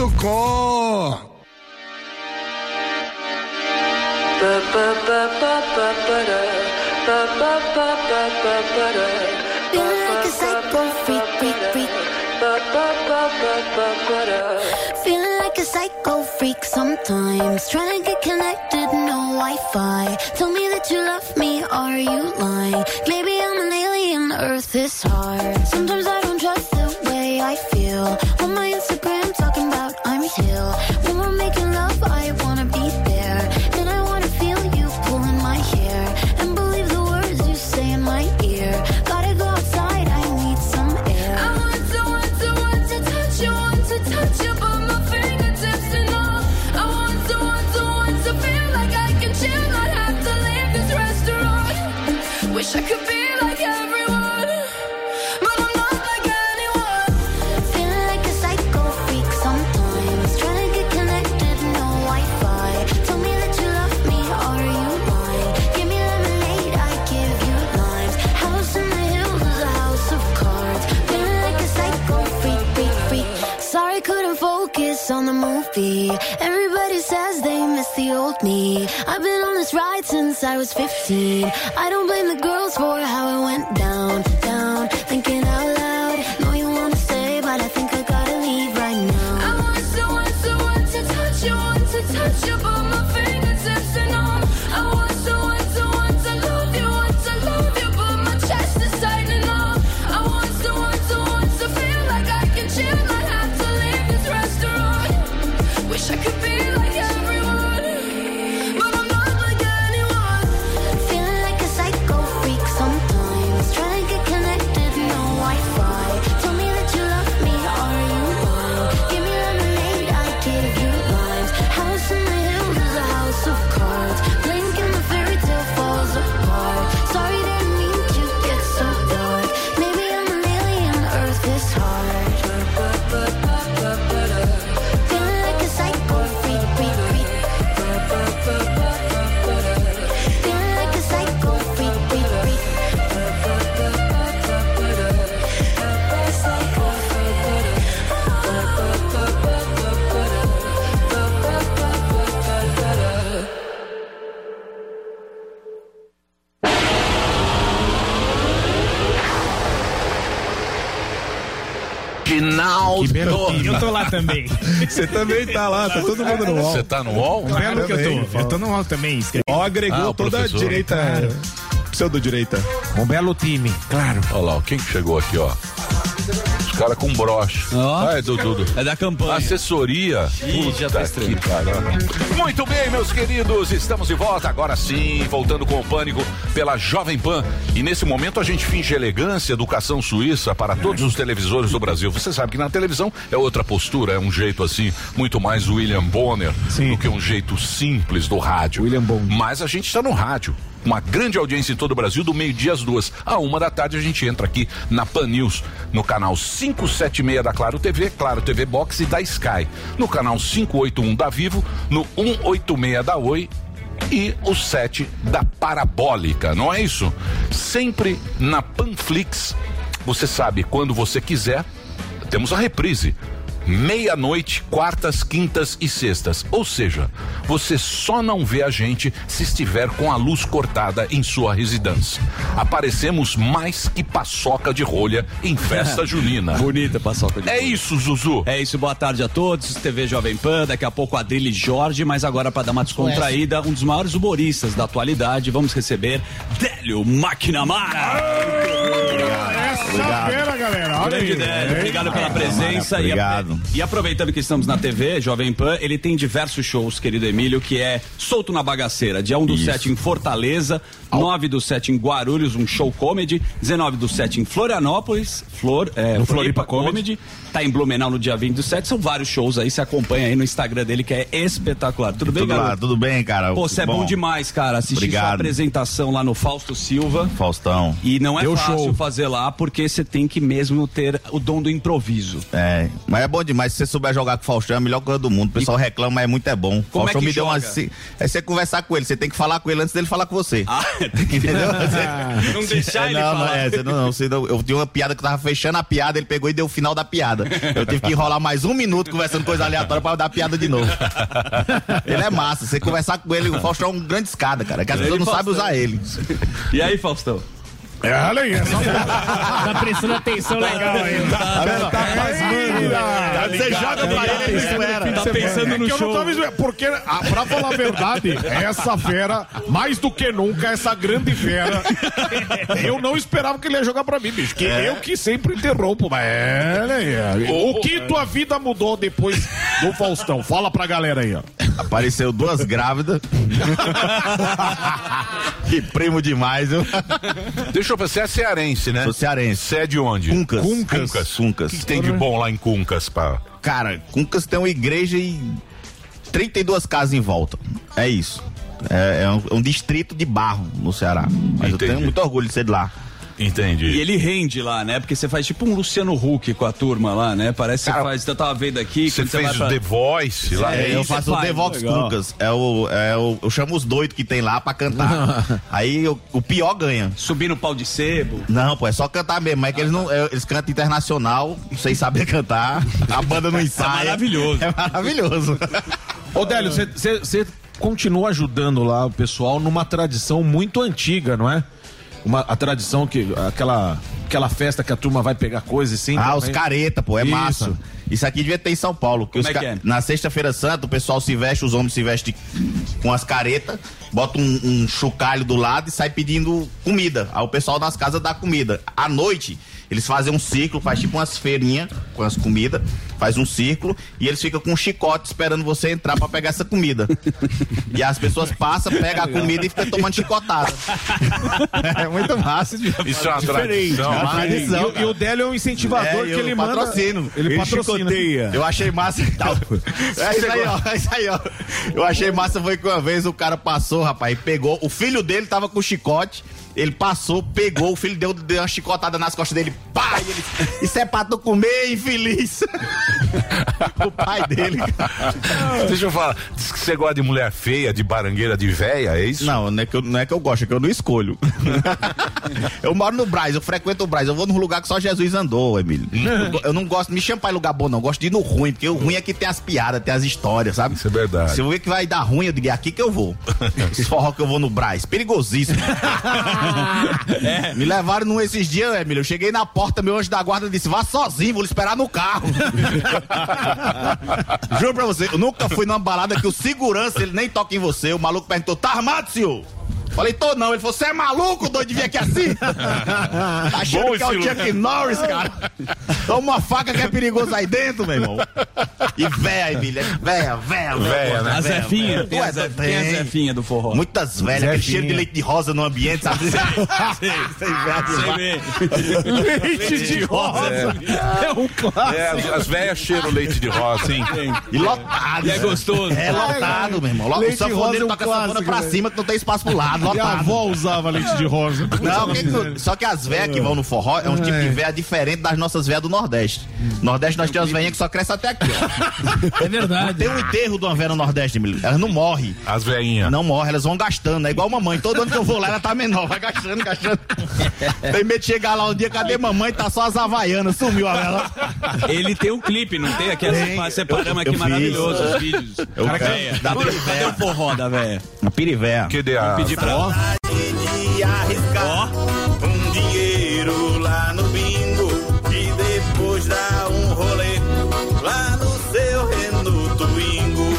Feeling like a psycho freak, freak, freak. Feeling like a psycho freak sometimes. Trying to get connected, no Wi Fi. Tell me that you love me, are you lying? Maybe I'm an alien, Earth is hard. Sometimes I don't trust the way I feel. On my Instagram, talking about I'm chill. When we're making love, I wanna be there. Then I wanna feel you pulling my hair. And believe the words you say in my ear. Gotta go outside, I need some air. I want to, want to, want to touch you, want to touch you, but my fingertips and all. I want to, want to, want to feel like I can chill, not have to leave this restaurant. Wish I could be like everyone, but I'm not like anyone. Feeling like a psycho freak sometimes. Trying to get connected, no Wi-Fi. Tell me that you love me, are you mine? Give me lemonade, I give you limes. House in the hills, a house of cards. Feeling like a psycho freak, freak, freak. Sorry, couldn't focus on the movie. Everybody says they miss the old me. I've been on this ride since I was 15. I don't blame the girls for how it went down, down. Thinking out loud. Know you wanna stay, but I think I gotta leave right now. I want to, want to, want to touch you, want to touch you, but my fingertips are numb. I want to, want to, want to love you, want to love you, but my chest is tightening up. I want to, want to, want to feel like I can chill, not have to leave this restaurant. Wish I could be like everyone, but I'm not like anyone. Feeling like a psycho freak sometimes. Trying to get connected, no Wi-Fi. Tell me that you love me, are you mine? Give me lemonade, I give you limes. House in the hills is a house of cards. Blink and the fairy tale falls apart. Sorry didn't mean to get so dark. Maybe I'm an alien, Earth is hard. Feeling like a psycho freak, freak, freak. Feeling like a psycho freak, freak, freak. Ginaldo. Eu tô lá também. Você também tá lá, tá todo mundo no UOL. Você tá no UOL? Claro que eu tô. Eu tô no UOL também. escrevi. Ó, agregou Ah, o toda a professor. direita. Claro. Pseudo-direita. Um belo time, claro. Olha lá, ó, quem que chegou aqui, ó? Os caras com broche. Ah, é do Dudu. É da campanha. Assessoria. Ih, já tá Puta que pariu. Muito bem, meus queridos, estamos de volta agora sim, voltando com o pânico pela Jovem Pan. E nesse momento a gente finge elegância, educação suíça para todos os televisores do Brasil. Você sabe que na televisão é outra postura, é um jeito assim, muito mais William Bonner do que um jeito simples do rádio. William Bonner. Mas a gente está no rádio. Uma grande audiência em todo o Brasil, do meio-dia às duas à uma da tarde, a gente entra aqui na Pan News, no canal 576 da Claro TV, Claro TV Box e da Sky, no canal 581 da Vivo, no 186 da Oi e o 7 da Parabólica, não é isso? Sempre na Panflix, você sabe, quando você quiser, temos a reprise. Meia-noite, quartas, quintas e sextas. Ou seja, você só não vê a gente se estiver com a luz cortada em sua residência. Aparecemos mais que paçoca de rolha em festa junina. Bonita paçoca de É isso, Zuzu. É isso, boa tarde a todos. TV Jovem Pan, daqui a pouco Adrilho e Jorge, mas agora para dar uma descontraída, um dos maiores humoristas da atualidade, vamos receber Délio McNamara. Obrigado. Pera, É galera. Olha Grande aí. Délio, obrigado pela presença. e a- Obrigado. E, aproveitando que estamos na TV, Jovem Pan, ele tem diversos shows, querido Emílio, que é Solto na Bagaceira, dia 1 do 7 em Fortaleza, 9 do 7 em Guarulhos, um show comedy, 19 do 7 em Florianópolis, Flor, é, No Floripa Floripa Comedy, tá em Blumenau no dia 20 do 7, são vários shows aí, você acompanha aí no Instagram dele, que é espetacular. Tudo bem, Tudo galera? lá, tudo bem, cara? Pô, você é bom demais, cara. Assisti sua Obrigado. apresentação lá no Fausto Silva. Faustão. E não é Deu fácil show. fazer lá, porque você tem que mesmo ter o dom do improviso. É, mas é bom demais. Se você souber jogar com o Faustão, é a melhor coisa do mundo. O pessoal reclama, mas é muito é bom. Como é Faustão que me deu uma. joga? ci- É você conversar com ele, você tem que falar com ele antes dele falar com você. Ah, entendeu? Não deixar ele não, falar. Não, é, você não, não, você não- eu tinha uma piada que eu tava fechando a piada, ele pegou e deu o final da piada. Eu tive que enrolar mais um minuto conversando coisa aleatória pra dar a piada de novo. Ele é massa. Você conversar com ele, o Faustão é um grande escada, cara. Que as Grande pessoas não sabem Faustão. usar ele. E aí, Faustão? É a lenha. Tá prestando atenção legal aí. Tá, pasmando. Tá Você joga né? pra ele, ele não era. Tá pensando no é que eu não show. tava zoando, Porque, ah, pra falar a verdade, essa fera, mais do que nunca, essa grande fera, eu não esperava que ele ia jogar pra mim, bicho. Que É. eu que sempre interrompo, mas é, né? O que tua vida mudou depois do Faustão? Fala pra galera aí, ó. Apareceu duas grávidas. que primo demais, viu? Deixa eu ver, você é cearense, né? Sou cearense. Você é de onde? Cuncas. Cuncas. Cuncas. O que tem de bom lá em Cuncas, pá? Cara, Cuncas tem uma igreja e 32 casas em volta. É isso. É, é um, é um distrito de barro no Ceará. Mas eu tenho muito orgulho de ser de lá. Entendi. E ele rende lá, né? Porque você faz tipo um Luciano Huck com a turma lá, né? Parece que você faz. Eu tava vendo aqui. Você quando fez vai o The pra- Voice lá. É, É, eu faço o faz, The Vox legal. Cuncas. É o, é o, eu chamo os doidos que tem lá pra cantar. Aí eu- o pior ganha. Subir no pau de sebo. Não, pô, é só cantar mesmo. Mas é que eles, não, é, eles cantam internacional, sem saber cantar. A banda não ensaia. É maravilhoso. É maravilhoso. Ô, Ah. Délio, você continua ajudando lá o pessoal numa tradição muito antiga, não é? Uma, a tradição que. Aquela, aquela festa que a turma vai pegar coisa e sim. Ah, os careta, Tá pô, é Então, Isso. massa. Isso aqui devia ter em São Paulo. Que Como os é ca- que é? Na sexta-feira santa, o pessoal se veste, os homens se vestem com as caretas, bota um, um chocalho do lado e sai pedindo comida. Aí o pessoal nas casas dá comida. À noite, eles fazem um ciclo, faz tipo umas feirinhas com as comidas, faz um círculo e eles ficam com um chicote esperando você entrar pra pegar essa comida. e as pessoas passam, pegam a comida e ficam tomando chicotada. é muito massa. Isso é uma Diferente, tradição. é uma tradição, Ah, E o- e o Délio é um incentivador que eu ele manda- patrocino. ele patrocina. Eu achei massa. é isso aí, ó. É isso aí, ó. Eu achei massa foi que uma vez o cara passou, rapaz, e pegou. O filho dele tava com chicote. Ele passou, pegou, o filho deu, deu uma chicotada nas costas dele, pá! E ele, isso é pra tu comer, infeliz! o pai dele. Deixa eu falar. Diz que você gosta de mulher feia, de barangueira, de véia, é isso? Não, não é que eu, não é que eu gosto, é que eu não escolho. eu moro no Braz, eu frequento o Braz, eu vou num lugar que só Jesus andou, Emílio. Hum. Eu, go- eu não gosto, me chama pra ir em lugar bom, não. Eu gosto de ir no ruim, porque o ruim é que tem as piadas, tem as histórias, sabe? Isso é verdade. Se eu ver que vai dar ruim, eu digo, é aqui que eu vou. Esse forró que eu vou no Braz, perigosíssimo. Me levaram num esses dias, Emílio. Eu cheguei na porta, meu anjo da guarda disse, vá sozinho, vou lhe esperar no carro. Juro pra você, eu nunca fui numa balada que o segurança, ele nem toca em você. O maluco perguntou, tá armado, senhor? Falei, tô não. Ele falou, você é maluco, doido de vir aqui assim? tá achando Bom que é o esse Chuck né? lugar. Norris, cara? Toma uma faca que é perigoso aí dentro, meu irmão. E véia, Emília. Véia, véia, Véia, véia. né? A Zefinha. Ué, Tem a Ze- tem a Zefinha do forró. Muitas velhas, aquele Zefinha. cheiro de leite de rosa no ambiente, sabe? Leite de rosa. É um clássico. É, as- as velhas cheiram leite de rosa, hein? E lotado. E é gostoso. É lotado, meu irmão. Logo, o Leite rosa é sanfoneiro um toca a sanfona clássico, pra velho. cima que não tem espaço pro lado. Minha Lotado. avó usava leite de rosa. Não, que que tu- só que as velhas que vão no forró é um tipo de véia diferente das nossas véias do Nordeste. Nordeste nós temos as velhinhas que só crescem até aqui, ó. É verdade. Tem um enterro de uma véia no Nordeste, Emílio. Elas não morrem. As velhinhas. Não morrem, elas vão gastando. É igual mamãe. Todo ano que eu vou lá, ela tá menor. Vai gastando, gastando. Tem medo de chegar lá um dia, cadê mamãe? Tá só as havaianas. Sumiu a vela. Ele tem um clipe, não tem? Aqui Tem. essa separamos Eu- eu aqui fiz. maravilhoso os vídeos. Eu- Cara, da- véia. da Cadê Pirivéia. o forró da véia? A pirivéia. Que deu a... Pedir pra e arriscar um dinheiro lá no bingo e depois dar um rolê lá no seu Renuto Ingo.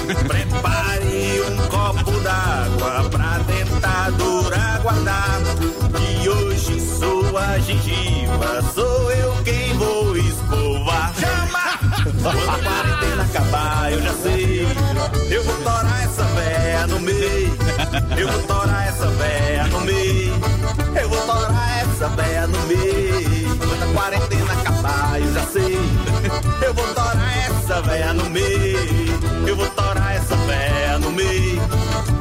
Prepare um copo d'água pra tentadura guardar. E hoje sua gengiva sou eu quem vou escovar. Chama! Quando a quarentena acabar, eu já sei. Eu vou torar essa véia no meio. Eu vou torar essa véia no meio. Eu vou torar essa véia no meio. Quando a quarentena acabar, eu já sei. Eu vou torar essa véia no meio. Eu vou torar essa véia no meio.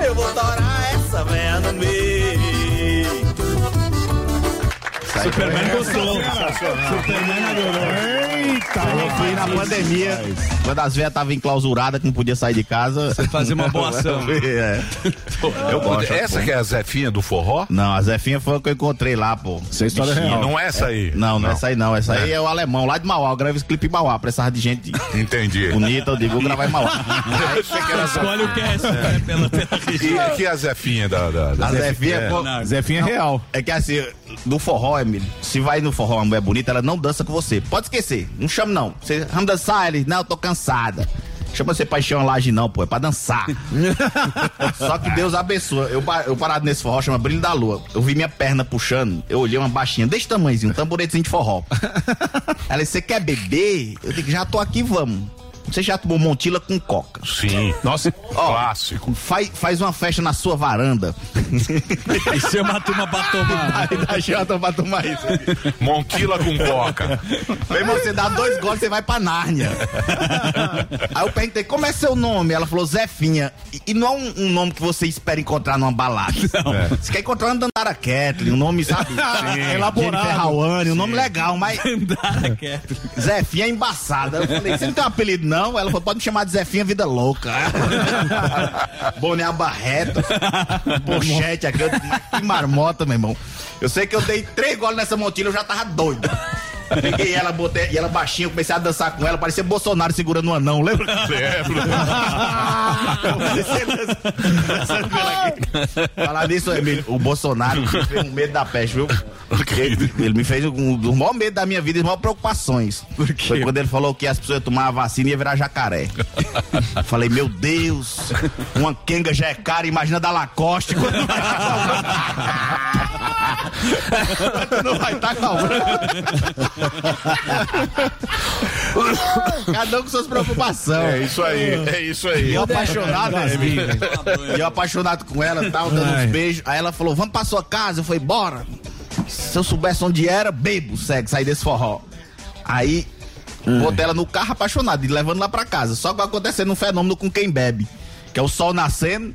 Eu vou torar essa véia no meio. Superman adorou. Eita, Eu fui na pandemia, quando as velhas estavam enclausuradas, que não podia sair de casa. Você fazia uma boa ação. é. Eu poder- essa que é a Zefinha do forró? Não, a Zefinha foi a que eu encontrei lá, pô. Essa é história real. Não é essa aí. Não, não, é Não. essa aí não. Essa aí É. é o alemão, lá de Mauá. Eu gravei esse clipe em Mauá, precisava de gente Entendi. bonita, eu digo, vou gravar em Mauá. Escolhe o que é essa, né? Pela, E aqui é a Zefinha da. da, da A Zefinha, é. pô, não, É que assim, no forró, Emílio, se vai no forró uma mulher bonita, ela não dança com você. Pode esquecer, não chama não. Você, vamos dançar, ele, não, eu tô cansada. Chama você pra encher uma laje não, pô, é pra dançar. Só que Deus abençoa. Eu, pa- eu parado nesse forró, chama Brilho da Lua. Eu vi minha perna puxando, eu olhei uma baixinha desse tamanhozinho, um tamboretezinho de forró. Ela disse, você quer beber? Eu digo, já tô aqui, vamos. Você já tomou Montila com coca? Sim. Nossa, clássico. Faz, faz uma festa na sua varanda. E chama a turma pra tomar. Aí dá janta pra tomar isso. Monquila com coca. Meu irmão, você dá dois goles, você vai pra Nárnia. Aí eu perguntei, como é seu nome? Ela falou, Zefinha. E, e não é um, um nome que você espera encontrar numa balada. É. Você quer encontrar uma Dandara Ketlin, um nome, sabe? Sim. Elaborado. Jennifer Rawane, um nome Sim. legal, mas... Dandara Ketlin. Zefinha é embaçada. Eu falei, você não tem um apelido, não? Ela falou, pode me chamar de Zefinha Vida Louca. Boné abarreta, pochete, aqui, eu- que marmota, meu irmão. Eu sei que eu dei três goles nessa montilha, eu já tava doido. Peguei ela, botei, e ela baixinha, eu comecei a dançar com ela, parecia Bolsonaro segurando um anão, lembra? Lembro. Falar nisso, Emílio, o Bolsonaro me fez um medo da peste, viu? Ele, ele me fez um, um dos maiores medos da minha vida, as maiores preocupações. Foi quando ele falou que as pessoas iam tomar a vacina e ia virar jacaré. Falei, meu Deus, uma quenga já é cara, imagina da Lacoste quando vai estar tá Não vai estar tá salvando. Cada um com suas preocupações. É isso aí, é isso aí. E eu apaixonado, É, né, Emílio? E eu apaixonado com ela, tal, dando Ai. uns beijos. Aí ela falou, vamos pra sua casa. Eu falei, bora. Se eu soubesse onde era, bebo, segue, sair desse forró. Aí, botei ela no carro apaixonado e levando lá pra casa. Só que vai acontecendo um fenômeno com quem bebe. Que é o sol nascendo,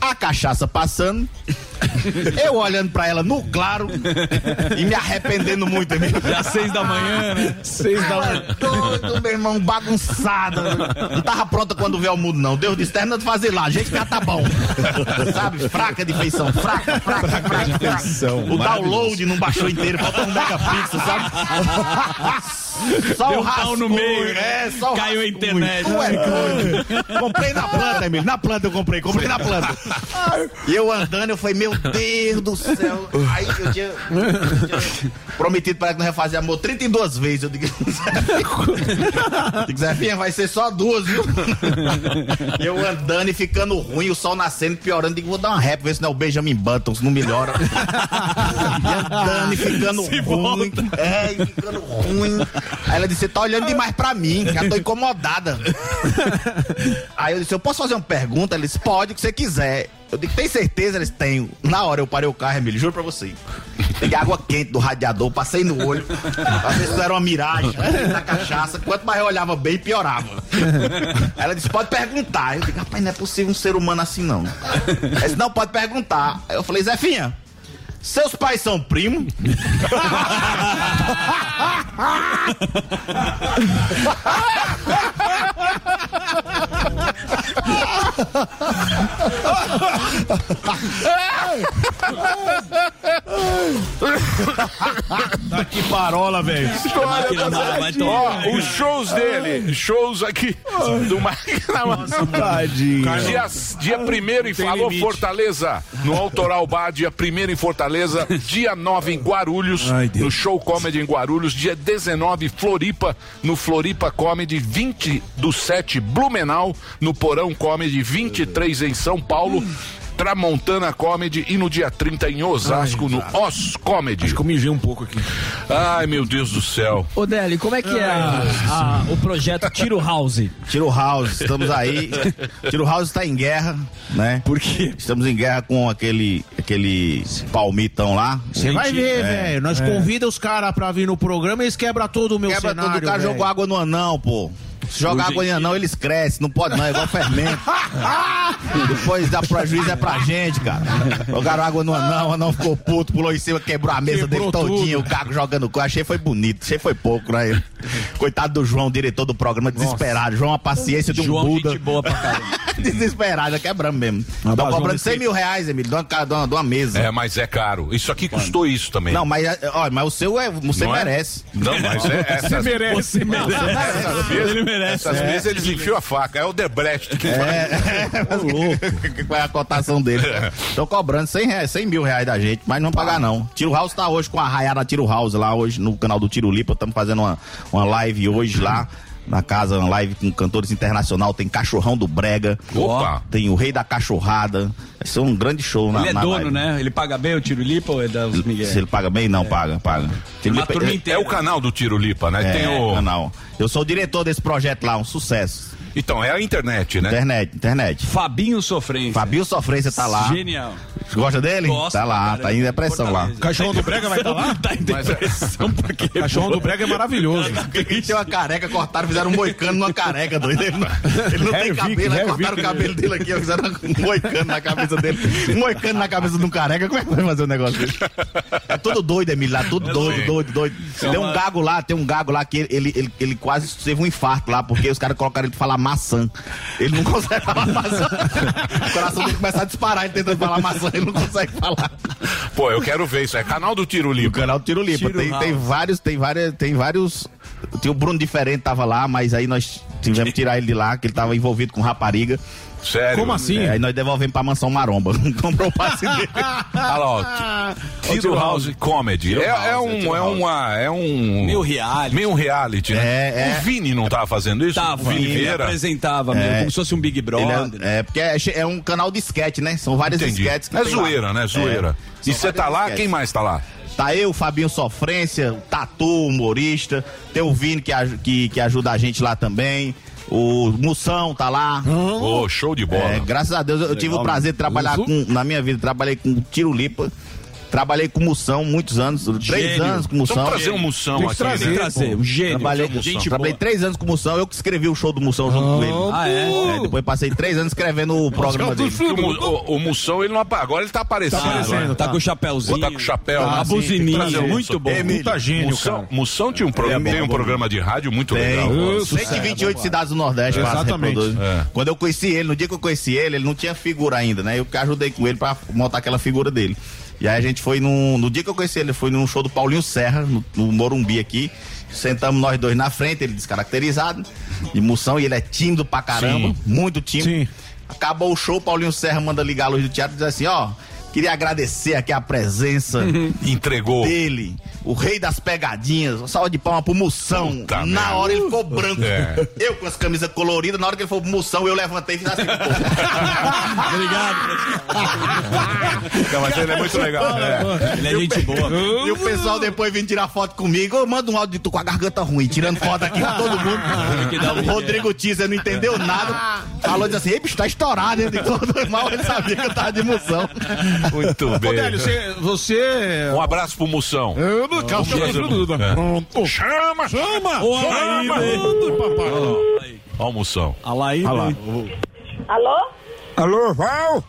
a cachaça passando, eu olhando pra ela no claro e me arrependendo muito. Amigo. Já seis da manhã, né? Seis da manhã. Doido, meu irmão, bagunçada. Não tava pronta quando veio ao mundo, não. Deus disse, termina de fazer lá, gente que tá bom. Sabe? Fraca de feição, fraca, fraca, fraca. fraca. O download não baixou inteiro, faltou um megapixel, sabe? Só Deu o um pau rascunho, no meio, é, só o Caiu a rascunho. internet. Tu é doido. Comprei na planta, Emílio, na planta eu comprei, comprei na planta. E eu andando, eu falei, meu Deus do céu. Aí eu tinha, eu tinha prometido pra ela que não ia fazer amor 32 vezes. Eu digo, Digo, Zefinha, vai ser só duas, viu? Eu andando e ficando ruim, o sol nascendo, piorando. Digo, vou dar uma rap, ver se não é o Benjamin Button, se não melhora. E andando e ficando ruim. É, e ficando ruim. Aí ela disse, você tá olhando demais pra mim, já tô incomodada. Aí eu disse, eu posso fazer uma pergunta? Ela disse, pode, o que você quiser. Eu digo, tem certeza? Eles têm. Na hora eu parei o carro, Emílio, juro pra você. Peguei água quente do radiador, passei no olho. Pra ver se não era uma miragem. Na cachaça, quanto mais eu olhava bem, piorava. Ela disse, pode perguntar. Eu digo, rapaz, não é possível um ser humano assim, não. Ela disse, não, pode perguntar. Aí eu falei, Zefinha, seus pais são primos? Tá que parola, velho. Máquina Mara vai tomar. Ó, os shows dele, shows aqui do Máquina Mara. Tadinho. Dia, dia 1 em Tem Falou limite. Fortaleza, no Autoral Bar, dia 1 em Fortaleza, dia 9 em Guarulhos, no Show Comedy em Guarulhos, dia 19 em Floripa, no Floripa Comedy, 20 do 7 Blumenau, no Porão Comedy, 23 em São Paulo. Tramontana Comedy e no dia 30 em Osasco, no Os Comedy. Acho que eu mijei um pouco aqui. Ai, meu Deus do céu. Ô, Deli, como é que é a- a- o projeto Tiro House? Tiro House, estamos aí. Tiro House está em guerra, né? Por quê? Estamos em guerra com aquele, aquele palmitão lá. Você vai ver, É. velho. Nós É. convida os caras pra vir no programa e eles quebram todo o meu Quebra cenário. tudo, o cara velho. jogou água no anão, pô. Se jogar água no anão, eles crescem, não pode não, é igual fermento. Depois dá prejuízo é pra gente, cara. Jogaram água no anão, o anão ficou puto, pulou em cima, quebrou a mesa dele todinha, o carro jogando coisa. Achei foi bonito, achei foi pouco, né? Coitado do João, diretor do programa, desesperado. João, a paciência de um João, Buda. gente boa pra caramba. desesperado, já quebramos mesmo. Estão João cobrando desse 100 mil reais, Emílio, de uma, ca- de uma- de uma mesa. É, mas é caro. Isso aqui custou isso também. Não, mas, é, ó, mas o seu é, você Não é? merece. Não, mas é- Você essas- merece. Você merece. Essas mesas, Essas É. mesas eles enfiam a faca. É o Debrecht que faz. É, é louco. Qual é a cotação dele? Estão cobrando 100, reais, 100 mil reais da gente, mas não vão pagar não. Tiro House tá hoje com a raiada Tiro House lá hoje no canal do Tiro Lipa. Estamos fazendo uma, uma live hoje lá. Na casa, uma live com cantores internacional, tem Cachorrão do Brega, Opa! tem o Rei da Cachorrada. Vai ser um grande show na Ele é na dono, live. né? É. Ele paga bem o tiro lipa ou é da os Miguel? Se ele paga bem, não, paga, paga. Tiro Lipa- ele- É o canal do Tiro Lipa, né? É, Tem o... canal. Eu sou o diretor desse projeto lá, um sucesso. Então, é a internet, né? Internet, internet. Fabinho Sofrência. Fabinho Sofrência tá lá. Genial. Gosta dele? Gosto, tá lá, cara. tá em depressão lá. Cachorrão do Brega vai tá lá? Tá em é- depressão porque... Cachorrão do Brega é maravilhoso. Tem uma careca, cortaram, fizeram um moicano numa careca, doido. Ele não, ele não tem Vic, cabelo, aí Harry cortaram o Vic. cabelo dele aqui, ó, fizeram um moicano na cabeça dele. Um moicano na cabeça de um careca, como é que vai fazer um negócio desse? É tudo doido, Emílio, lá, tudo doido, doido, doido. Tem um gago lá, tem um gago lá que ele, ele, ele, ele quase teve um infarto lá, porque os caras colocaram ele pra falar maçã. Ele não consegue falar maçã. O coração dele começa a disparar, ele tentando falar maçã, ele não consegue falar. Pô, eu quero ver isso. É canal do Tiro Lipa. canal do Tiro Lipa. tem, tem vários, tem várias, tem vários. Tem o Bruno diferente tava lá, mas aí nós tivemos que tirar ele de lá, que ele tava envolvido com rapariga. Sério? Como assim? É, aí nós devolvemos pra mansão Maromba. Comprou o passe dele. Olha lá, Ah, ó. Tiro House Comedy. Tiro É, House, é é um, Tiro é House. uma, é um... Meio reality. Meio reality, né? É, é. O Vini não tava fazendo isso? Tava, O Vini ele Vieira? apresentava mesmo, como se fosse um Big Brother. Ele é, é, porque é, che- é um canal de sketch, né? São vários né? Entendi. sketches que É tem lá. zoeira, né? Zoeira. É. E São você tá vários lá? sketches. Quem mais tá lá? Tá eu, Fabinho Sofrência, o Tatu, humorista. Tem o Vini que, aj- que, que ajuda a gente lá também. O Moção tá lá. Ô, show de bola. É, graças a Deus eu tive o Legal, prazer de trabalhar Uso. com, na minha vida, trabalhei com Tiro Lipa. Trabalhei com Moção muitos anos, três Gênio. anos com Moção. Então trazer um Mussão Tem que aqui, né? trazer, pô. um Trabalhei, Gente Gente boa. trabalhei três anos com o Moção, eu que escrevi o show do Moção junto com ele. Ah, é? depois passei três anos escrevendo o programa dele. Porque O, Mu- o, o Mussão, ele não apa- Agora ele tá é aparecendo. um Tá aparecendo, tá. né? Tá com o chapéuzinho. Ou Tá com o chapéu. Tá, né? a buzininha, Tem que trazer o muito Mussão. bom. Emílio, Puta É gênio, Mussão- cara. Mussão tinha um programa, tem um programa de rádio muito É Tem. legal. Ô, 128 cidades do Nordeste, É, quase exatamente. reproduz. É. Quando eu conheci ele, no dia que eu conheci ele, ele não tinha figura ainda, né? Eu que ajudei com ele pra montar aquela figura dele. E aí a gente foi num. No dia que eu conheci ele, foi num show do Paulinho Serra, no, no Morumbi aqui. Sentamos nós dois na frente, ele descaracterizado, de moção, e ele é tímido pra caramba, Sim. muito tímido. Acabou o show, Paulinho Serra manda ligar a luz do teatro e diz assim: ó, queria agradecer aqui a presença Uhum. Entregou. dele, o rei das pegadinhas, uma salva de palma pro Moção. na Puta merda. hora ele ficou branco. É. Eu com as camisas coloridas, na hora que ele falou pro Moção, eu levantei e fiz assim. Não, mas ele é muito legal. né? Ele é gente boa. E o pessoal depois vem tirar foto comigo. Ô, manda um áudio de tu com a garganta ruim, tirando foto aqui pra todo que dar mundo. um migué. Rodrigo Tizer não entendeu nada. Falou diz assim: ei, bicho, tá estourado. hein?" Eu digo, Mal ele sabia que eu tava de moção. Muito bem. Délio, você- você. Um abraço pro Moção. Eu não O Moção. É. Chama! Chama! Ô, Chama! aí, tudo, papai. Ó o Moção. Olha lá. Alô? Alô, Val?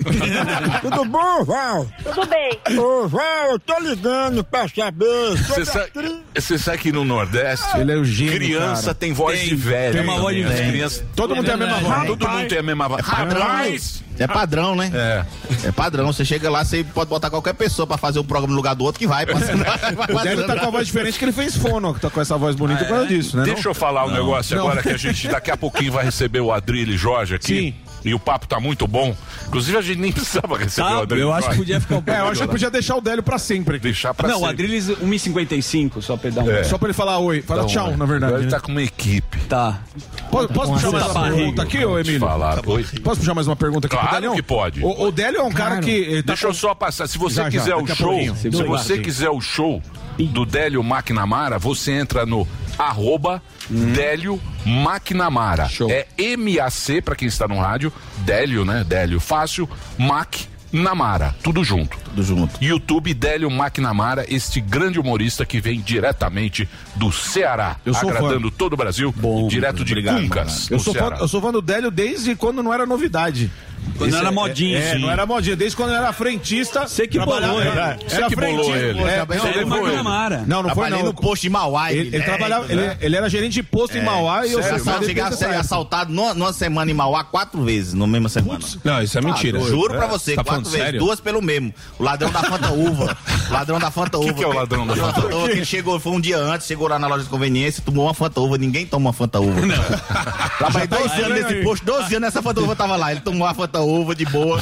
Tudo bom, Val? Tudo bem. Ô, Val, eu tô ligando pra saber Você sobre a sabe, você sabe que no Nordeste Ele é o gênio, criança cara. tem voz Tem, de velho. né? tem uma voz de As velho. crianças- Todo mundo tem a mesma voz. Todo mundo tem a mesma voz. Rapaz! É padrão, né? É. É padrão. Você chega lá, você pode botar qualquer pessoa pra fazer um programa no lugar do outro que vai. passando. O Délio tá com a voz diferente que ele fez fono, que tá com essa voz bonita por causa disso, né? Deixa eu falar um Não. negócio Não. agora que a gente daqui a pouquinho vai receber o Adrilho Jorge aqui. Sim. E o papo tá muito bom. Inclusive a gente nem precisava receber Tá, o Adrilho eu acho que Jorge. podia ficar um pouco É, eu acho que melhor. podia deixar o Délio pra sempre. Ah, Deixar pra Não, o sempre. Adriles 1,55, só pra ele dar um... É. Só pra ele falar oi. Fala Dá um tchau, oi. na verdade. Ele né? tá com uma equipe. Tá. Po- Posso puxar mais Tá uma barriga. pergunta aqui, ô Emílio? Tá falar, oi. Posso puxar mais uma pergunta aqui? pro Claro Délio? que pode. O, o Délio é um cara que. eh, tá Deixa eu com- só passar. Se você Já, já, quiser o daqui a show, pouquinho. se Segura. você quiser o show do Délio McNamara, você entra no arroba Hum. Délio McNamara. É M-A-C, pra quem está no rádio, Délio, né? Délio Fácil, McNamara. Tudo junto. Tudo junto. YouTube Délio McNamara, este grande humorista que vem diretamente do Ceará, Eu sou agradando todo o Brasil, direto de obrigado, Cuncas. Eu no sou, fã, Ceará. eu sou fã do Délio desde quando não era novidade. Quando Isso era é- modinha, é, sim. não era modinha. Desde quando eu era frentista. Você que bolou trabalhava- ele. É, Você era né? que bolou frentista, ele. pô, É, trabalhava- ele foi Guanabara. Não, não foi Trabalhei não. no posto de Mauá. é Ele, ele Guilherme. trabalhava, ele, ele era gerente de posto É. em Mauá e eu né? É. Sério, saí assalto, desde cheguei a essa ser época. assaltado numa, numa semana em Mauá quatro vezes, na mesma semana. Não, isso é Tá Ah, mentira. Juro É? pra você, Tá falando quatro vezes. sério? Duas pelo mesmo. O ladrão da Fanta Uva. O ladrão da Fanta Uva. que é o ladrão da Fanta Uva? que Ele chegou, foi um dia antes, chegou lá na loja de conveniência, tomou uma Fanta Uva. Ninguém toma uma Fanta Uva. Trabalhei tá 12 anos nesse posto, 12 anos essa Fanta Uva tava lá. Ele tomou a Fanta Uva de boa.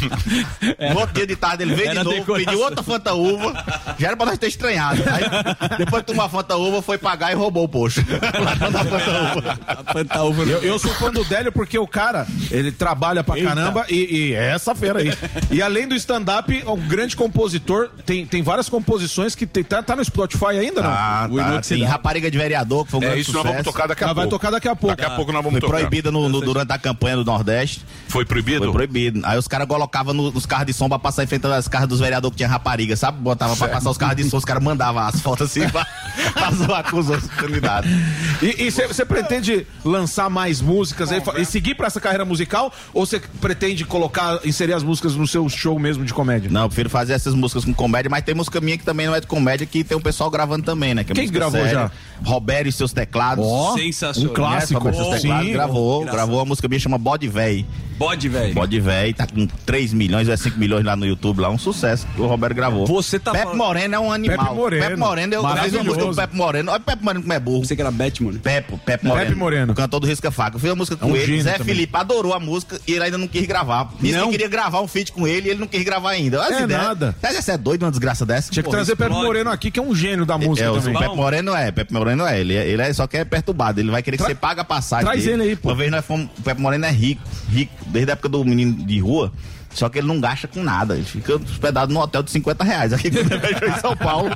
No outro dia de tarde ele veio Era de novo, decoração. pediu outra Fanta Uva. Já era pra nós ter estranhado. Aí, depois de tomar a Fanta Uva, foi pagar e roubou o posto. O ladrão da Fanta Uva. Eu, eu sou fã do Délio porque o cara, ele trabalha pra caramba e, e é essa fera aí. E além do stand-up, é um grande compositor. Tem, tem várias composições que tem- tá, tá no Spotify ainda, não? Ah, O tá, Inoxidável. tem Rapariga de Vereador, que foi um É, grande isso nós sucesso. vamos tocar daqui a Nós vai pouco. tocar daqui a pouco. Daqui a pouco nós vamos foi tocar. proibida no- no- durante a campanha do Nordeste. Foi proibido? Foi proibido. Aí os caras colocavam no- nos carros de som pra passar enfrentando as carros dos vereadores que tinha rapariga, sabe? Botava pra passar os carros de som, os caras mandavam as fotos assim pra, pra zoar com os outros candidatos. E você pretende lançar mais músicas aí, fa- e seguir pra essa carreira musical? Ou você pretende colocar, inserir as músicas no seu show mesmo de comédia? Não, eu prefiro fazer essas músicas com comédia, mas tem música minha que também não é de comédia, que tem um pessoal gravando também, né? Que é Quem música gravou séria. Roberto e seus teclados. Ó, Sensacional. um clássico. Roberto e Oh, seus teclados sim. gravou, Engraçado. gravou a música minha chama Bode Véi. Bode, velho. Bode Véi, tá com 3 milhões ou é 5 milhões lá no YouTube, lá um sucesso que o Roberto gravou. Você tá Pepe falando- Moreno é um animal. Pepe Moreno. Pepe Moreno, eu fiz uma Maravilhoso. música com o Pepe Moreno. Olha o Pepe Moreno como é burro. Você que era Batman. Pepe, Pepe Moreno. Pepe O cantor do Risca Faca. Eu fiz uma música É com um ele. gênio Zé também. Felipe adorou a música e ele ainda não quis gravar. Disse que queria gravar um feat com ele e ele não quis gravar ainda. Olha essa É ideia. nada. Você é doido uma desgraça dessa? Tinha que Pô, trazer Pepe explode. Moreno aqui, que é um gênio da música É, o também. Pepe Moreno é, Pepe Moreno é, ele, é- ele é, só que é perturbado, ele vai querer que você paga a passagem. traz dele. ele aí, pô. Uma vez nós fomos, o Pepe Moreno é rico, rico, desde a época do menino de rua, só que ele não gasta com nada, ele fica hospedado num hotel de 50 reais, aqui quando ele viajou em São Paulo.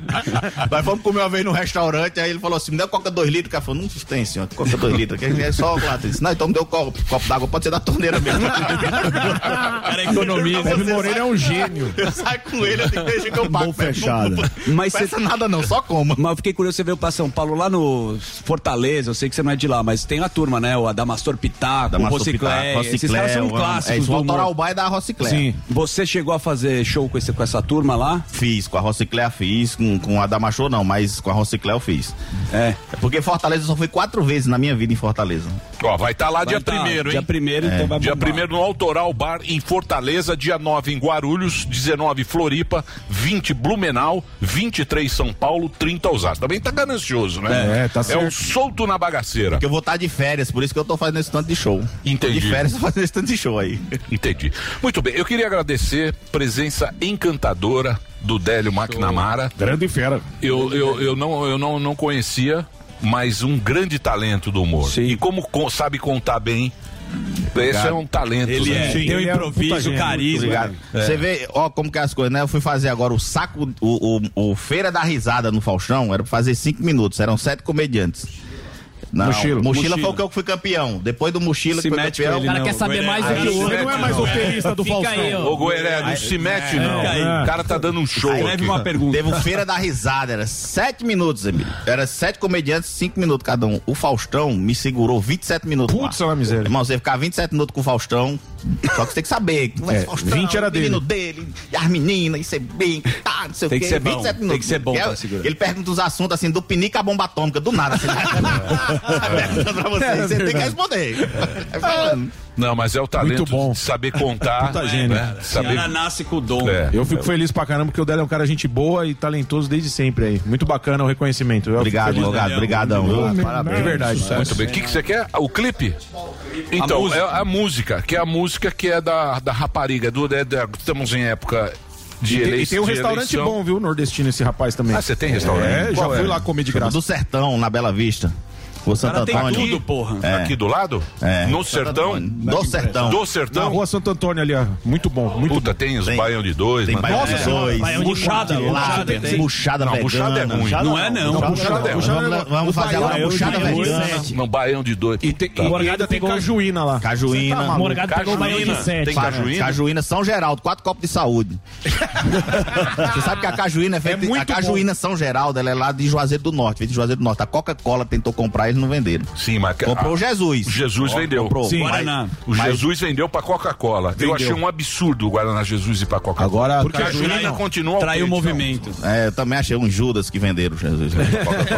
nós fomos comer uma vez num restaurante, aí ele falou assim, me deu coca 2 litros, o cara falou, não tem senhor, coca 2 litros, que é só lá, disse, não, então me deu copo, copo d'água, pode ser da torneira mesmo. Era economia. Pepe Moreno é um gênio. Eu saio com ele, eu digo, deixa que eu pago. Pepe, então né? não- Mas não peça nada não, só coma. Mas eu fiquei curioso, você veio pra São Paulo, lá no Fortaleza, eu sei que você não é de lá, mas tem a turma, né? O Adamastor Pitaco, o Damastor Rociclé, Pitaco, esses caras são Rociclé, é, clássicos isso, do o humor. Autoralbai da Rociclé. Sim. Você chegou a fazer show com, esse, com essa turma lá? Fiz, com a Rociclé fiz, com, com a Damachô não, mas com a Rociclé eu fiz. É. Porque Fortaleza eu só fui quatro vezes na minha vida em Fortaleza. Ó, vai estar lá Vai dia 1 tá, primeiro, hein? É. dia primeiro, então vai Dia bombar. 1 no Autoral Bar em Fortaleza, dia 9 em Guarulhos, 19 Floripa, 20 Blumenau, 23 São Paulo, 30 Osasco. Também tá ganancioso, né? É, tá certo. É um solto na bagaceira. Porque eu vou estar de férias, por isso que eu tô fazendo esse tanto de show. Tô Entendi. de férias tô fazendo esse tanto de show aí. Entendi. Muito bem, eu queria agradecer presença encantadora do Délio McNamara. Grande fera. Eu, eu, eu, não, eu não, não conhecia, mas um grande talento do humor. E como con- sabe contar bem, esse é um talento. Ele né? é, Sim, tem um ele é um improviso, puta gênio. carisma. né? Obrigado. É. Você vê, ó, como que é as coisas, né? Eu fui fazer agora o saco, o, o, o Feira da Risada no Faustão, era pra fazer cinco minutos, eram sete comediantes. Não, Mochila. mochila, Mochila. foi o que eu fui campeão. Depois do mochila Se que foi mete campeão. com ele, O cara não, quer saber Guerreiro. mais do Aí que o se outro. mete, Não é mais roteirista do Fica Faustão. aí, ó. Ô, é, Goeré, não se mete, não. Fica aí. O cara tá dando um show. Aí aqui. Teve o Feira da Risada, era sete minutos, Emílio. Era sete comediantes, cinco minutos cada um. O Faustão me segurou 27 minutos. Putz, é uma miséria. Irmão, você ficar 27 minutos com o Faustão, só que você tem que saber. que não É, 20 era o menino dele, e as meninas, e ser bem, tá, não sei Tem o quê. que ser bom, tem minutos. que ser bom Porque pra segurar. Ele pergunta os assuntos assim, do pinica à bomba atômica, do nada. Assim, perguntando pra você, você É tem que verdade. responder. É, Vai falando. Não, mas é o talento de saber contar. Puta gênio. né? O Saber... cara nasce com o dom. É. Eu fico feliz pra caramba porque o Délio é um cara gente boa e talentoso desde sempre aí. Muito bacana o reconhecimento. Eu Obrigado, fico feliz, obrigado, Délio. obrigadão, viu? Muito bom, Parabéns. De verdade. Muito bem. O que, que você quer? O clipe? Então, é a música, que é a música que é da, da rapariga. Do, é da- estamos em época de e, tem- eleição. e tem um restaurante bom, viu, nordestino, esse rapaz também. Ah, você tem restaurante? É, já Qual fui é? lá comer de graça. Do sertão, na Bela Vista. O Santo Antônio. É. Aqui do lado? É. No sertão? Do sertão. Do Na sertão? rua Santo Antônio ali, ó. Muito bom, muito Puta, bom. tem os baião de dois, tem mano. baião de Nossa, dois, baião de buchada, quatro, buchada, Buchada, tem. buchada não, buchada é vegana. ruim. Buchada Não é, não. não. Buchada é ruim. Vamos- vamos fazer é agora Baião de buchada dois. vegana. Não, baião de dois. E, tem, E ainda tem cajuína lá. Cajuína. Você tá maluco? Morgado pegou o baião de Cajuína. sete. Tem Para. cajuína? Cajuína, São Geraldo, quatro copos de saúde. Você sabe que a é cajuína é feita. a cajuína São Geraldo, ela é lá de Juazeiro do Norte. Feita de Juazeiro do Norte. A Coca-Cola tentou comprar e eles não venderam. Sim, mas comprou o Jesus. O Jesus Ó, vendeu. Comprou. Sim, Guaraná. O Jesus vendeu pra Coca-Cola. Eu Vendeu. achei um absurdo o Guaraná Jesus ir pra Coca-Cola. Agora Porque a traiu- Julina continua traiu preço, o movimento. É, eu também achei um Judas que venderam Jesus. né?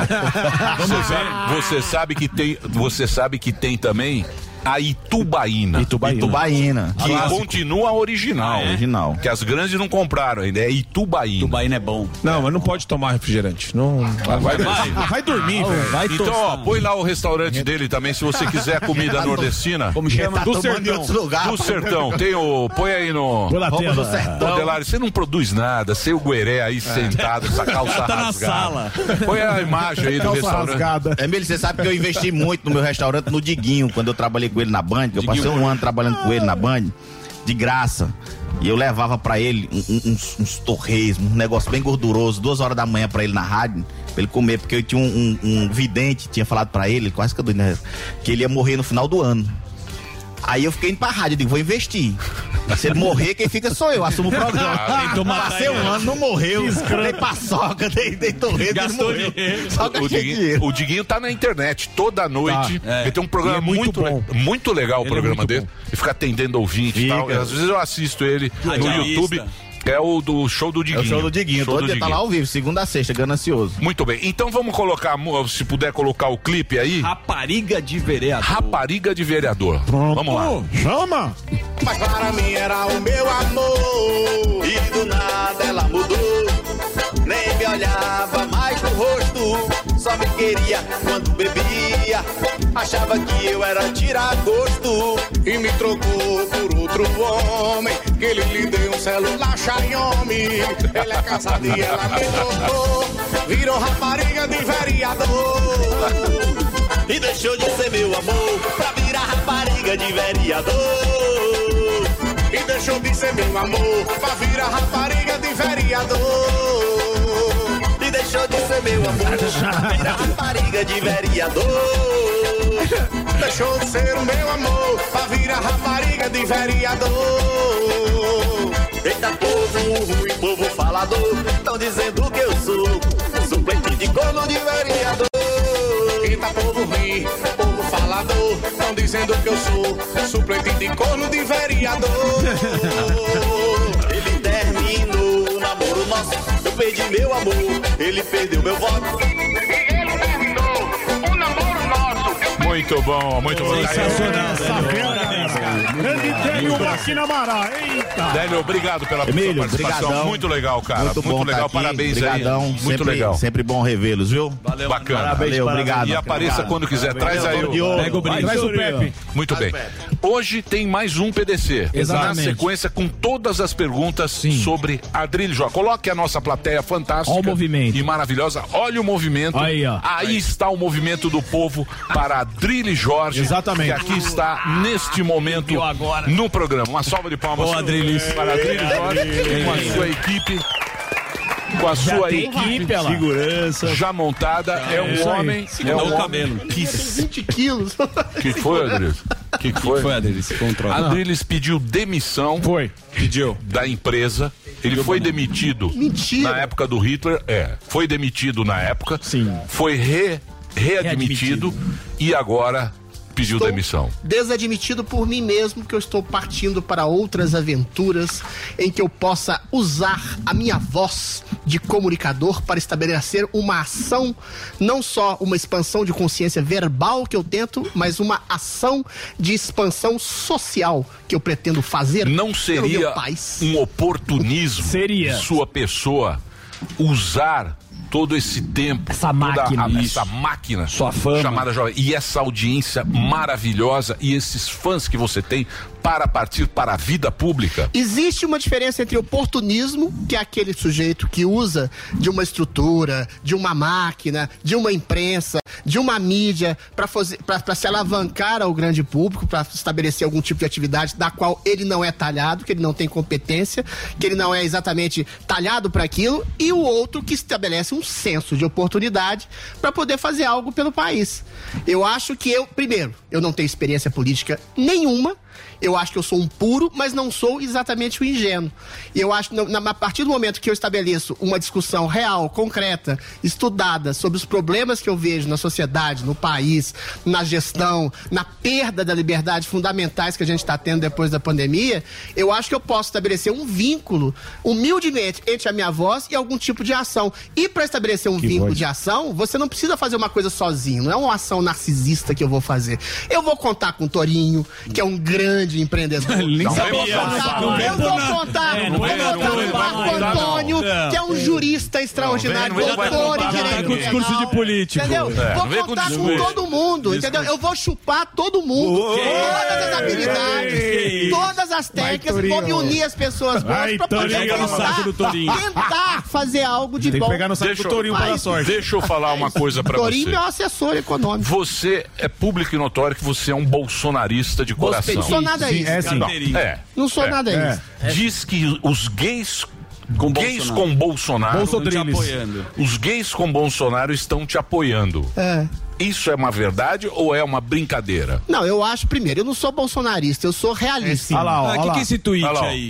não. Você sabe, você sabe que tem, você sabe que tem também a Itubaína. Itubaína. Itubaína. Que Clássico. continua original. Ah, é? Original. Que as grandes não compraram ainda. É Itubaína. Itubaína é bom. Não, mas não pode tomar refrigerante. Não. Vai, vai. vai dormir, velho. então, ó, põe lá o restaurante dele também, se você quiser comida Tá to- nordestina. Como chama? Tá Do tomando em sertão. outros lugares. Do sertão. Tem o. Põe aí no. Põe na tela. É. do sertão. Ô, Delari, você não produz nada. Seu gueré aí sentado, essa calça Tá na rasgada. sala. Põe a imagem aí do restaurante. Emílio, você sabe que eu investi muito no meu restaurante no Diguinho, quando eu trabalhei com ele na Band. Eu passei um ano trabalhando com ele na Band, de graça. E eu levava pra ele um- um- uns, uns torresmos, um negócio bem gorduroso, duas horas da manhã pra ele na rádio, pra ele comer, porque eu tinha um, um- um vidente, tinha falado pra ele, quase que eu dou, né, que ele ia morrer no final do ano. Aí eu fiquei indo pra rádio, eu digo, vou investir. Se ele morrer, quem fica sou eu, assumo o programa. Ah, então tentou matar Passei um ele. ano, não morreu. Que escroto. Dei paçoca, dei, dei torresmo, ele Gastou morreu. dinheiro. Só O gastei dinheiro. Diguinho, o Diguinho tá na internet toda noite. Tá, é. Ele tem um programa E é muito muito, le- bom. muito, legal o Ele é programa muito dele. E fica atendendo ouvinte e tal. Fica. Às vezes eu assisto ele no Radialista. YouTube. É o do show do Diguinho. É o show do Diguinho. Show Todo do dia tá Diguinho. lá ao vivo, segunda a sexta, ganancioso. Muito bem, então vamos colocar, a mu- se puder colocar o clipe aí. Rapariga de vereador. Rapariga de vereador. Vamos lá. Chama! Mas para mim era o meu amor E do nada ela mudou Nem me olhava mais no rosto Só me queria quando bebia Achava que eu era tiragosto E me trocou por outro homem Que ele lhe deu um celular Xiaomi Ela é casada e ela me trocou Virou rapariga de vereador E deixou de ser meu amor pra virar rapariga de vereador. E deixou de ser meu amor pra virar rapariga de vereador E deixou de ser meu amor pra virar rapariga de vereador. Deixou de ser o meu amor pra virar rapariga de vereador Eita povo ruim, povo falador, tão dizendo que eu sou suplente de corno de vereador. Eita povo ruim, é povo falador Tão dizendo que eu sou suplente de corno de vereador Ele terminou o namoro nosso, eu perdi meu amor, ele perdeu meu voto. Muito bom, muito bom. Tá Grande um Délio Máquina Mará, eita! Délio, obrigado pela sua Emílio, participação. brigadão. Muito legal, cara. Muito, bom tá legal. aqui, Parabéns brigadão. aí. Muito sempre, legal. Sempre bom revê-los, viu? Valeu, Bacana. Parabéns, Valeu, parabéns. obrigado. E apareça Obrigado. quando quiser. Parabéns. Traz aí Valeu, de ouro. Pega o brinde. Traz o Valeu. Pepe. Muito bem. Hoje tem mais um PDC. Exatamente. Na sequência, com todas as perguntas sobre Adrilho Jó. Coloque a nossa plateia fantástica. Ó o movimento. E maravilhosa. Olha o movimento. Aí, ó. Aí está o movimento do povo para Adrilho Jorge. Exatamente. Que aqui está, neste momento, no programa. Uma salva de palmas. Boa, Adrilis. Para Adrilho Jorge, com a sua equipe com a Já sua tem equipe, olha lá. segurança já montada é, É um isso aí. homem é Segurou um o homem cabelo. que 20 quilos. que foi Adriles que que foi Adriles controla Adriles pediu demissão foi pediu da empresa ele foi demitido Mentira. na época do Hitler é foi demitido na época sim foi re- readmitido e agora pediu demissão Desadmitido é por mim mesmo que eu estou partindo para outras aventuras em que eu possa usar a minha voz de comunicador para estabelecer uma ação, não só uma expansão de consciência verbal que eu tento, mas uma ação de expansão social que eu pretendo fazer. não pelo seria meu país. um oportunismo Seria. de sua pessoa usar todo esse tempo, essa máquina. essa máquina chamada jovem e essa audiência maravilhosa e esses fãs que você tem para partir para a vida pública. Existe uma diferença entre oportunismo, que é aquele sujeito que usa de uma estrutura, de uma máquina, de uma imprensa, de uma mídia, para se alavancar ao grande público, para estabelecer algum tipo de atividade da qual ele não é talhado, que ele não tem competência, que ele não é exatamente talhado para aquilo, e o outro que estabelece um senso de oportunidade para poder fazer algo pelo país. Eu acho que eu, primeiro, eu não tenho experiência política nenhuma. Eu acho que eu sou um puro, mas não sou exatamente o ingênuo. E eu acho que, na- na- a partir do momento que eu estabeleço uma discussão real, concreta, estudada sobre os problemas que eu vejo na sociedade, no país, na gestão, na perda da liberdade fundamentais que a gente está tendo depois da pandemia, eu acho que eu posso estabelecer um vínculo, humildemente, entre a minha voz e algum tipo de ação. E para estabelecer um vínculo de ação, você não precisa fazer uma coisa sozinho, não é uma ação narcisista que eu vou fazer. Eu vou contar com o Torinho, que é um grande empreendedor. Não eu vou vem por contar, nada, não vem eu vou por nada. contar, É, eu não vou vem- não contar vem com o por Marco nada, não. Antônio, que é um jurista extraordinário, não vem com doutor em propaganda, direito. não vem com discurso penal. de Tipo, político. Entendeu? É, não Vou vem com contar com discurso. todo mundo, entendeu? Eu vou chupar todo mundo, todas as habilidades, todas as técnicas, vou me unir às pessoas boas Vai, pra poder Torinho, no saco do tentar, Torinho. tentar fazer algo de Tem que bom. pegar no saco do Deixa- Torinho pra dar Mas- sorte. Deixa eu falar uma coisa pra você. Torinho Torinho é meu assessor econômico. Você é público e notório que você é um bolsonarista de coração. Não sou nada isso. Não, É. é. Não sou É. nada isso. É. Diz que os gays com gays Bolsonaro. com Bolsonaro Bolsodriles. estão te apoiando. Os gays com Bolsonaro estão te apoiando. É. Isso é uma verdade ou é uma brincadeira? Não, eu acho, primeiro, eu não sou bolsonarista, eu sou realista. Ah, Ah, é Olha é lá, ó.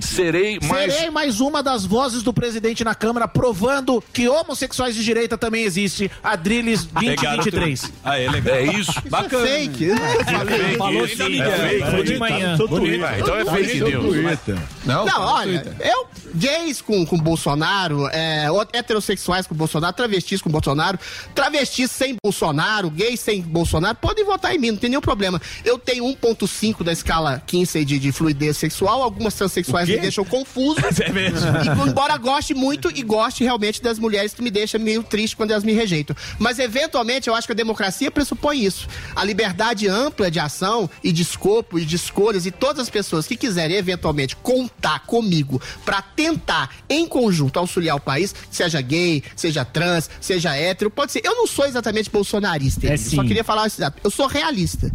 Serei mais Serei mais uma das vozes do presidente na Câmara provando que homossexuais de direita também existe. Adriles 2023. Ah, é legal. É isso? Bacana. Fake. é Fake. Falou Ele tá sim. ligado. É fake. Falou de Tá manhã. no seu Bonito. Twitter. Então é fake news. Não, tá no olha, Twitter. eu, gays com, com Bolsonaro, é, o- heterossexuais com Bolsonaro, travestis com Bolsonaro, travestis sem Bolsonaro, gays sem Bolsonaro, podem votar em mim, não tem nenhum problema. Eu tenho 1.5 da escala 15 de, de fluidez sexual, algumas transexuais me deixam confuso. É mesmo? E, embora goste muito e goste realmente das mulheres que me deixam meio triste quando elas me rejeitam. Mas, eventualmente, eu acho que a democracia pressupõe isso. A liberdade ampla de ação e de escopo e de escolhas e todas as pessoas que quiserem, eventualmente, contar comigo para tentar, em conjunto, auxiliar o país, seja gay, seja trans, seja hétero, pode ser. Eu não sou exatamente bolsonarista, eu só queria falar isso. Eu sou realista.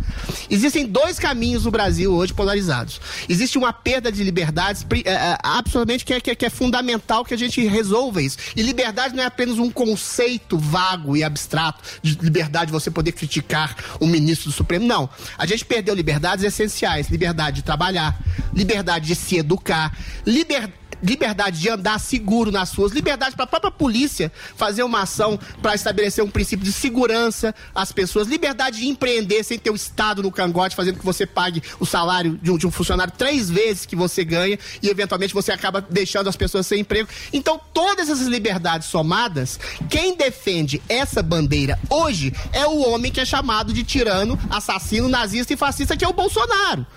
Existem dois caminhos no Brasil hoje polarizados. Existe uma perda de liberdades pri- é, é, absolutamente que é, que é- que é fundamental que a gente resolva isso. E liberdade não é apenas um conceito vago e abstrato de liberdade, você poder criticar o ministro do Supremo. Não. A gente perdeu liberdades essenciais. Liberdade de trabalhar, liberdade de se educar, liberdade liberdade de andar seguro nas ruas, liberdade para a própria polícia fazer uma ação para estabelecer um princípio de segurança às pessoas, liberdade de empreender sem ter o Estado no cangote fazendo que você pague o salário de um, de um funcionário três vezes que você ganha e eventualmente você acaba deixando as pessoas sem emprego. Então, todas essas liberdades somadas, quem defende essa bandeira hoje é o homem que é chamado de tirano, assassino, nazista e fascista, que é o Bolsonaro.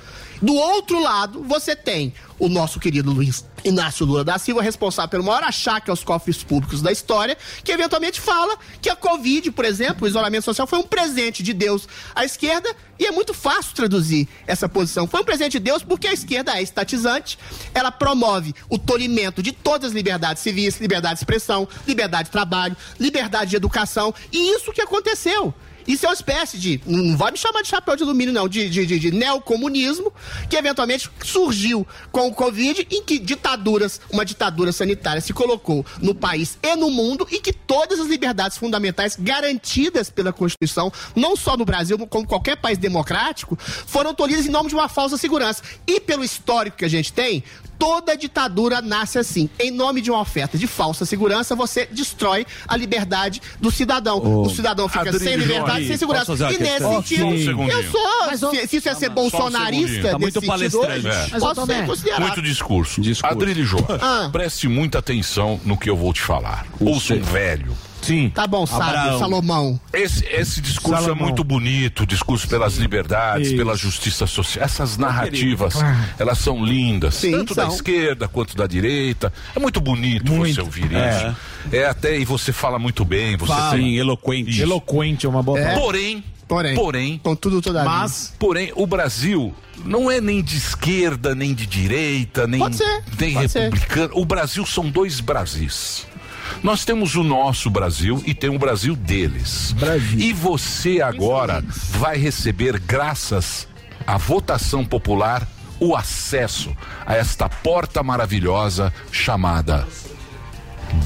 Do outro lado, você tem o nosso querido Luiz Inácio Lula da Silva, responsável pelo maior achaque aos cofres públicos da história, que eventualmente fala que a Covid, por exemplo, o isolamento social, foi um presente de Deus à esquerda, e é muito fácil traduzir essa posição. Foi um presente de Deus porque a esquerda é estatizante, ela promove o tolimento de todas as liberdades civis, liberdade de expressão, liberdade de trabalho, liberdade de educação, e isso que aconteceu. Isso é uma espécie de. Não não vai me chamar de chapéu de alumínio, não. De, de, de, de neocomunismo, que eventualmente surgiu com o Covid, em que ditaduras, uma ditadura sanitária se colocou no país e no mundo, e que todas as liberdades fundamentais garantidas pela Constituição, não só no Brasil, como em qualquer país democrático, foram tolhidas em nome de uma falsa segurança. E pelo histórico que a gente tem, Toda ditadura nasce assim. Em nome de uma oferta de falsa segurança, você destrói a liberdade do cidadão. Ô, o cidadão fica Adriano, sem liberdade, sem aí, posso segurança. fazer uma E nesse questão? sentido, Só um segundinho. eu sou. se, se isso é ser bolsonarista, um Tá nesse muito sentido, palestrante. hoje, é posso ser considerado. Muito discurso. discurso. Adrilho Jô, Ah. preste muita atenção no que eu vou te falar. Ouça um velho. Sim. Tá bom, sábio, Abraão. Salomão. Esse, esse discurso é muito bonito, o discurso pelas liberdades, pela justiça social. Essas narrativas, querido. Ah. elas são lindas, Sim, tanto da são. esquerda quanto da direita. É muito bonito você ouvir É. isso. É até e você fala muito bem, você Fala. tem Sim, eloquente. Eloquente é uma boa palavra. Porém, porém, Então, porém, tudo toda mas, porém, o Brasil não é nem de esquerda, nem de direita, nem, Pode ser, nem pode ser. republicano. O Brasil são dois Brasis. Nós temos o nosso Brasil e tem o Brasil deles. E você agora vai receber, graças à votação popular, o acesso a esta porta maravilhosa chamada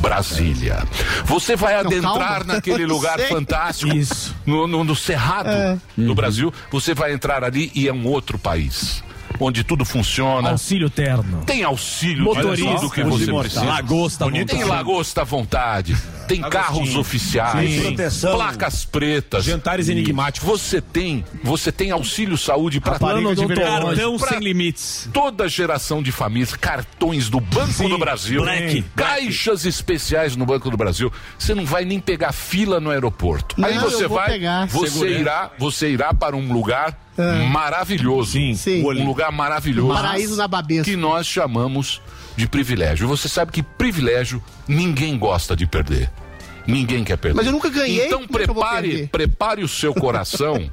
Brasília. Você vai Não, adentrar calma. naquele lugar Sei. fantástico. Isso. no, no- no cerrado do Brasil, você vai entrar ali e é um outro país. Onde tudo é funciona. Auxílio terno. Tem auxílio Motorista, para tudo que auxílio você mortal. precisa. Lagosta à Bonito. Tem vontade. lagosta à vontade. Tem Agostinho. carros oficiais. Sim. Proteção. Placas pretas. Jantares E enigmáticos. Você tem, você tem auxílio saúde para Aparelho plano de odontológico, cartão pra sem limites. Toda geração de famílias, cartões do Banco do Brasil. Black. Caixas especiais no Banco do Brasil. Você não vai nem pegar fila no aeroporto. Aí Não, você eu vou vai, pegar. você Segurança. irá, você irá para um lugar maravilhoso. Um lugar maravilhoso. Paraíso na babesca. Que nós chamamos de privilégio. E Você sabe que privilégio ninguém gosta de perder. Ninguém quer perder. Mas eu nunca ganhei, Então como é que eu vou prepare, perder? prepare o seu coração.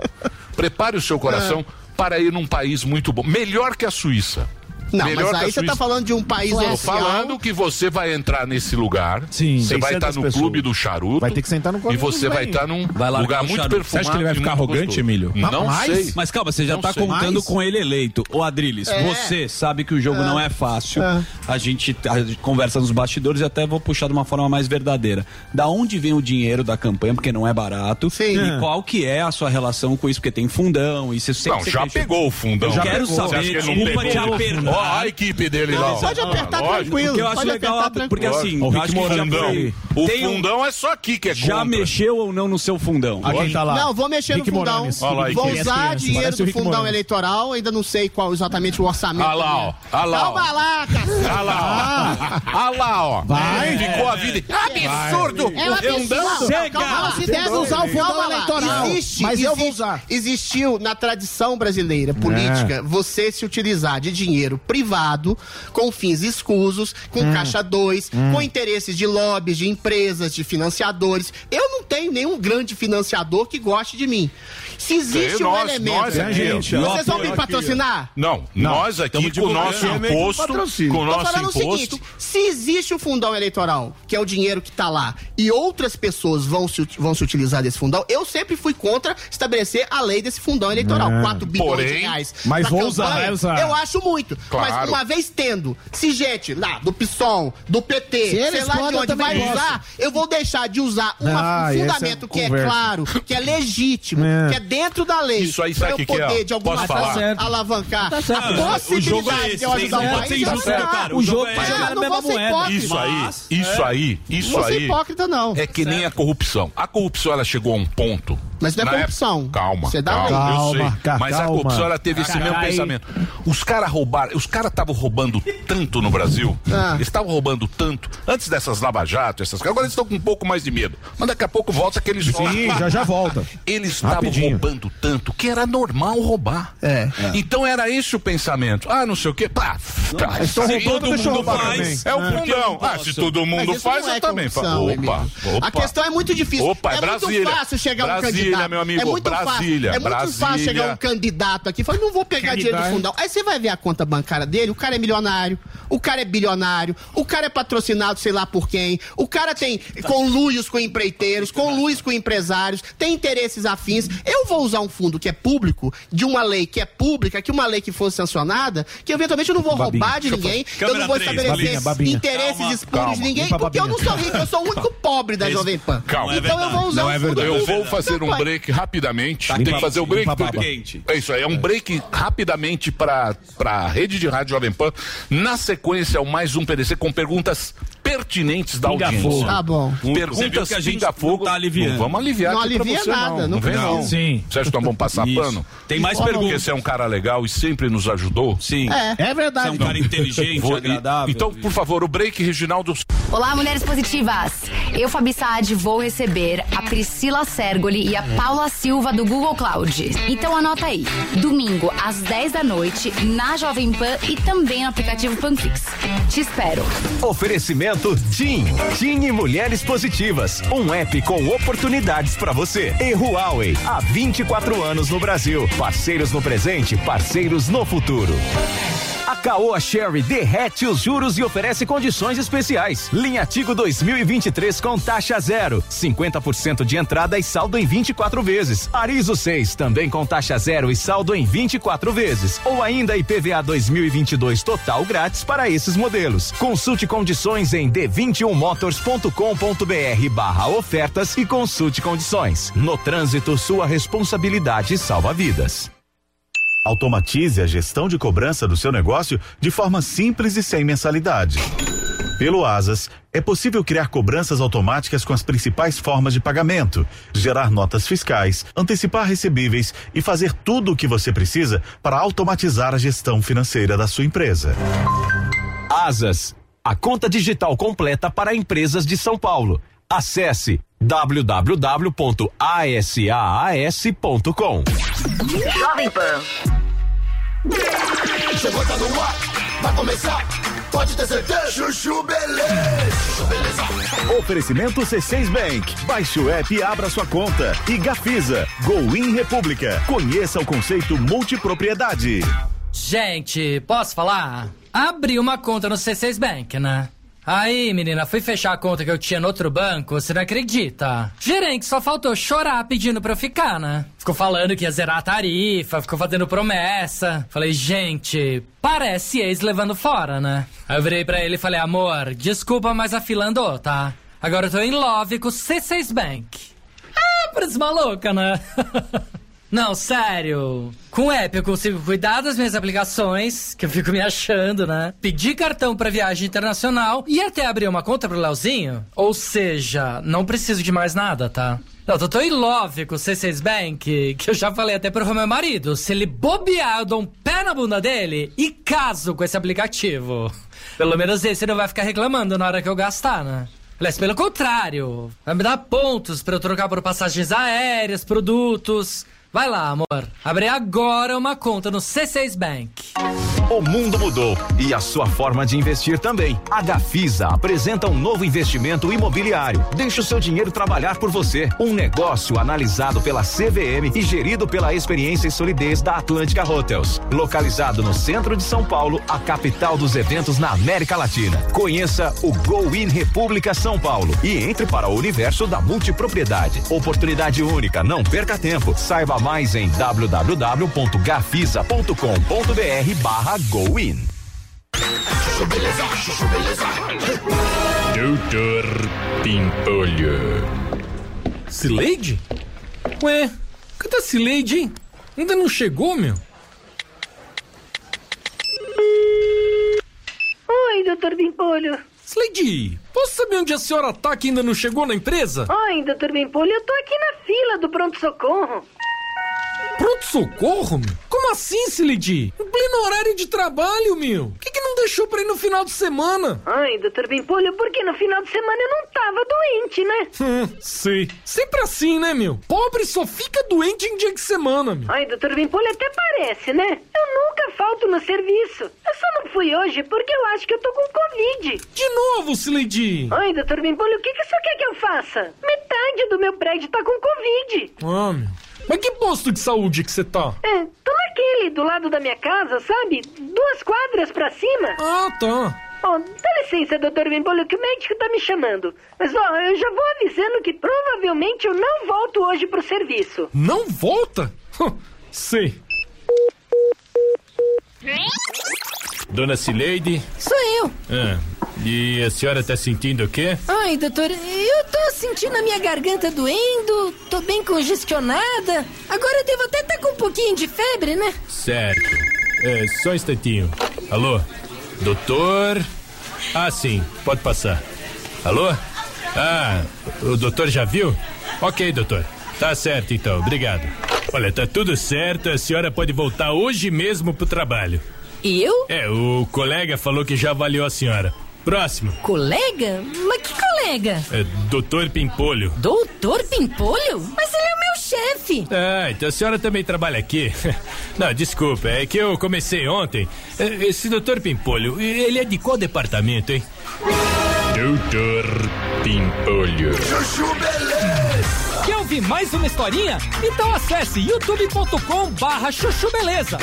prepare o seu É. coração para ir num país muito bom, melhor que a Suíça. Não, melhor mas que a aí você tá Suíça. falando de um país Tô oficial. falando que você vai entrar nesse lugar. Sim. Você 600 vai estar no pessoas. clube do charuto. Vai ter que sentar no E colo você do vai velhinho. estar num Vai lá lugar com o muito charuto. perfumado. Você acha que ele vai e ficar muito arrogante, gostoso. Emílio? Não sei. Mas calma, você já Não tá sei. contando Mas- com ele eleito. Ô, Adriles, É. você sabe que o jogo É. não é fácil. É. A, gente, a gente conversa nos bastidores e até vou puxar de uma forma mais verdadeira. Da onde vem o dinheiro da campanha, porque não é barato. E É. qual que é a sua relação com isso? Porque tem fundão e você sempre... Não, você já quer- pegou o fundão. Eu já Já quero pegou. Você acha saber, que ele não desculpa te pegou? apertar. Ó, a equipe dele lá, ó. Pode apertar Lógico. tranquilo. Porque eu acho Pode legal, apertar porque tranquilo. assim, Ó, o eu acho Vic que já Morandão. foi- O Tem um- fundão é só aqui que é Já contra. mexeu ou não no seu fundão? Olha, Tá Não, vou mexer no fundão. vou é usar dinheiro do fundão eleitoral, ainda não sei qual exatamente o orçamento. Ah lá, ó. Ah lá, ó. Calma lá, cacete. Ah lá, ó. Ah lá, ó. Vai. Ficou a vida. Absurdo! É um absurdo. Não se deve usar o fundão eleitoral. Existe, mas eu vou existe- usar. Existiu na tradição brasileira política É. você se utilizar de dinheiro privado com fins escusos, com Hum. caixa 2, Hum. com interesses de lobbies, de empresas, de financiadores. Eu não tenho nenhum grande financiador que goste de mim. Se existe Tem um nós, elemento. nós aqui, ó. vocês vão me patrocinar? Não, nós aqui com o É nosso um imposto, com o Tô nosso falando o imposto, seguinte, se existe o fundão eleitoral, que é o dinheiro que tá lá, e outras pessoas vão se, ut- vão se utilizar desse fundão, eu sempre fui contra estabelecer a lei desse fundão eleitoral. É. 4 bilhões de Porém, reais. mas pra vou usar, campanha, vai usar. Eu acho muito. Mas Claro. uma vez tendo, se gente lá do PSOL, do PT, Se eles sei lá de podem, eu onde também vai gosto. usar, eu vou deixar de usar Ah, uma- um essa fundamento que é conversa. claro, que é legítimo, É. que é dentro da lei. Isso aí, pra sabe eu o que que é, poder, ó? de alguma Posso forma, falar? Tá certo. alavancar Tá certo. É, a O jogo é possibilidade esse, de eu ajudar tem o que país. ser eu justo, ajudar. cara, o jogo é esse. Ah, não vou ser hipócrita. Isso aí, isso É. aí, isso Não vou ser aí. hipócrita, não. É que nem a corrupção. A corrupção ela chegou a um ponto. Mas não é na corrupção. época- Calma. Você dá um- calma, lei. eu sei. Calma, ca- Mas a calma. corrupção ela teve esse mesmo Carai. pensamento. Os caras roubaram, os caras estavam roubando tanto no Brasil. Ah. Eles estavam roubando tanto antes dessas Lava Jato, essas coisas. Agora eles estão com um pouco mais de medo. Mas daqui a pouco volta aqueles Sim, já já volta. Eles estavam Rapidinho. roubando tanto que era normal roubar. É. Então era esse o pensamento. Ah, não sei o quê. Pá, tá, eles estão se roubando, todo deixa eu mundo roubar faz. também. É o É. Porque eu fundão. não Ah, posso. se todo mundo Mas isso faz, não é eu também faço. corrupção, Opa, Emílio. opa. A questão é muito difícil. Opa, é, é Brasília. muito fácil chegar um Brasília, candidato. meu amigo, é muito Brasília, fácil. É muito fácil Brasília. chegar um candidato aqui e falar, não vou pegar dinheiro do Candidato. fundão. Aí você vai ver a conta bancária dele, o cara é milionário, o cara é bilionário, o cara é patrocinado sei lá por quem, o cara tem conluios com empreiteiros, conluios com empresários, tem interesses afins. Eu vou usar um fundo que é público, de uma lei que é pública, que uma lei que fosse sancionada, que eventualmente eu não vou Babinha. roubar de Deixa eu ninguém, falar. eu Câmera não vou três, babinha, estabelecer babinha. interesses Calma, espúrios de calma. ninguém, Limpa a porque eu não babinha. sou rico, eu sou o único pobre da Jovem Pan. Calma. então eu vou usar Não um é fundo verdade. Eu público. vou fazer um Então, break rapidamente. Tá Tem que quente, fazer o break. limpa a baba. porque- É isso aí, é um break rapidamente para a rede de rádio Jovem Pan. Na sequência, é o mais um PDC com perguntas pertinentes da Pinga audiência. fogo. Tá bom. Você viu Perguntas que a gente pinga fogo. não tá aliviando. Não vamos aliviar Não aqui pra alivia você, nada, Não, não vem, não. precisa. Sim. Você acha que nós vamos passar Isso. pano? Tem mais Porque perguntas. você é um cara legal e sempre nos ajudou. Sim. É, é verdade. Você é um cara inteligente, agradável. Então, por favor, o break, Reginaldo. Olá, mulheres positivas! Eu, Fabi Saad, vou receber a Priscila Sergoli e a Paula Silva do Google Cloud. Então anota aí, domingo às 10 da noite, na Jovem Pan e também no aplicativo Panflix. Te espero! Oferecimento TIM. TIM e Mulheres Positivas. Um app com oportunidades para você. E Huawei. Há 24 anos no Brasil. Parceiros no presente, parceiros no futuro. A Caoa Sherry derrete os juros e oferece condições especiais. Linha Tigo 2023 com taxa zero, 50% de entrada e saldo em 24 vezes. Arizo 6 também com taxa zero e saldo em 24 vezes. Ou ainda IPVA 2022 total grátis para esses modelos. Consulte condições em d21motors.com.br barra ofertas e consulte condições. No trânsito, sua responsabilidade salva vidas. Automatize a gestão de cobrança do seu negócio de forma simples e sem mensalidade. Pelo Asas, é possível criar cobranças automáticas com as principais formas de pagamento, gerar notas fiscais, antecipar recebíveis e fazer tudo o que você precisa para automatizar a gestão financeira da sua empresa. Asas, a conta digital completa para empresas de São Paulo. Acesse www.asaas.com. Tá Jovem Pan. Chegou, tá no ar, vai começar. Pode ter certeza. Chuchu Beleza. Chuchu Beleza. Oferecimento C6 Bank. Baixe o app e abra sua conta. E Gafisa, Go In República. Conheça o conceito multipropriedade. Gente, posso falar? Abri uma conta no C6 Bank, né? Aí, menina, fui fechar a conta que eu tinha no outro banco, você não acredita? Gerente só faltou chorar pedindo pra eu ficar, né? Ficou falando que ia zerar a tarifa, ficou fazendo promessa. Falei, gente, parece ex levando fora, né? Aí eu virei pra ele e falei, amor, desculpa, mas a fila andou, tá? Agora eu tô em love com o C6 Bank. Ah, parece maluca, né? Não, sério. Com o app eu consigo cuidar das minhas aplicações, que eu fico me achando, né? Pedir cartão pra viagem internacional e até abrir uma conta pro Leozinho. Ou seja, não preciso de mais nada, tá? Não, eu tô em love com o C6 Bank, que eu já falei até pro meu marido. Se ele bobear, eu dou um pé na bunda dele e caso com esse aplicativo. Pelo menos esse não vai ficar reclamando na hora que eu gastar, né? Aliás, pelo contrário, vai me dar pontos pra eu trocar por passagens aéreas, produtos. Vai lá, amor. Abre agora uma conta no C6 Bank. O mundo mudou e a sua forma de investir também. A Gafisa apresenta um novo investimento imobiliário. Deixe o seu dinheiro trabalhar por você. Um negócio analisado pela CVM e gerido pela experiência e solidez da Atlântica Hotels. Localizado no centro de São Paulo, a capital dos eventos na América Latina. Conheça o Go In República São Paulo e entre para o universo da multipropriedade. Oportunidade única, não perca tempo. Saiba mais em www.gafisa.com.br barra Go In. Chuchu Beleza. Chuchu Beleza. Doutor Pimpolho. Cileide? Ué, cadê a Cileide, hein? Ainda não chegou, meu? Oi, doutor Bimpolho. Cileide, posso saber onde a senhora tá que ainda não chegou na empresa? Oi, doutor Bimpolho, eu tô aqui na fila do pronto-socorro. Pronto-socorro, meu? Como assim, Cileide? Em pleno horário de trabalho, meu? Por que, que não deixou pra ir no final de semana? Ai, doutor Bimpolho, porque no final de semana eu não tava doente, né? Hum, sei. Sempre assim, né, meu? Pobre só fica doente em dia de semana, meu. Ai, doutor Bimpolho, até parece, né? Eu nunca falto no serviço. Eu só não fui hoje porque eu acho que eu tô com Covid. De novo, Cileide. Ai, doutor Bimpolho, o que, que o senhor quer que eu faça? Metade do meu prédio tá com Covid. Ah, meu. Mas que posto de saúde que você tá? É, tô naquele do lado da minha casa, sabe? Duas quadras pra cima. Ah, tá. Ó, dá licença, doutor Bimpolho, que o médico tá me chamando. Mas, ó, eu já vou avisando que provavelmente eu não volto hoje pro serviço. Não volta? Sei. Dona Cileide? Sou eu. Ah, e a senhora tá sentindo o quê? Ai, doutor, eu tô sentindo a minha garganta doendo, tô bem congestionada. Agora eu devo até estar com um pouquinho de febre, né? Certo. É, só um instantinho. Alô? Doutor? Ah, sim, pode passar. Alô? Ah, o doutor já viu? Ok, doutor. Tá certo então, obrigado. Olha, tá tudo certo, a senhora pode voltar hoje mesmo pro trabalho. Eu? É, o colega falou que já avaliou a senhora. Próximo. Colega? Mas que colega? É, doutor Pimpolho. Doutor Pimpolho? Mas ele é o meu chefe. Ah, então a senhora também trabalha aqui? Não, desculpa, é que eu comecei ontem. É, Esse doutor Pimpolho, ele é de qual departamento, hein? Doutor Pimpolho. Chuchu Beleza. Quer ouvir mais uma historinha? Então acesse youtube.com barra chuchu beleza.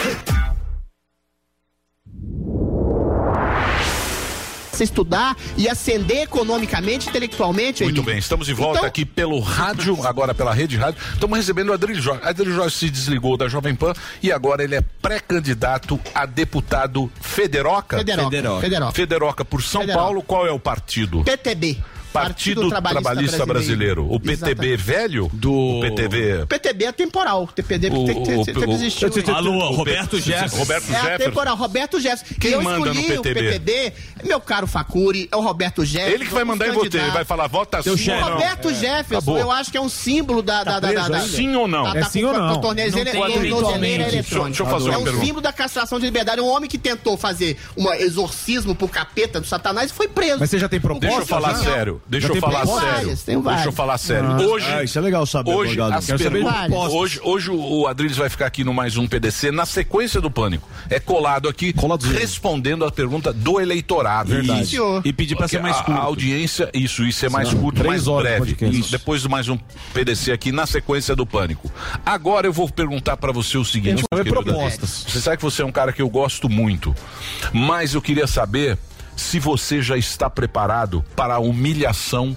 se estudar e ascender economicamente, intelectualmente. Muito Emílio. bem, estamos de volta Então- aqui pelo rádio, agora pela rede rádio. Estamos recebendo o Adriano Jorge. Adriano Jorge se desligou da Jovem Pan e agora ele é pré-candidato a deputado federoca. Federoca, Federoca. federoca. Federoca por São Federoca. Paulo. Qual é o partido? PTB. Partido Trabalhista, Brasileiro. O PTB velho? Do... O PTB... PTB é temporal. TPD tem que ter- sempre existiu. P- Roberto É Jefferson. atemporal, Roberto Jefferson. Quem eu manda escolhi no o PTB, meu caro Facuri, é o Roberto Jefferson. Ele que vai mandar em os você, candidatos. vai falar, vota Teu sim chefe. ou não. Roberto É. Jefferson, Acabou. eu acho que é um símbolo da... da, da, Tá, da, da Sim ou não? da- É da- sim ou da- não? da tornozeleira- Não tem tornozeleira jeito. eletrônica. Deixa eu- deixa eu fazer é uma um pergunta. símbolo da castração de liberdade. Um homem que tentou fazer um exorcismo por capeta do satanás e foi preso. Mas você já tem proposta? Deixa eu falar já? sério. Já Deixa eu tem falar proposta? sério. Várias, tem várias. Deixa eu falar sério. Ah, Hoje. ah, isso é legal saber, Hoje, Morgado. as Quero saber perguntas- várias. hoje, hoje o Adriles vai ficar aqui no mais um PDC, na sequência do pânico. É colado aqui, respondendo a pergunta do eleitorado. Verdade. Isso. E pedir pra ser Porque mais a- curto. A audiência, isso, isso é mais Senão, curto, três mais horas de breve. podcast. Isso. Depois do mais um PDC aqui, na sequência do pânico. Agora eu vou perguntar pra você o seguinte. Quero saber querido propostas. Adriles. Você sabe que você é um cara que eu gosto muito, mas eu queria saber se você já está preparado para a humilhação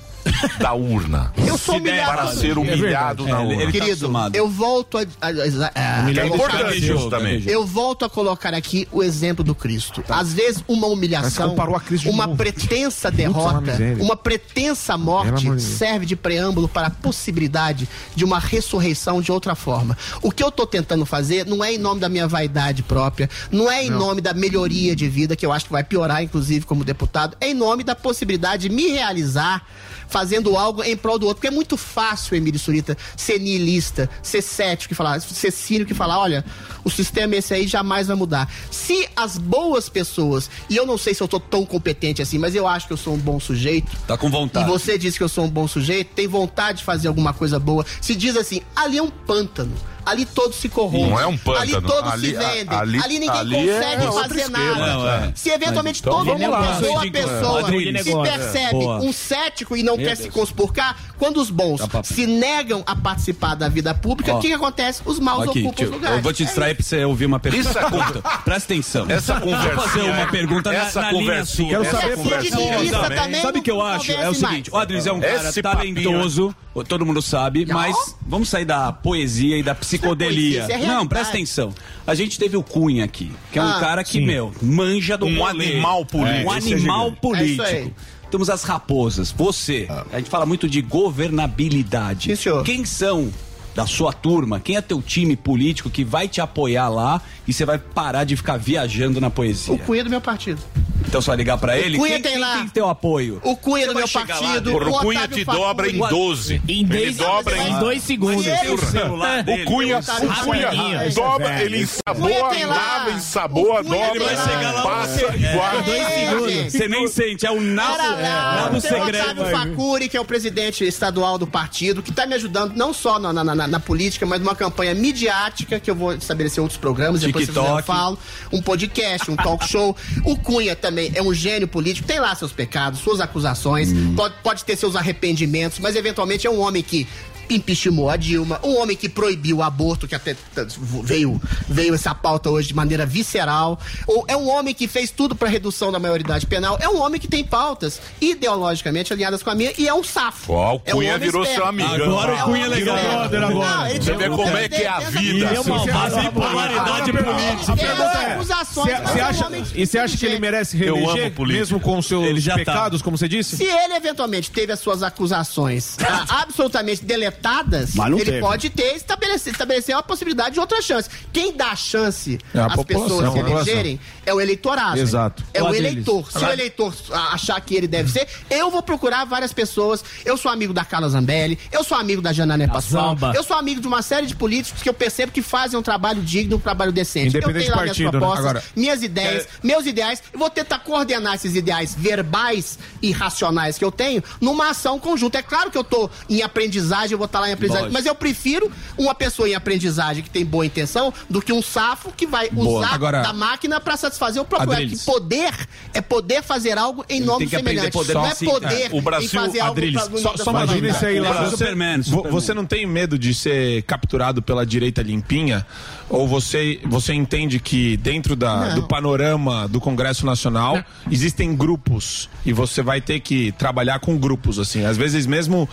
da urna. Eu sou humilhado. É Para ser humilhado na urna. Querido, eu volto a. a- a- a- Humilhado a- é importante colocar- isso também. Tá. Eu volto a colocar aqui o exemplo do Cristo. Às vezes, uma humilhação, uma pretensa é derrota, miséria. uma pretensa Pelo amor morte de Deus. serve de preâmbulo para a possibilidade de uma ressurreição de outra forma. O que eu tô tentando fazer não é em nome da minha vaidade própria, não é em Não. nome da melhoria de vida, que eu acho que vai piorar, inclusive, como deputado, é em nome da possibilidade de me realizar fazendo algo em prol do outro. Porque é muito fácil, Emílio Surita, ser niilista, ser cético e falar, ser cínico e falar, olha, o sistema esse aí jamais vai mudar. Se as boas pessoas, e eu não sei se eu tô tão competente assim, mas eu acho que eu sou um bom sujeito, Tá com vontade. e você diz que eu sou um bom sujeito, tem vontade de fazer alguma coisa boa. Se diz assim, ali é um pântano. Ali todos se corrompem. Não é um pântano. Ali todos Ali- se vendem. a- ali- Ali, ninguém ali consegue é outro fazer esquema, nada. não, é. Se eventualmente Então todo vamos mundo, lá. pessoa a Rodrigo, pessoa, Rodrigo, se negócio. É, percebe Boa. um cético e não Meu quer se Deus. conspurcar, quando os bons Dá papo. se negam a participar da vida pública, Ó. o que, que acontece? Os maus Aqui, ocupam tio, os lugares. É eu vou te distrair pra você ouvir uma pergunta. Isso é conta. Presta atenção. Essa Deixa eu fazer conversinha uma aí. pergunta Essa na, na linha conversinha, sua. Quero essa saber conversinha por que também. também Sabe o que eu não acho? É o convence seguinte, mais. o Adriles é um cara Esse papinho, talentoso, todo mundo sabe, mas vamos sair da poesia e da psicodelia. Isso é poesia, isso é não, realidade. presta atenção. A gente teve o Cunha aqui, que é um Ah, cara que, sim. meu, manja do Um rolê. animal político. Um É, esse é animal gigante. político. É isso aí. Temos as raposas. Você, a gente fala muito de governabilidade. Quem são da sua turma? Quem é teu time político que vai te apoiar lá e você vai parar de ficar viajando na poesia? Cunha do meu partido. Então só ligar pra O ele. Cunha quem, tem quem lá. tem teu apoio? O Cunha Você do vai meu chegar lá, partido, Débora. o Otávio Facuri. O- Em Ele dois- dobra em, em dois segundos. Mas O celular O dele, Cunha, o o Cunha rapidinho. Isso é dobra, velho, ele isso é ensaboa, velho. lava, ensaboa, dobra, É, Ele vai chegar lá É, passa e guarda. é, Você nem sente, é um nabo, Era lá, nabo tem o segredo. Otávio Facuri, que é o presidente estadual do partido, que tá me ajudando não só na, na- na- na política, mas numa campanha midiática, que eu vou estabelecer outros programas, depois se TikTok. quiser eu falo, um podcast, um talk show. O Cunha também é um gênio político, tem lá seus pecados, suas acusações, pode, pode ter seus arrependimentos, mas eventualmente é um homem que impeachmentou a Dilma, um homem que proibiu o aborto, que até t- veio, veio essa pauta hoje de maneira visceral, ou é um homem que fez tudo para redução da maioridade penal, é um homem que tem pautas ideologicamente alinhadas com a minha e é um safo. Ó, o É um Cunha homem virou esperto. seu amigo. Agora um o Cunha é legal. Virou brother Não, ele Você tem vê um- como é que é a tem- vida. tem é uma- Você- é bipolaridade É política. é. acusações, mas Você é um acha, homem e você acha que ele merece reeleger, mesmo com os seus pecados, como você disse? Se ele eventualmente teve as suas acusações ah, absolutamente deletadas, Mas não ele teve. pode ter estabelecido estabelecer uma possibilidade de outra chance. Quem dá a chance É a às população, pessoas se a população. elegerem é o eleitorado. né? Exato. É o Lá deles. eleitor. Se o Lá- eleitor a- achar que ele deve ser, eu vou procurar várias pessoas. Eu sou amigo da Carla Zambelli, eu sou amigo da Janané Pascoal, Zamba. eu sou amigo de uma série de políticos que eu percebo que fazem um trabalho digno, um trabalho decente. Eu Independente tenho lá do partido, né? minhas propostas, Agora- minhas ideias, meus ideais, e vou tentar coordenar esses ideais verbais e racionais que eu tenho numa ação conjunta. É claro que eu tô em aprendizagem, eu vou tá lá em aprendizagem. Lógico. Mas eu prefiro uma pessoa em aprendizagem que tem boa intenção do que um safo que vai Boa. usar Agora- da máquina pra satisfazer o próprio ego. Adriles. Que poder é poder fazer algo em nome tem do que aprender semelhante. poder não é assim, poder cara. O Brasil, em fazer algo Adriles, pra- só, só imagina isso aí lá. Você- é vo- Você não tem medo de ser capturado pela direita limpinha? Ou você, você entende que dentro da, do panorama do Congresso Nacional existem grupos e você vai ter que trabalhar com grupos, assim. Às vezes mesmo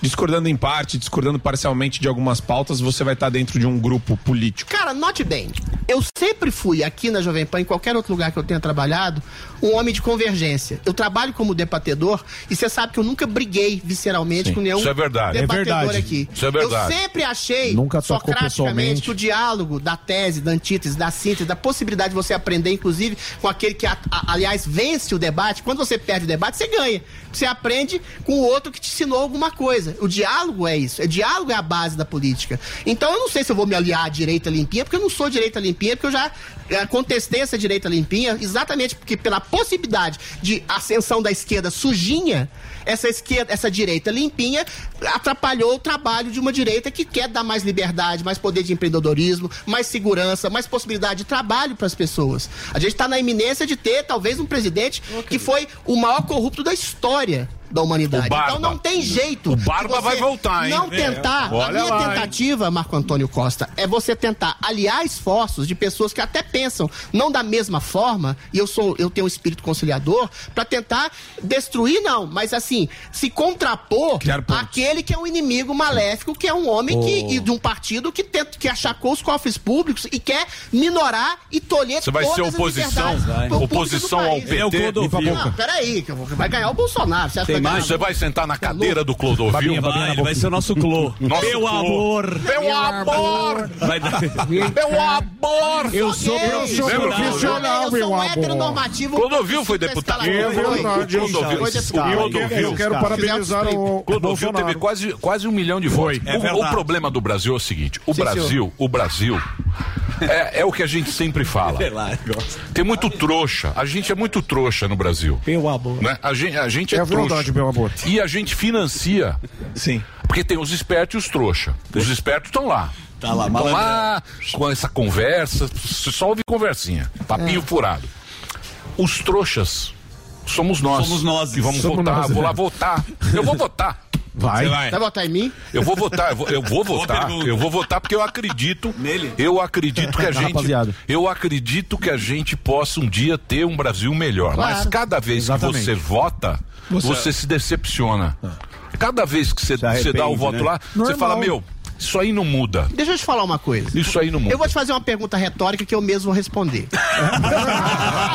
discordando em parte, discordando parcialmente de algumas pautas, você vai estar dentro de um grupo político. Cara, note bem. Eu sempre fui aqui na Jovem Pan, em qualquer outro lugar que eu tenha trabalhado, um homem de convergência. Eu trabalho como debatedor e você sabe que eu nunca briguei visceralmente Sim, com nenhum isso é verdade. É debatedor verdade. aqui. Isso é verdade. Eu sempre achei, Nunca tocou socraticamente, pessoalmente. que o diálogo da tese, da antítese, da síntese, da possibilidade de você aprender, inclusive, com aquele que, a- a- aliás, vence o debate. Quando você perde o debate, você ganha. Você aprende com o outro que te ensinou alguma coisa. O diálogo é isso. O diálogo é a base da política. Então, eu não sei se eu vou me aliar à direita limpinha, porque eu não sou direita limpinha, porque eu já eh, contestei essa direita limpinha, exatamente porque pela possibilidade de ascensão da esquerda sujinha, essa esquerda, essa direita limpinha atrapalhou o trabalho de uma direita que quer dar mais liberdade, mais poder de empreendedorismo, mais segurança, mais possibilidade de trabalho para as pessoas. A gente está na iminência de ter talvez um presidente que foi o maior corrupto da história da humanidade. O Barba. Então não tem jeito. O Barba vai voltar, hein? Não É. tentar. a Olha minha lá, hein? tentativa alternativa, Marco Antônio Costa, é você tentar aliar esforços de pessoas que até pensam não da mesma forma, e eu sou, eu tenho um espírito conciliador, para tentar destruir não, mas assim, se contrapor àquele que é um inimigo maléfico, que é um homem Oh. que e de um partido que tenta que achacou os cofres públicos e quer minorar e tolher Você vai ser todas as oposição? Vai. liberdades pro público do Oposição ao país. PT? Ele é o Clodovil. Não, peraí, que eu vou- vai ganhar o Bolsonaro. Você acha que vai ganhar? Você vai sentar na cadeira do Clodovil? Babinha, babinha na boca. Nosso Meu Clô. amor. Meu amor! Meu amor! Eu sou gay. profissional, eu sou meu um amor. heteronormativo. Clodovil foi Sexta deputado. escala. Foi. verdade, Clodovil. eu Foi sei. deputado. E eu quero- eu quero Clodovil. parabenizar o Clodovil Bolsonaro. teve quase, quase um milhão de Foi, votos. é O- o, verdade. problema do Brasil é o seguinte: o Sim, Brasil, senhor. o Brasil. É, é o que a gente sempre É fala. Tem muito trouxa. A gente é muito trouxa no Brasil. Meu amor. Né? A, gente, a gente é, É verdade, trouxa. meu amor. E a gente financia. Sim. Porque tem os espertos e os trouxa. Os espertos estão lá. Tá lá, Tão malandrão. lá com essa conversa. Você só ouve conversinha. É. Papinho furado. Os trouxas somos nós. Somos nós. Que vamos Somos votar. nós, vou lá é. votar. Eu vou votar. Você Vai Tá votar em mim? Eu vou votar, eu vou, eu vou Boa votar. pergunta. Eu vou votar porque eu acredito. Nele. Eu acredito que a gente. Rapaziada. Eu acredito que a gente possa um dia ter um Brasil melhor. Claro. Mas cada vez Exatamente. que você vota, Você- você, se decepciona. Cada vez que você, você dá o Ah. arrepende, voto né? lá, você Normal. fala, meu, isso aí não muda. Deixa eu te falar uma coisa. Isso aí não muda. Eu vou te fazer uma pergunta retórica que eu mesmo vou responder.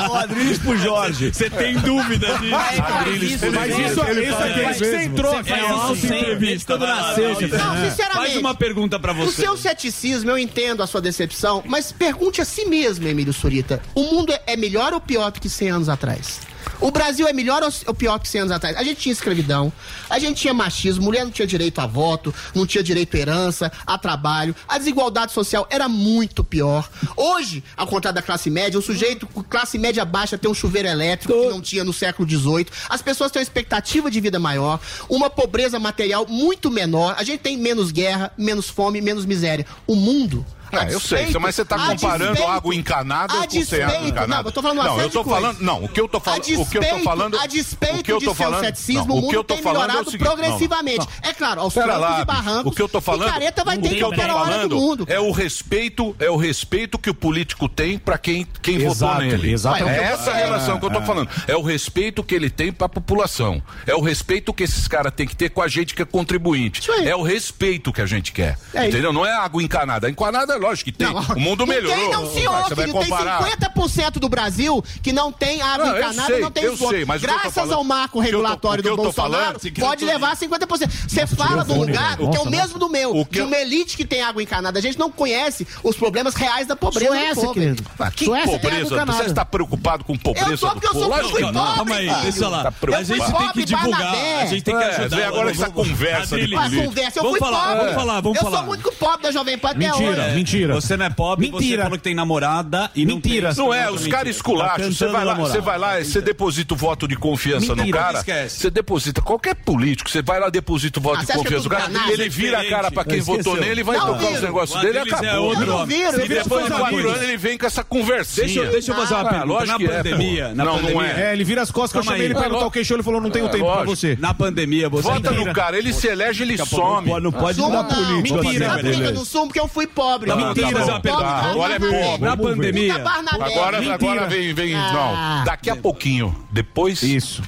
o Adriles pro Jorge. Você É. tem dúvida disso? Adriles pro Mas Jorge. isso, Ele isso faz aqui isso é que você mesmo. entrou Você aqui. faz É uma isso sempre. auto-entrevista quando nasceu. você Não, fez. sinceramente. Faz uma pergunta pra O você. seu ceticismo, eu entendo a sua decepção, mas pergunte a si mesmo, Emílio Surita. O mundo é- é melhor ou pior do que 100 anos atrás? O Brasil é melhor ou s- ou pior que 100 anos atrás? A gente tinha escravidão, a gente tinha machismo, mulher não tinha direito a voto, não tinha direito à herança, a trabalho, a desigualdade social era muito pior. Hoje, ao contrário da classe média, o sujeito com classe média baixa tem um chuveiro elétrico que não tinha no século XVIII, as pessoas têm uma expectativa de vida maior, uma pobreza material muito menor, a gente tem menos guerra, menos fome, menos miséria. O mundo. a É, eu sei, despeito- mas você está a comparando despeito- água encanada a com sem água despeito- encanada. Não, eu tô falando uma Não, série eu tô de coisas. falando, não, o que eu tô falando, A despeito, o que eu tô falando, a despeito o que eu de tô seu falando, ceticismo, não, o o que eu mundo tô tem falando é melhorado o seguinte, não, não. progressivamente. É claro, aos Pera lá, trancos bicho. e barrancos, o que eu tô falando, picareta vai o ter que que eu tô ter a hora do falando mundo. é o respeito, é o respeito que o político tem pra quem quem Exato, votou nele. exatamente. É essa É, relação que eu tô é. falando. É o respeito que ele tem pra população. É o respeito que esses caras têm que ter com a gente que é contribuinte. É o respeito que a gente quer. É isso. entendeu? Não é água encanada. Encanada, lógico que tem. o mundo Ninguém melhorou. não, Mas senhor, você vai filho, tem comparar. 50% do Brasil que não tem água Não, eu encanada, sei, não tem eu esgoto. sei, mas o que eu tô Graças falando- ao marco o que eu tô- regulatório o que eu do tô Bolsonaro, falando- se quer, eu pode tô- levar 50%. Você fala de um fone, lugar velho. que é o Nossa, mesmo do meu, de uma elite que tem água encanada. A gente não conhece os problemas reais da pobreza Suécia, do povo. querido. Ah, que Suécia tem água pobreza? encanada. Você está preocupado com pobreza Eu tô, do porque eu povo? sou Lógico que pobre, não. Calma aí, cara. deixa lá. Tá Eu preocupado. fui A gente tem que pobre, divulgar, Barnabé. a gente tem que ajudar. Vem agora Vamos- essa conversa. de Uma político. conversa, eu fui pobre. eu sou o único pobre da Jovem Pan até Mentira, hoje. mentira. Mentira. Você não é pobre, você Mentira. falou que tem namorada e não tem. Não é, os caras Tá Tá esculacham. Você vai lá, você vai lá, você deposita o voto de confiança no Mentira, cara. esquece. Você deposita qualquer político, você vai lá, deposita o voto Ah, de você acha confiança no que é cara, tudo canalha? ele vira a cara pra quem Esqueceu. votou nele e vai Não, tocar viro. os negócios O dele e deles acabou. é outro, Eu não viro, eu e viro depois de coisa quatro vírus. anos ele vem com essa conversinha. Deixa eu- deixa eu fazer uma Ah, pergunta. lógico Na que é, pandemia, pô. na não, não pandemia- é. É, ele vira as costas, eu chamei ele pra anotar o queixo, ele falou, não tenho tempo pra você. Na pandemia, você Vota tem. no cara, ele se elege, ele Daqui a pouco some. Não pode Sumo dar não. assim, política. né, Mentira. Mentira, Sabe por que eu beleza. não sumo? Porque eu fui pobre. Tá, mentira, Pobre, fazer uma pergunta. pobre, Agora é pobre. Na pandemia. Nunca mais na merda. Agora, agora Mentira. vem, vem. Ah. Não, daqui a pouquinho, depois,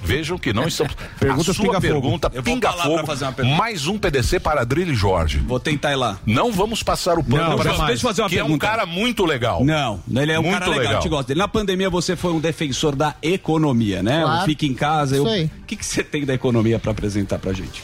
vejam que não estamos. Perguntas a sua pinga-fogo. pergunta, Eu vou pinga pra lá fogo. pra fazer uma pergunta. Mais um PDC para Adrilho e Jorge. Vou tentar ir lá. Não vamos passar o pano Não, pra jamais. Deixa eu fazer uma que pergunta. é um cara muito legal. Não, ele é um muito cara legal, eu te gosto dele. Na pandemia você foi um defensor da economia, né? Claro. O Fica em casa. eu- Isso aí. O que, que você tem da economia pra apresentar pra gente?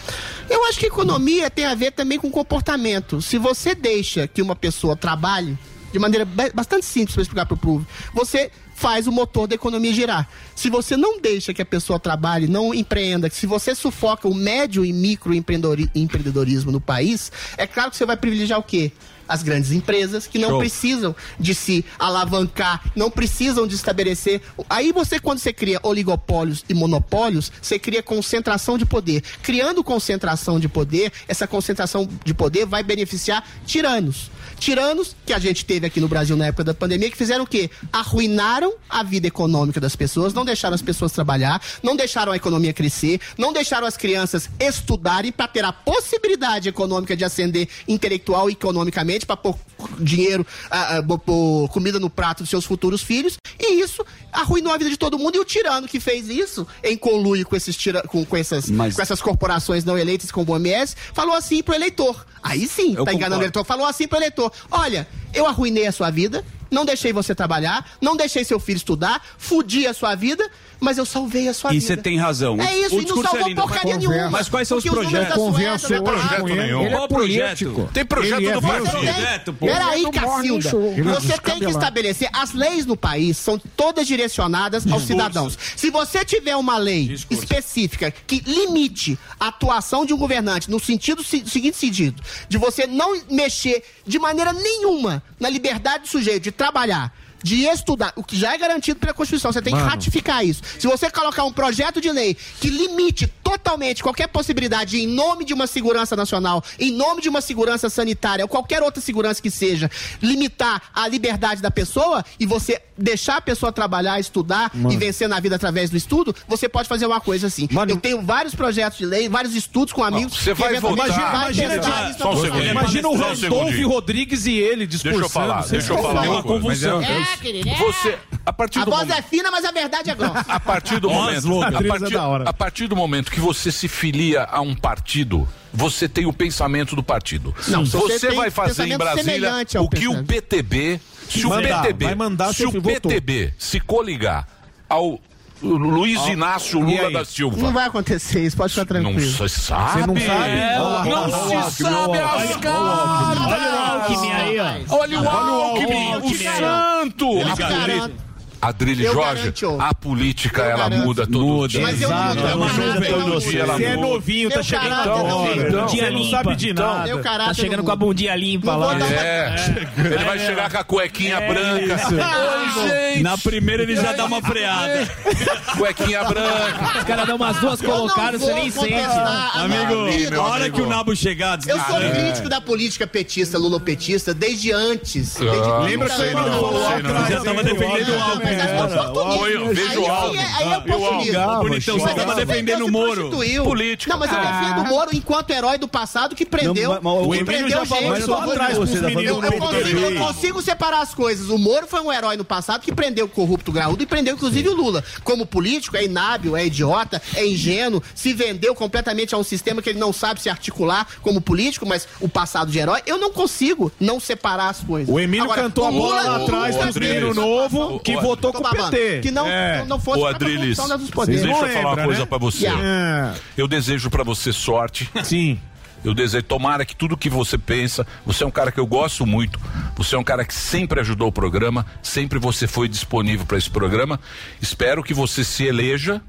Eu acho que economia tem a ver também com comportamento. Se você deixa que uma pessoa trabalhe, de maneira ba- bastante simples para explicar para o público, você faz o motor da economia girar. Se você não deixa que a pessoa trabalhe, não empreenda, se você sufoca o médio e micro empreendedori- empreendedorismo no país, é claro que você vai privilegiar o quê? As grandes empresas que não Show. precisam precisam de se alavancar, não precisam de estabelecer. Aí você, quando você cria oligopólios e monopólios, você cria concentração de poder. Criando concentração de poder, essa concentração de poder vai beneficiar tiranos. Tiranos que a gente teve aqui no Brasil na época da pandemia, que fizeram o quê? Arruinaram a vida econômica das pessoas, não deixaram as pessoas trabalhar, não deixaram a economia crescer, não deixaram as crianças estudarem para ter a possibilidade econômica de ascender intelectual e economicamente, para pôr dinheiro, ah, ah, bo- pôr comida no prato dos seus futuros filhos. E isso arruinou a vida de todo mundo. E o tirano que fez isso, em conluio com, esses tira, com, com essas, com essas corporações não eleitas, com o OMS, falou assim pro eleitor. Aí sim, tá enganando o eleitor. Falou assim pro eleitor: olha, eu arruinei a sua vida. Não deixei você trabalhar, não deixei seu filho estudar, fudi a sua vida, mas eu salvei a sua E vida. você tem razão. É isso, e não salvou porcaria nenhuma. Mas quais são os Porque números projetos? da Suécia, da Bahia- Qual projeto? Tem projeto é Ele é do vivo. Brasil. Projeto, pô. Peraí, Não morre no Cacilda. show. Ele é Você tem que descabelado. estabelecer. As leis no país são todas direcionadas aos cidadãos. Se você tiver uma lei específica que limite a atuação de um governante no sentido se- seguinte sentido, de você não mexer de maneira nenhuma na liberdade do sujeito de trabalhar. De estudar, o que já é garantido pela Constituição, você tem que Mano. ratificar isso. Se você colocar um projeto de lei que limite totalmente qualquer possibilidade, em nome de uma segurança nacional, em nome de uma segurança sanitária, ou qualquer outra segurança que seja, limitar a liberdade da pessoa e você deixar a pessoa trabalhar, estudar e vencer na vida através do estudo, você pode fazer uma coisa assim. Eu tenho vários projetos de lei, vários estudos com amigos. Você que vai eventualmente voltar. vai Imagina, testar imagina, isso só um na segundo. sociedade. Imagina o Só um Rodolfo segundinho. Rodrigues e ele Deixa eu falar, vocês deixa eu estão falar uma uma coisa. convulsão. Mas é- É, querido, é. Você, a partir A do voz momento- é fina, mas a verdade é grossa. A partir do Ó, momento, slogan. a Atriz é partir, da hora. a partir do momento que você se filia a um partido, você tem o pensamento do partido. Não, você, você tem vai fazer em pensamento Brasília semelhante ao o que o pensamento. PTB, se o Mandar, PTB, vai mandar se se o votou. PTB se coligar ao Luiz Ó, Inácio e Lula aí? da Silva. Não vai acontecer isso, pode ficar Não tranquilo. se sabe. Você não sabe? É, Olha lá, não olha lá, se olha lá, sabe olha lá, as olha lá, cartas. olha lá, olha lá, olha lá. Olha o Olha o Alckmin, o Alckmin aí, ó. santo. Ele A garante. política- Adrilho Eu Jorge, garanto. a política ela garanto. muda todo Muda, dia. mas eu Exato, mudo, meu é uma caráter nuvem. eu mudo. Você é novinho, tá Meu chegando na é caráter eu hora. mudo. Bundinha você limpa. Então, meu caráter Tá chegando eu com a mudo. bundinha limpa lá. É. Ele vai chegar com a cuequinha É branca. isso. Oi, gente. Na primeira ele já dá uma freada. Cuequinha branca. Os caras dão umas duas Eu não colocadas, você vou nem sente. né? contestar a minha vida. a hora que o nabo chegar, Eu Ah, sou é. descarrega. crítico da política petista, lulopetista, desde antes. Ah, desde não 30 sei anos. não, não sei não. Já tava defendendo o Alckmin. Olha, eu vejo o Alckmin. Aí é oportunismo. Bonitão, você tava defendendo o Moro. Prostituiu. Política. Não, mas eu Ah. defendo o Moro enquanto herói do passado que prendeu. Não, mas- mas o que Emílio prendeu já falou gente, isso lá favor de atrás pros Deus. meninos Eu- eu do consigo- PTB. Eu consigo separar as coisas. O Moro foi um herói no passado que prendeu o corrupto graúdo e prendeu inclusive o Lula. Como político, é inábil, é idiota, é ingênuo, se vendeu completamente a um sistema que ele não sabe se articular como político, mas o passado de herói, eu não consigo não separar as coisas. O Emílio cantou a bola lá atrás pro menino novo que votou com o PT. Que não, É. não fosse Ô, pra Adriles, corrupção dos poderes. deixa eu falar uma lembra, coisa né? pra você. Yeah. Eu desejo pra você sorte. Sim. Eu desejo, tomara que tudo que você pensa, você é um cara que eu gosto muito, você é um cara que sempre ajudou o programa, sempre você foi disponível pra esse programa. Espero que você se eleja,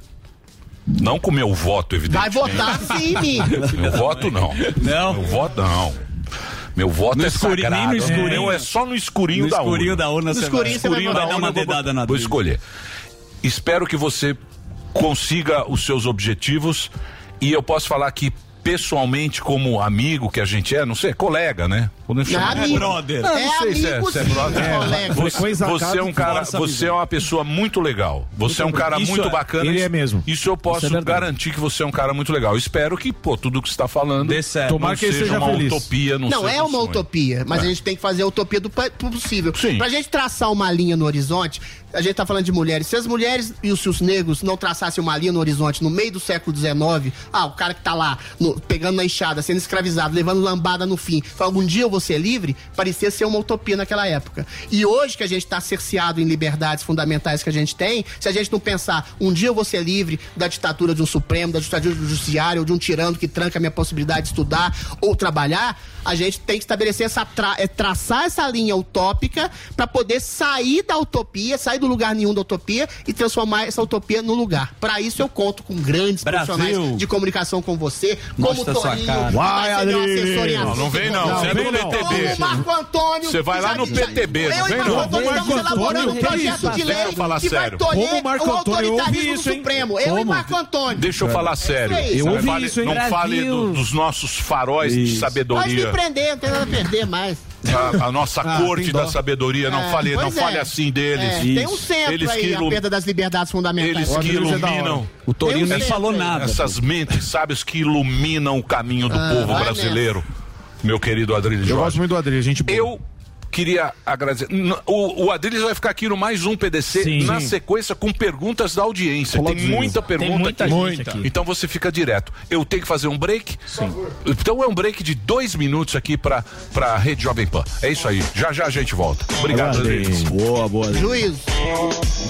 não com meu voto, evidentemente. Vai votar sim, Mimi. Meu voto não. Não? Meu voto não. Meu voto No é escurinho, sagrado. nem no escurinho. Meu é só no escurinho No da urna. escurinho da urna, No você escurinho vai- você escurinho vai da mandar urna, uma eu vou- dedada na Vou dele. escolher. Espero que você consiga os seus objetivos e eu posso falar que pessoalmente como amigo que a gente é, não sei, colega, né? Podemos É chamar- amigo. brother. É não sei se amigo, se sim, brother. é colega. Você, Frequência você é um acaba cara, que força a você é uma pessoa muito legal. Você é um Muito cara bem. Isso muito é, bacana. ele Isso- é mesmo. Isso Isso eu é posso verdade. garantir que você é um cara muito legal. Espero que, pô, tudo que você está falando Dê certo. Tomara que ele seja É, uma feliz. utopia, não, Não, seja é um uma sonho. utopia, mas É. a gente tem que fazer a utopia do pa- possível. Sim. Pra gente traçar uma linha no horizonte, a gente tá falando de mulheres. Se as mulheres e os seus negros não traçassem uma linha no horizonte no meio do século XIX, ah, o cara que tá lá no- pegando na enxada, sendo escravizado, levando lambada no fim, fala, algum dia eu vou ser livre, parecia ser uma utopia naquela época. E hoje que a gente tá cerceado em liberdades fundamentais que a gente tem, se a gente não pensar, um dia eu vou ser livre da ditadura de um Supremo, da ditadura do Judiciário, ou de um tirano que tranca a minha possibilidade de estudar ou trabalhar, a gente tem que estabelecer essa tra- é, traçar essa linha utópica para poder sair da utopia, sair do lugar nenhum da utopia e transformar essa utopia no lugar. Para isso eu conto com grandes Brasil. profissionais de comunicação com você, Mostra como sua cara. Vai, ser meu Adriano. assessor em Não, não vem não, assuntos você é do globais. PTB. Como o Marco Antônio. Você vai que lá já- no já- PTB, não eu vem e Marco não. Antônio Marco Antônio, estamos elaborando um que é projeto isso? de lei Deixa eu falar que vai sério. tolher Como o Marco o Antônio ouve autoritarismo do isso, hein? Supremo. Eu e Como? Marco Antônio. Deixa eu falar sério. É isso. Não fale- Não fale do- dos nossos faróis de Pode me sabedoria. prender, não tem nada a perder mais. A, a nossa Ah, corte tem da dó. sabedoria. Não É, fale, não pois é. fale assim deles. É, tem um centro eles aí, que a ilu- perda das liberdades fundamentais. Eles que é iluminam. Tem um centro aí. Essas mentes sábias que iluminam o caminho do Ah, povo vai brasileiro. Meu querido Adrilho Eu Jorge. gosto muito do Adri, gente boa. Eu queria agradecer. N- O, o Adriles vai ficar aqui no mais um PDC Sim. na Sim. sequência com perguntas da audiência. Tem Coladinho. muita Tem pergunta muita aqui. gente aqui. Então você fica direto. Eu tenho que fazer um break. Então é um break de dois minutos aqui pra, pra Rede Jovem Pan. É isso aí. Já já a gente volta. Obrigado, Adriles. Boa, boa. Juízo.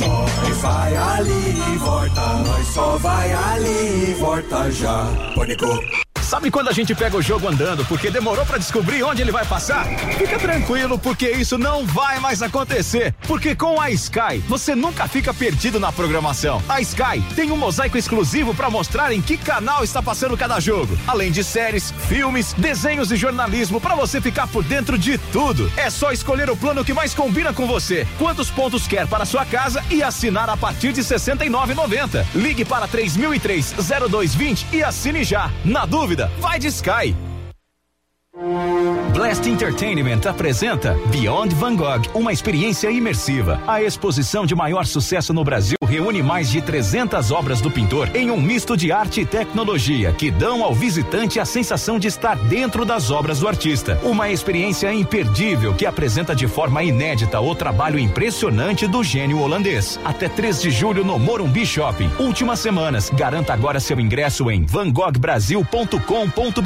Nós vai ali e volta, nós só vai ali e volta já. Pânico. Sabe quando a gente pega o jogo andando porque demorou pra descobrir onde ele vai passar? Fica tranquilo porque isso não vai mais acontecer. Porque com a Sky você nunca fica perdido na programação. A Sky tem um mosaico exclusivo pra mostrar em que canal está passando cada jogo, além de séries, filmes, desenhos e jornalismo pra você ficar por dentro de tudo. É só escolher o plano que mais combina com você, quantos pontos quer para sua casa e assinar a partir de R$ 69,90. Ligue para 3003-0220 e assine já. Na dúvida, vai de Sky. Blast Entertainment apresenta Beyond Van Gogh, uma experiência imersiva. A exposição de maior sucesso no Brasil reúne mais de 300 obras do pintor em um misto de arte e tecnologia que dão ao visitante a sensação de estar dentro das obras do artista. Uma experiência imperdível que apresenta de forma inédita o trabalho impressionante do gênio holandês. Até 3 de julho no Morumbi Shopping. Últimas semanas. Garanta agora seu ingresso em vangoghbrasil.com.br.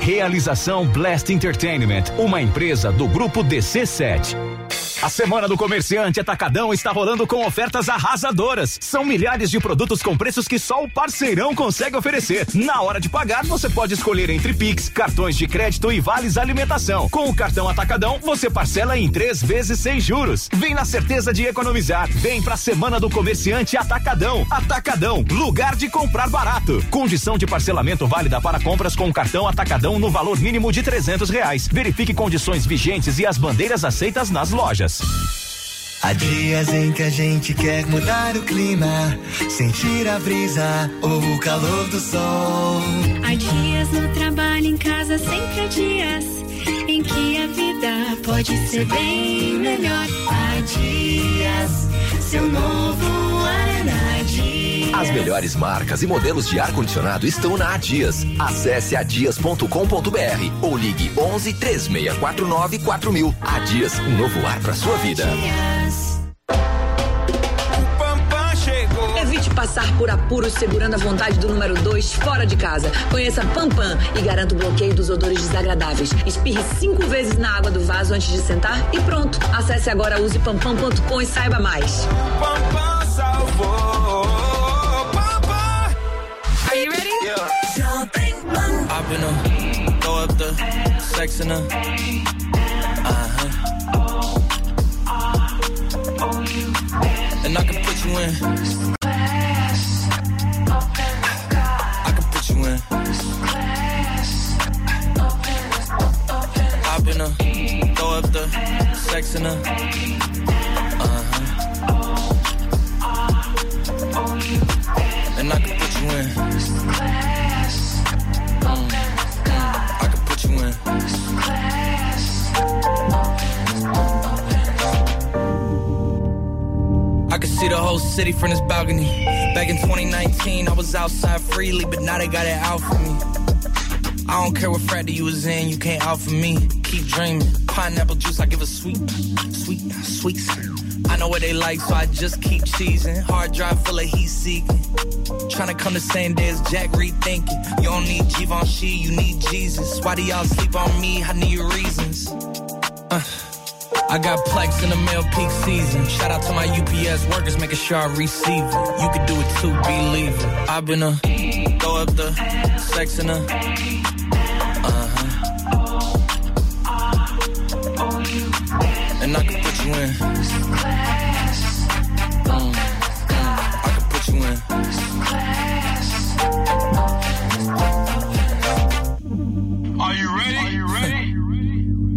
Realização Blast Entertainment, uma empresa do grupo DC7. A semana do comerciante Atacadão está rolando com ofertas arrasadoras. São milhares de produtos com preços que só o parceirão consegue oferecer. Na hora de pagar, você pode escolher entre Pix, cartões de crédito e vales alimentação. Com o cartão Atacadão, você parcela em três vezes sem juros. Vem na certeza de economizar. Vem pra semana do comerciante Atacadão. Atacadão, lugar de comprar barato. Condição de parcelamento válida para compras com cartão Atacadão no valor mínimo de 300 reais. Verifique condições vigentes e as bandeiras aceitas nas lojas. Há dias em que a gente quer mudar o clima, sentir a brisa ou o calor do sol. Há dias no trabalho, em casa, sempre há dias em que a vida pode ser bem melhor. Há dias, seu novo ar, há dias. As melhores marcas e modelos de ar-condicionado estão na Adias. Acesse adias.com.br ou ligue 11 3649 4000. Adias, um novo ar para sua vida. Evite passar por apuros segurando a vontade do número 2 fora de casa. Conheça Pampam e garanta o bloqueio dos odores desagradáveis. Espirre cinco vezes na água do vaso antes de sentar e pronto. Acesse agora usepampam.com e saiba mais. Pampá salvou. Pampá. Are you ready? I've been a throw up the sex in a. Uh-huh. And I can put you in. I can put you in. I've been a racks in her. Uh-huh. And I can put you in. Mm. I can put you in. I could see the whole city from this balcony. Back in 2019, I was outside freely, but now they got it out for me. I don't care what frat you was in, you can't out for me. Keep dreaming. Pineapple juice, I give a sweet, sweet, sweets. I know what they like, so I just keep cheesing. Hard drive full of heat seeking. Tryna come the same day as Jack rethinking. You don't need Givenchy, you need Jesus. Why do y'all sleep on me? I need reasons. Uh, I got plex in the mail peak season. Shout out to my UPS workers, making sure I receive it. You could do it too, believe it. I've been a throw up the sex in a. Uh-huh. And I can put you in. Mm. I can put you in. Are you ready? Are you ready?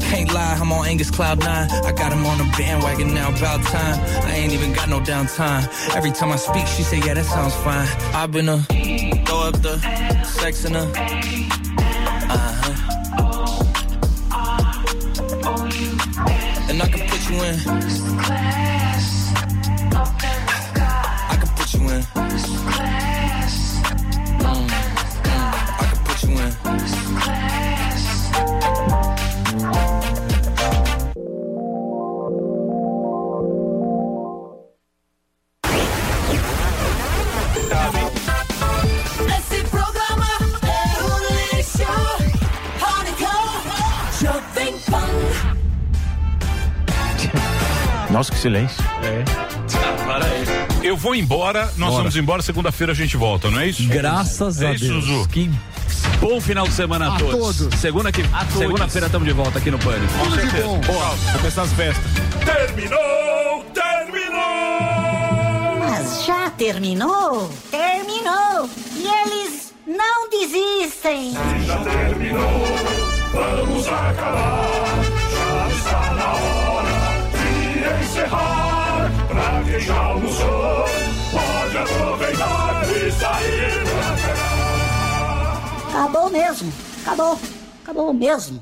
Can't lie, I'm on Angus Cloud 9. I got him on the bandwagon now, about time. I ain't even got no downtime. Every time I speak, she say, yeah, that sounds fine. I've been a throw up the sex in a. Uh-huh. And I can put you in. I can put you in. Mm. I can put you in. Esse programa é um lixo. Honeycomb, Jovem Pan. Nossa, que silêncio. É. Eu vou embora, nós Bora. vamos embora, segunda-feira a gente volta, não é isso? Graças é a isso, Deus. Zuzu? Que Bom final de semana a, A todos. todos. Segunda que todos. segunda-feira estamos de volta aqui no Pânico. Com certeza. Boa. Começar as festas. Terminou! Terminou! Mas já terminou? Terminou! E eles não desistem! terminou, vamos acabar. Já está na hora de encerrar. Pra quem já almoçou, pode aproveitar e sair pra cá. Acabou mesmo! Acabou! Acabou mesmo!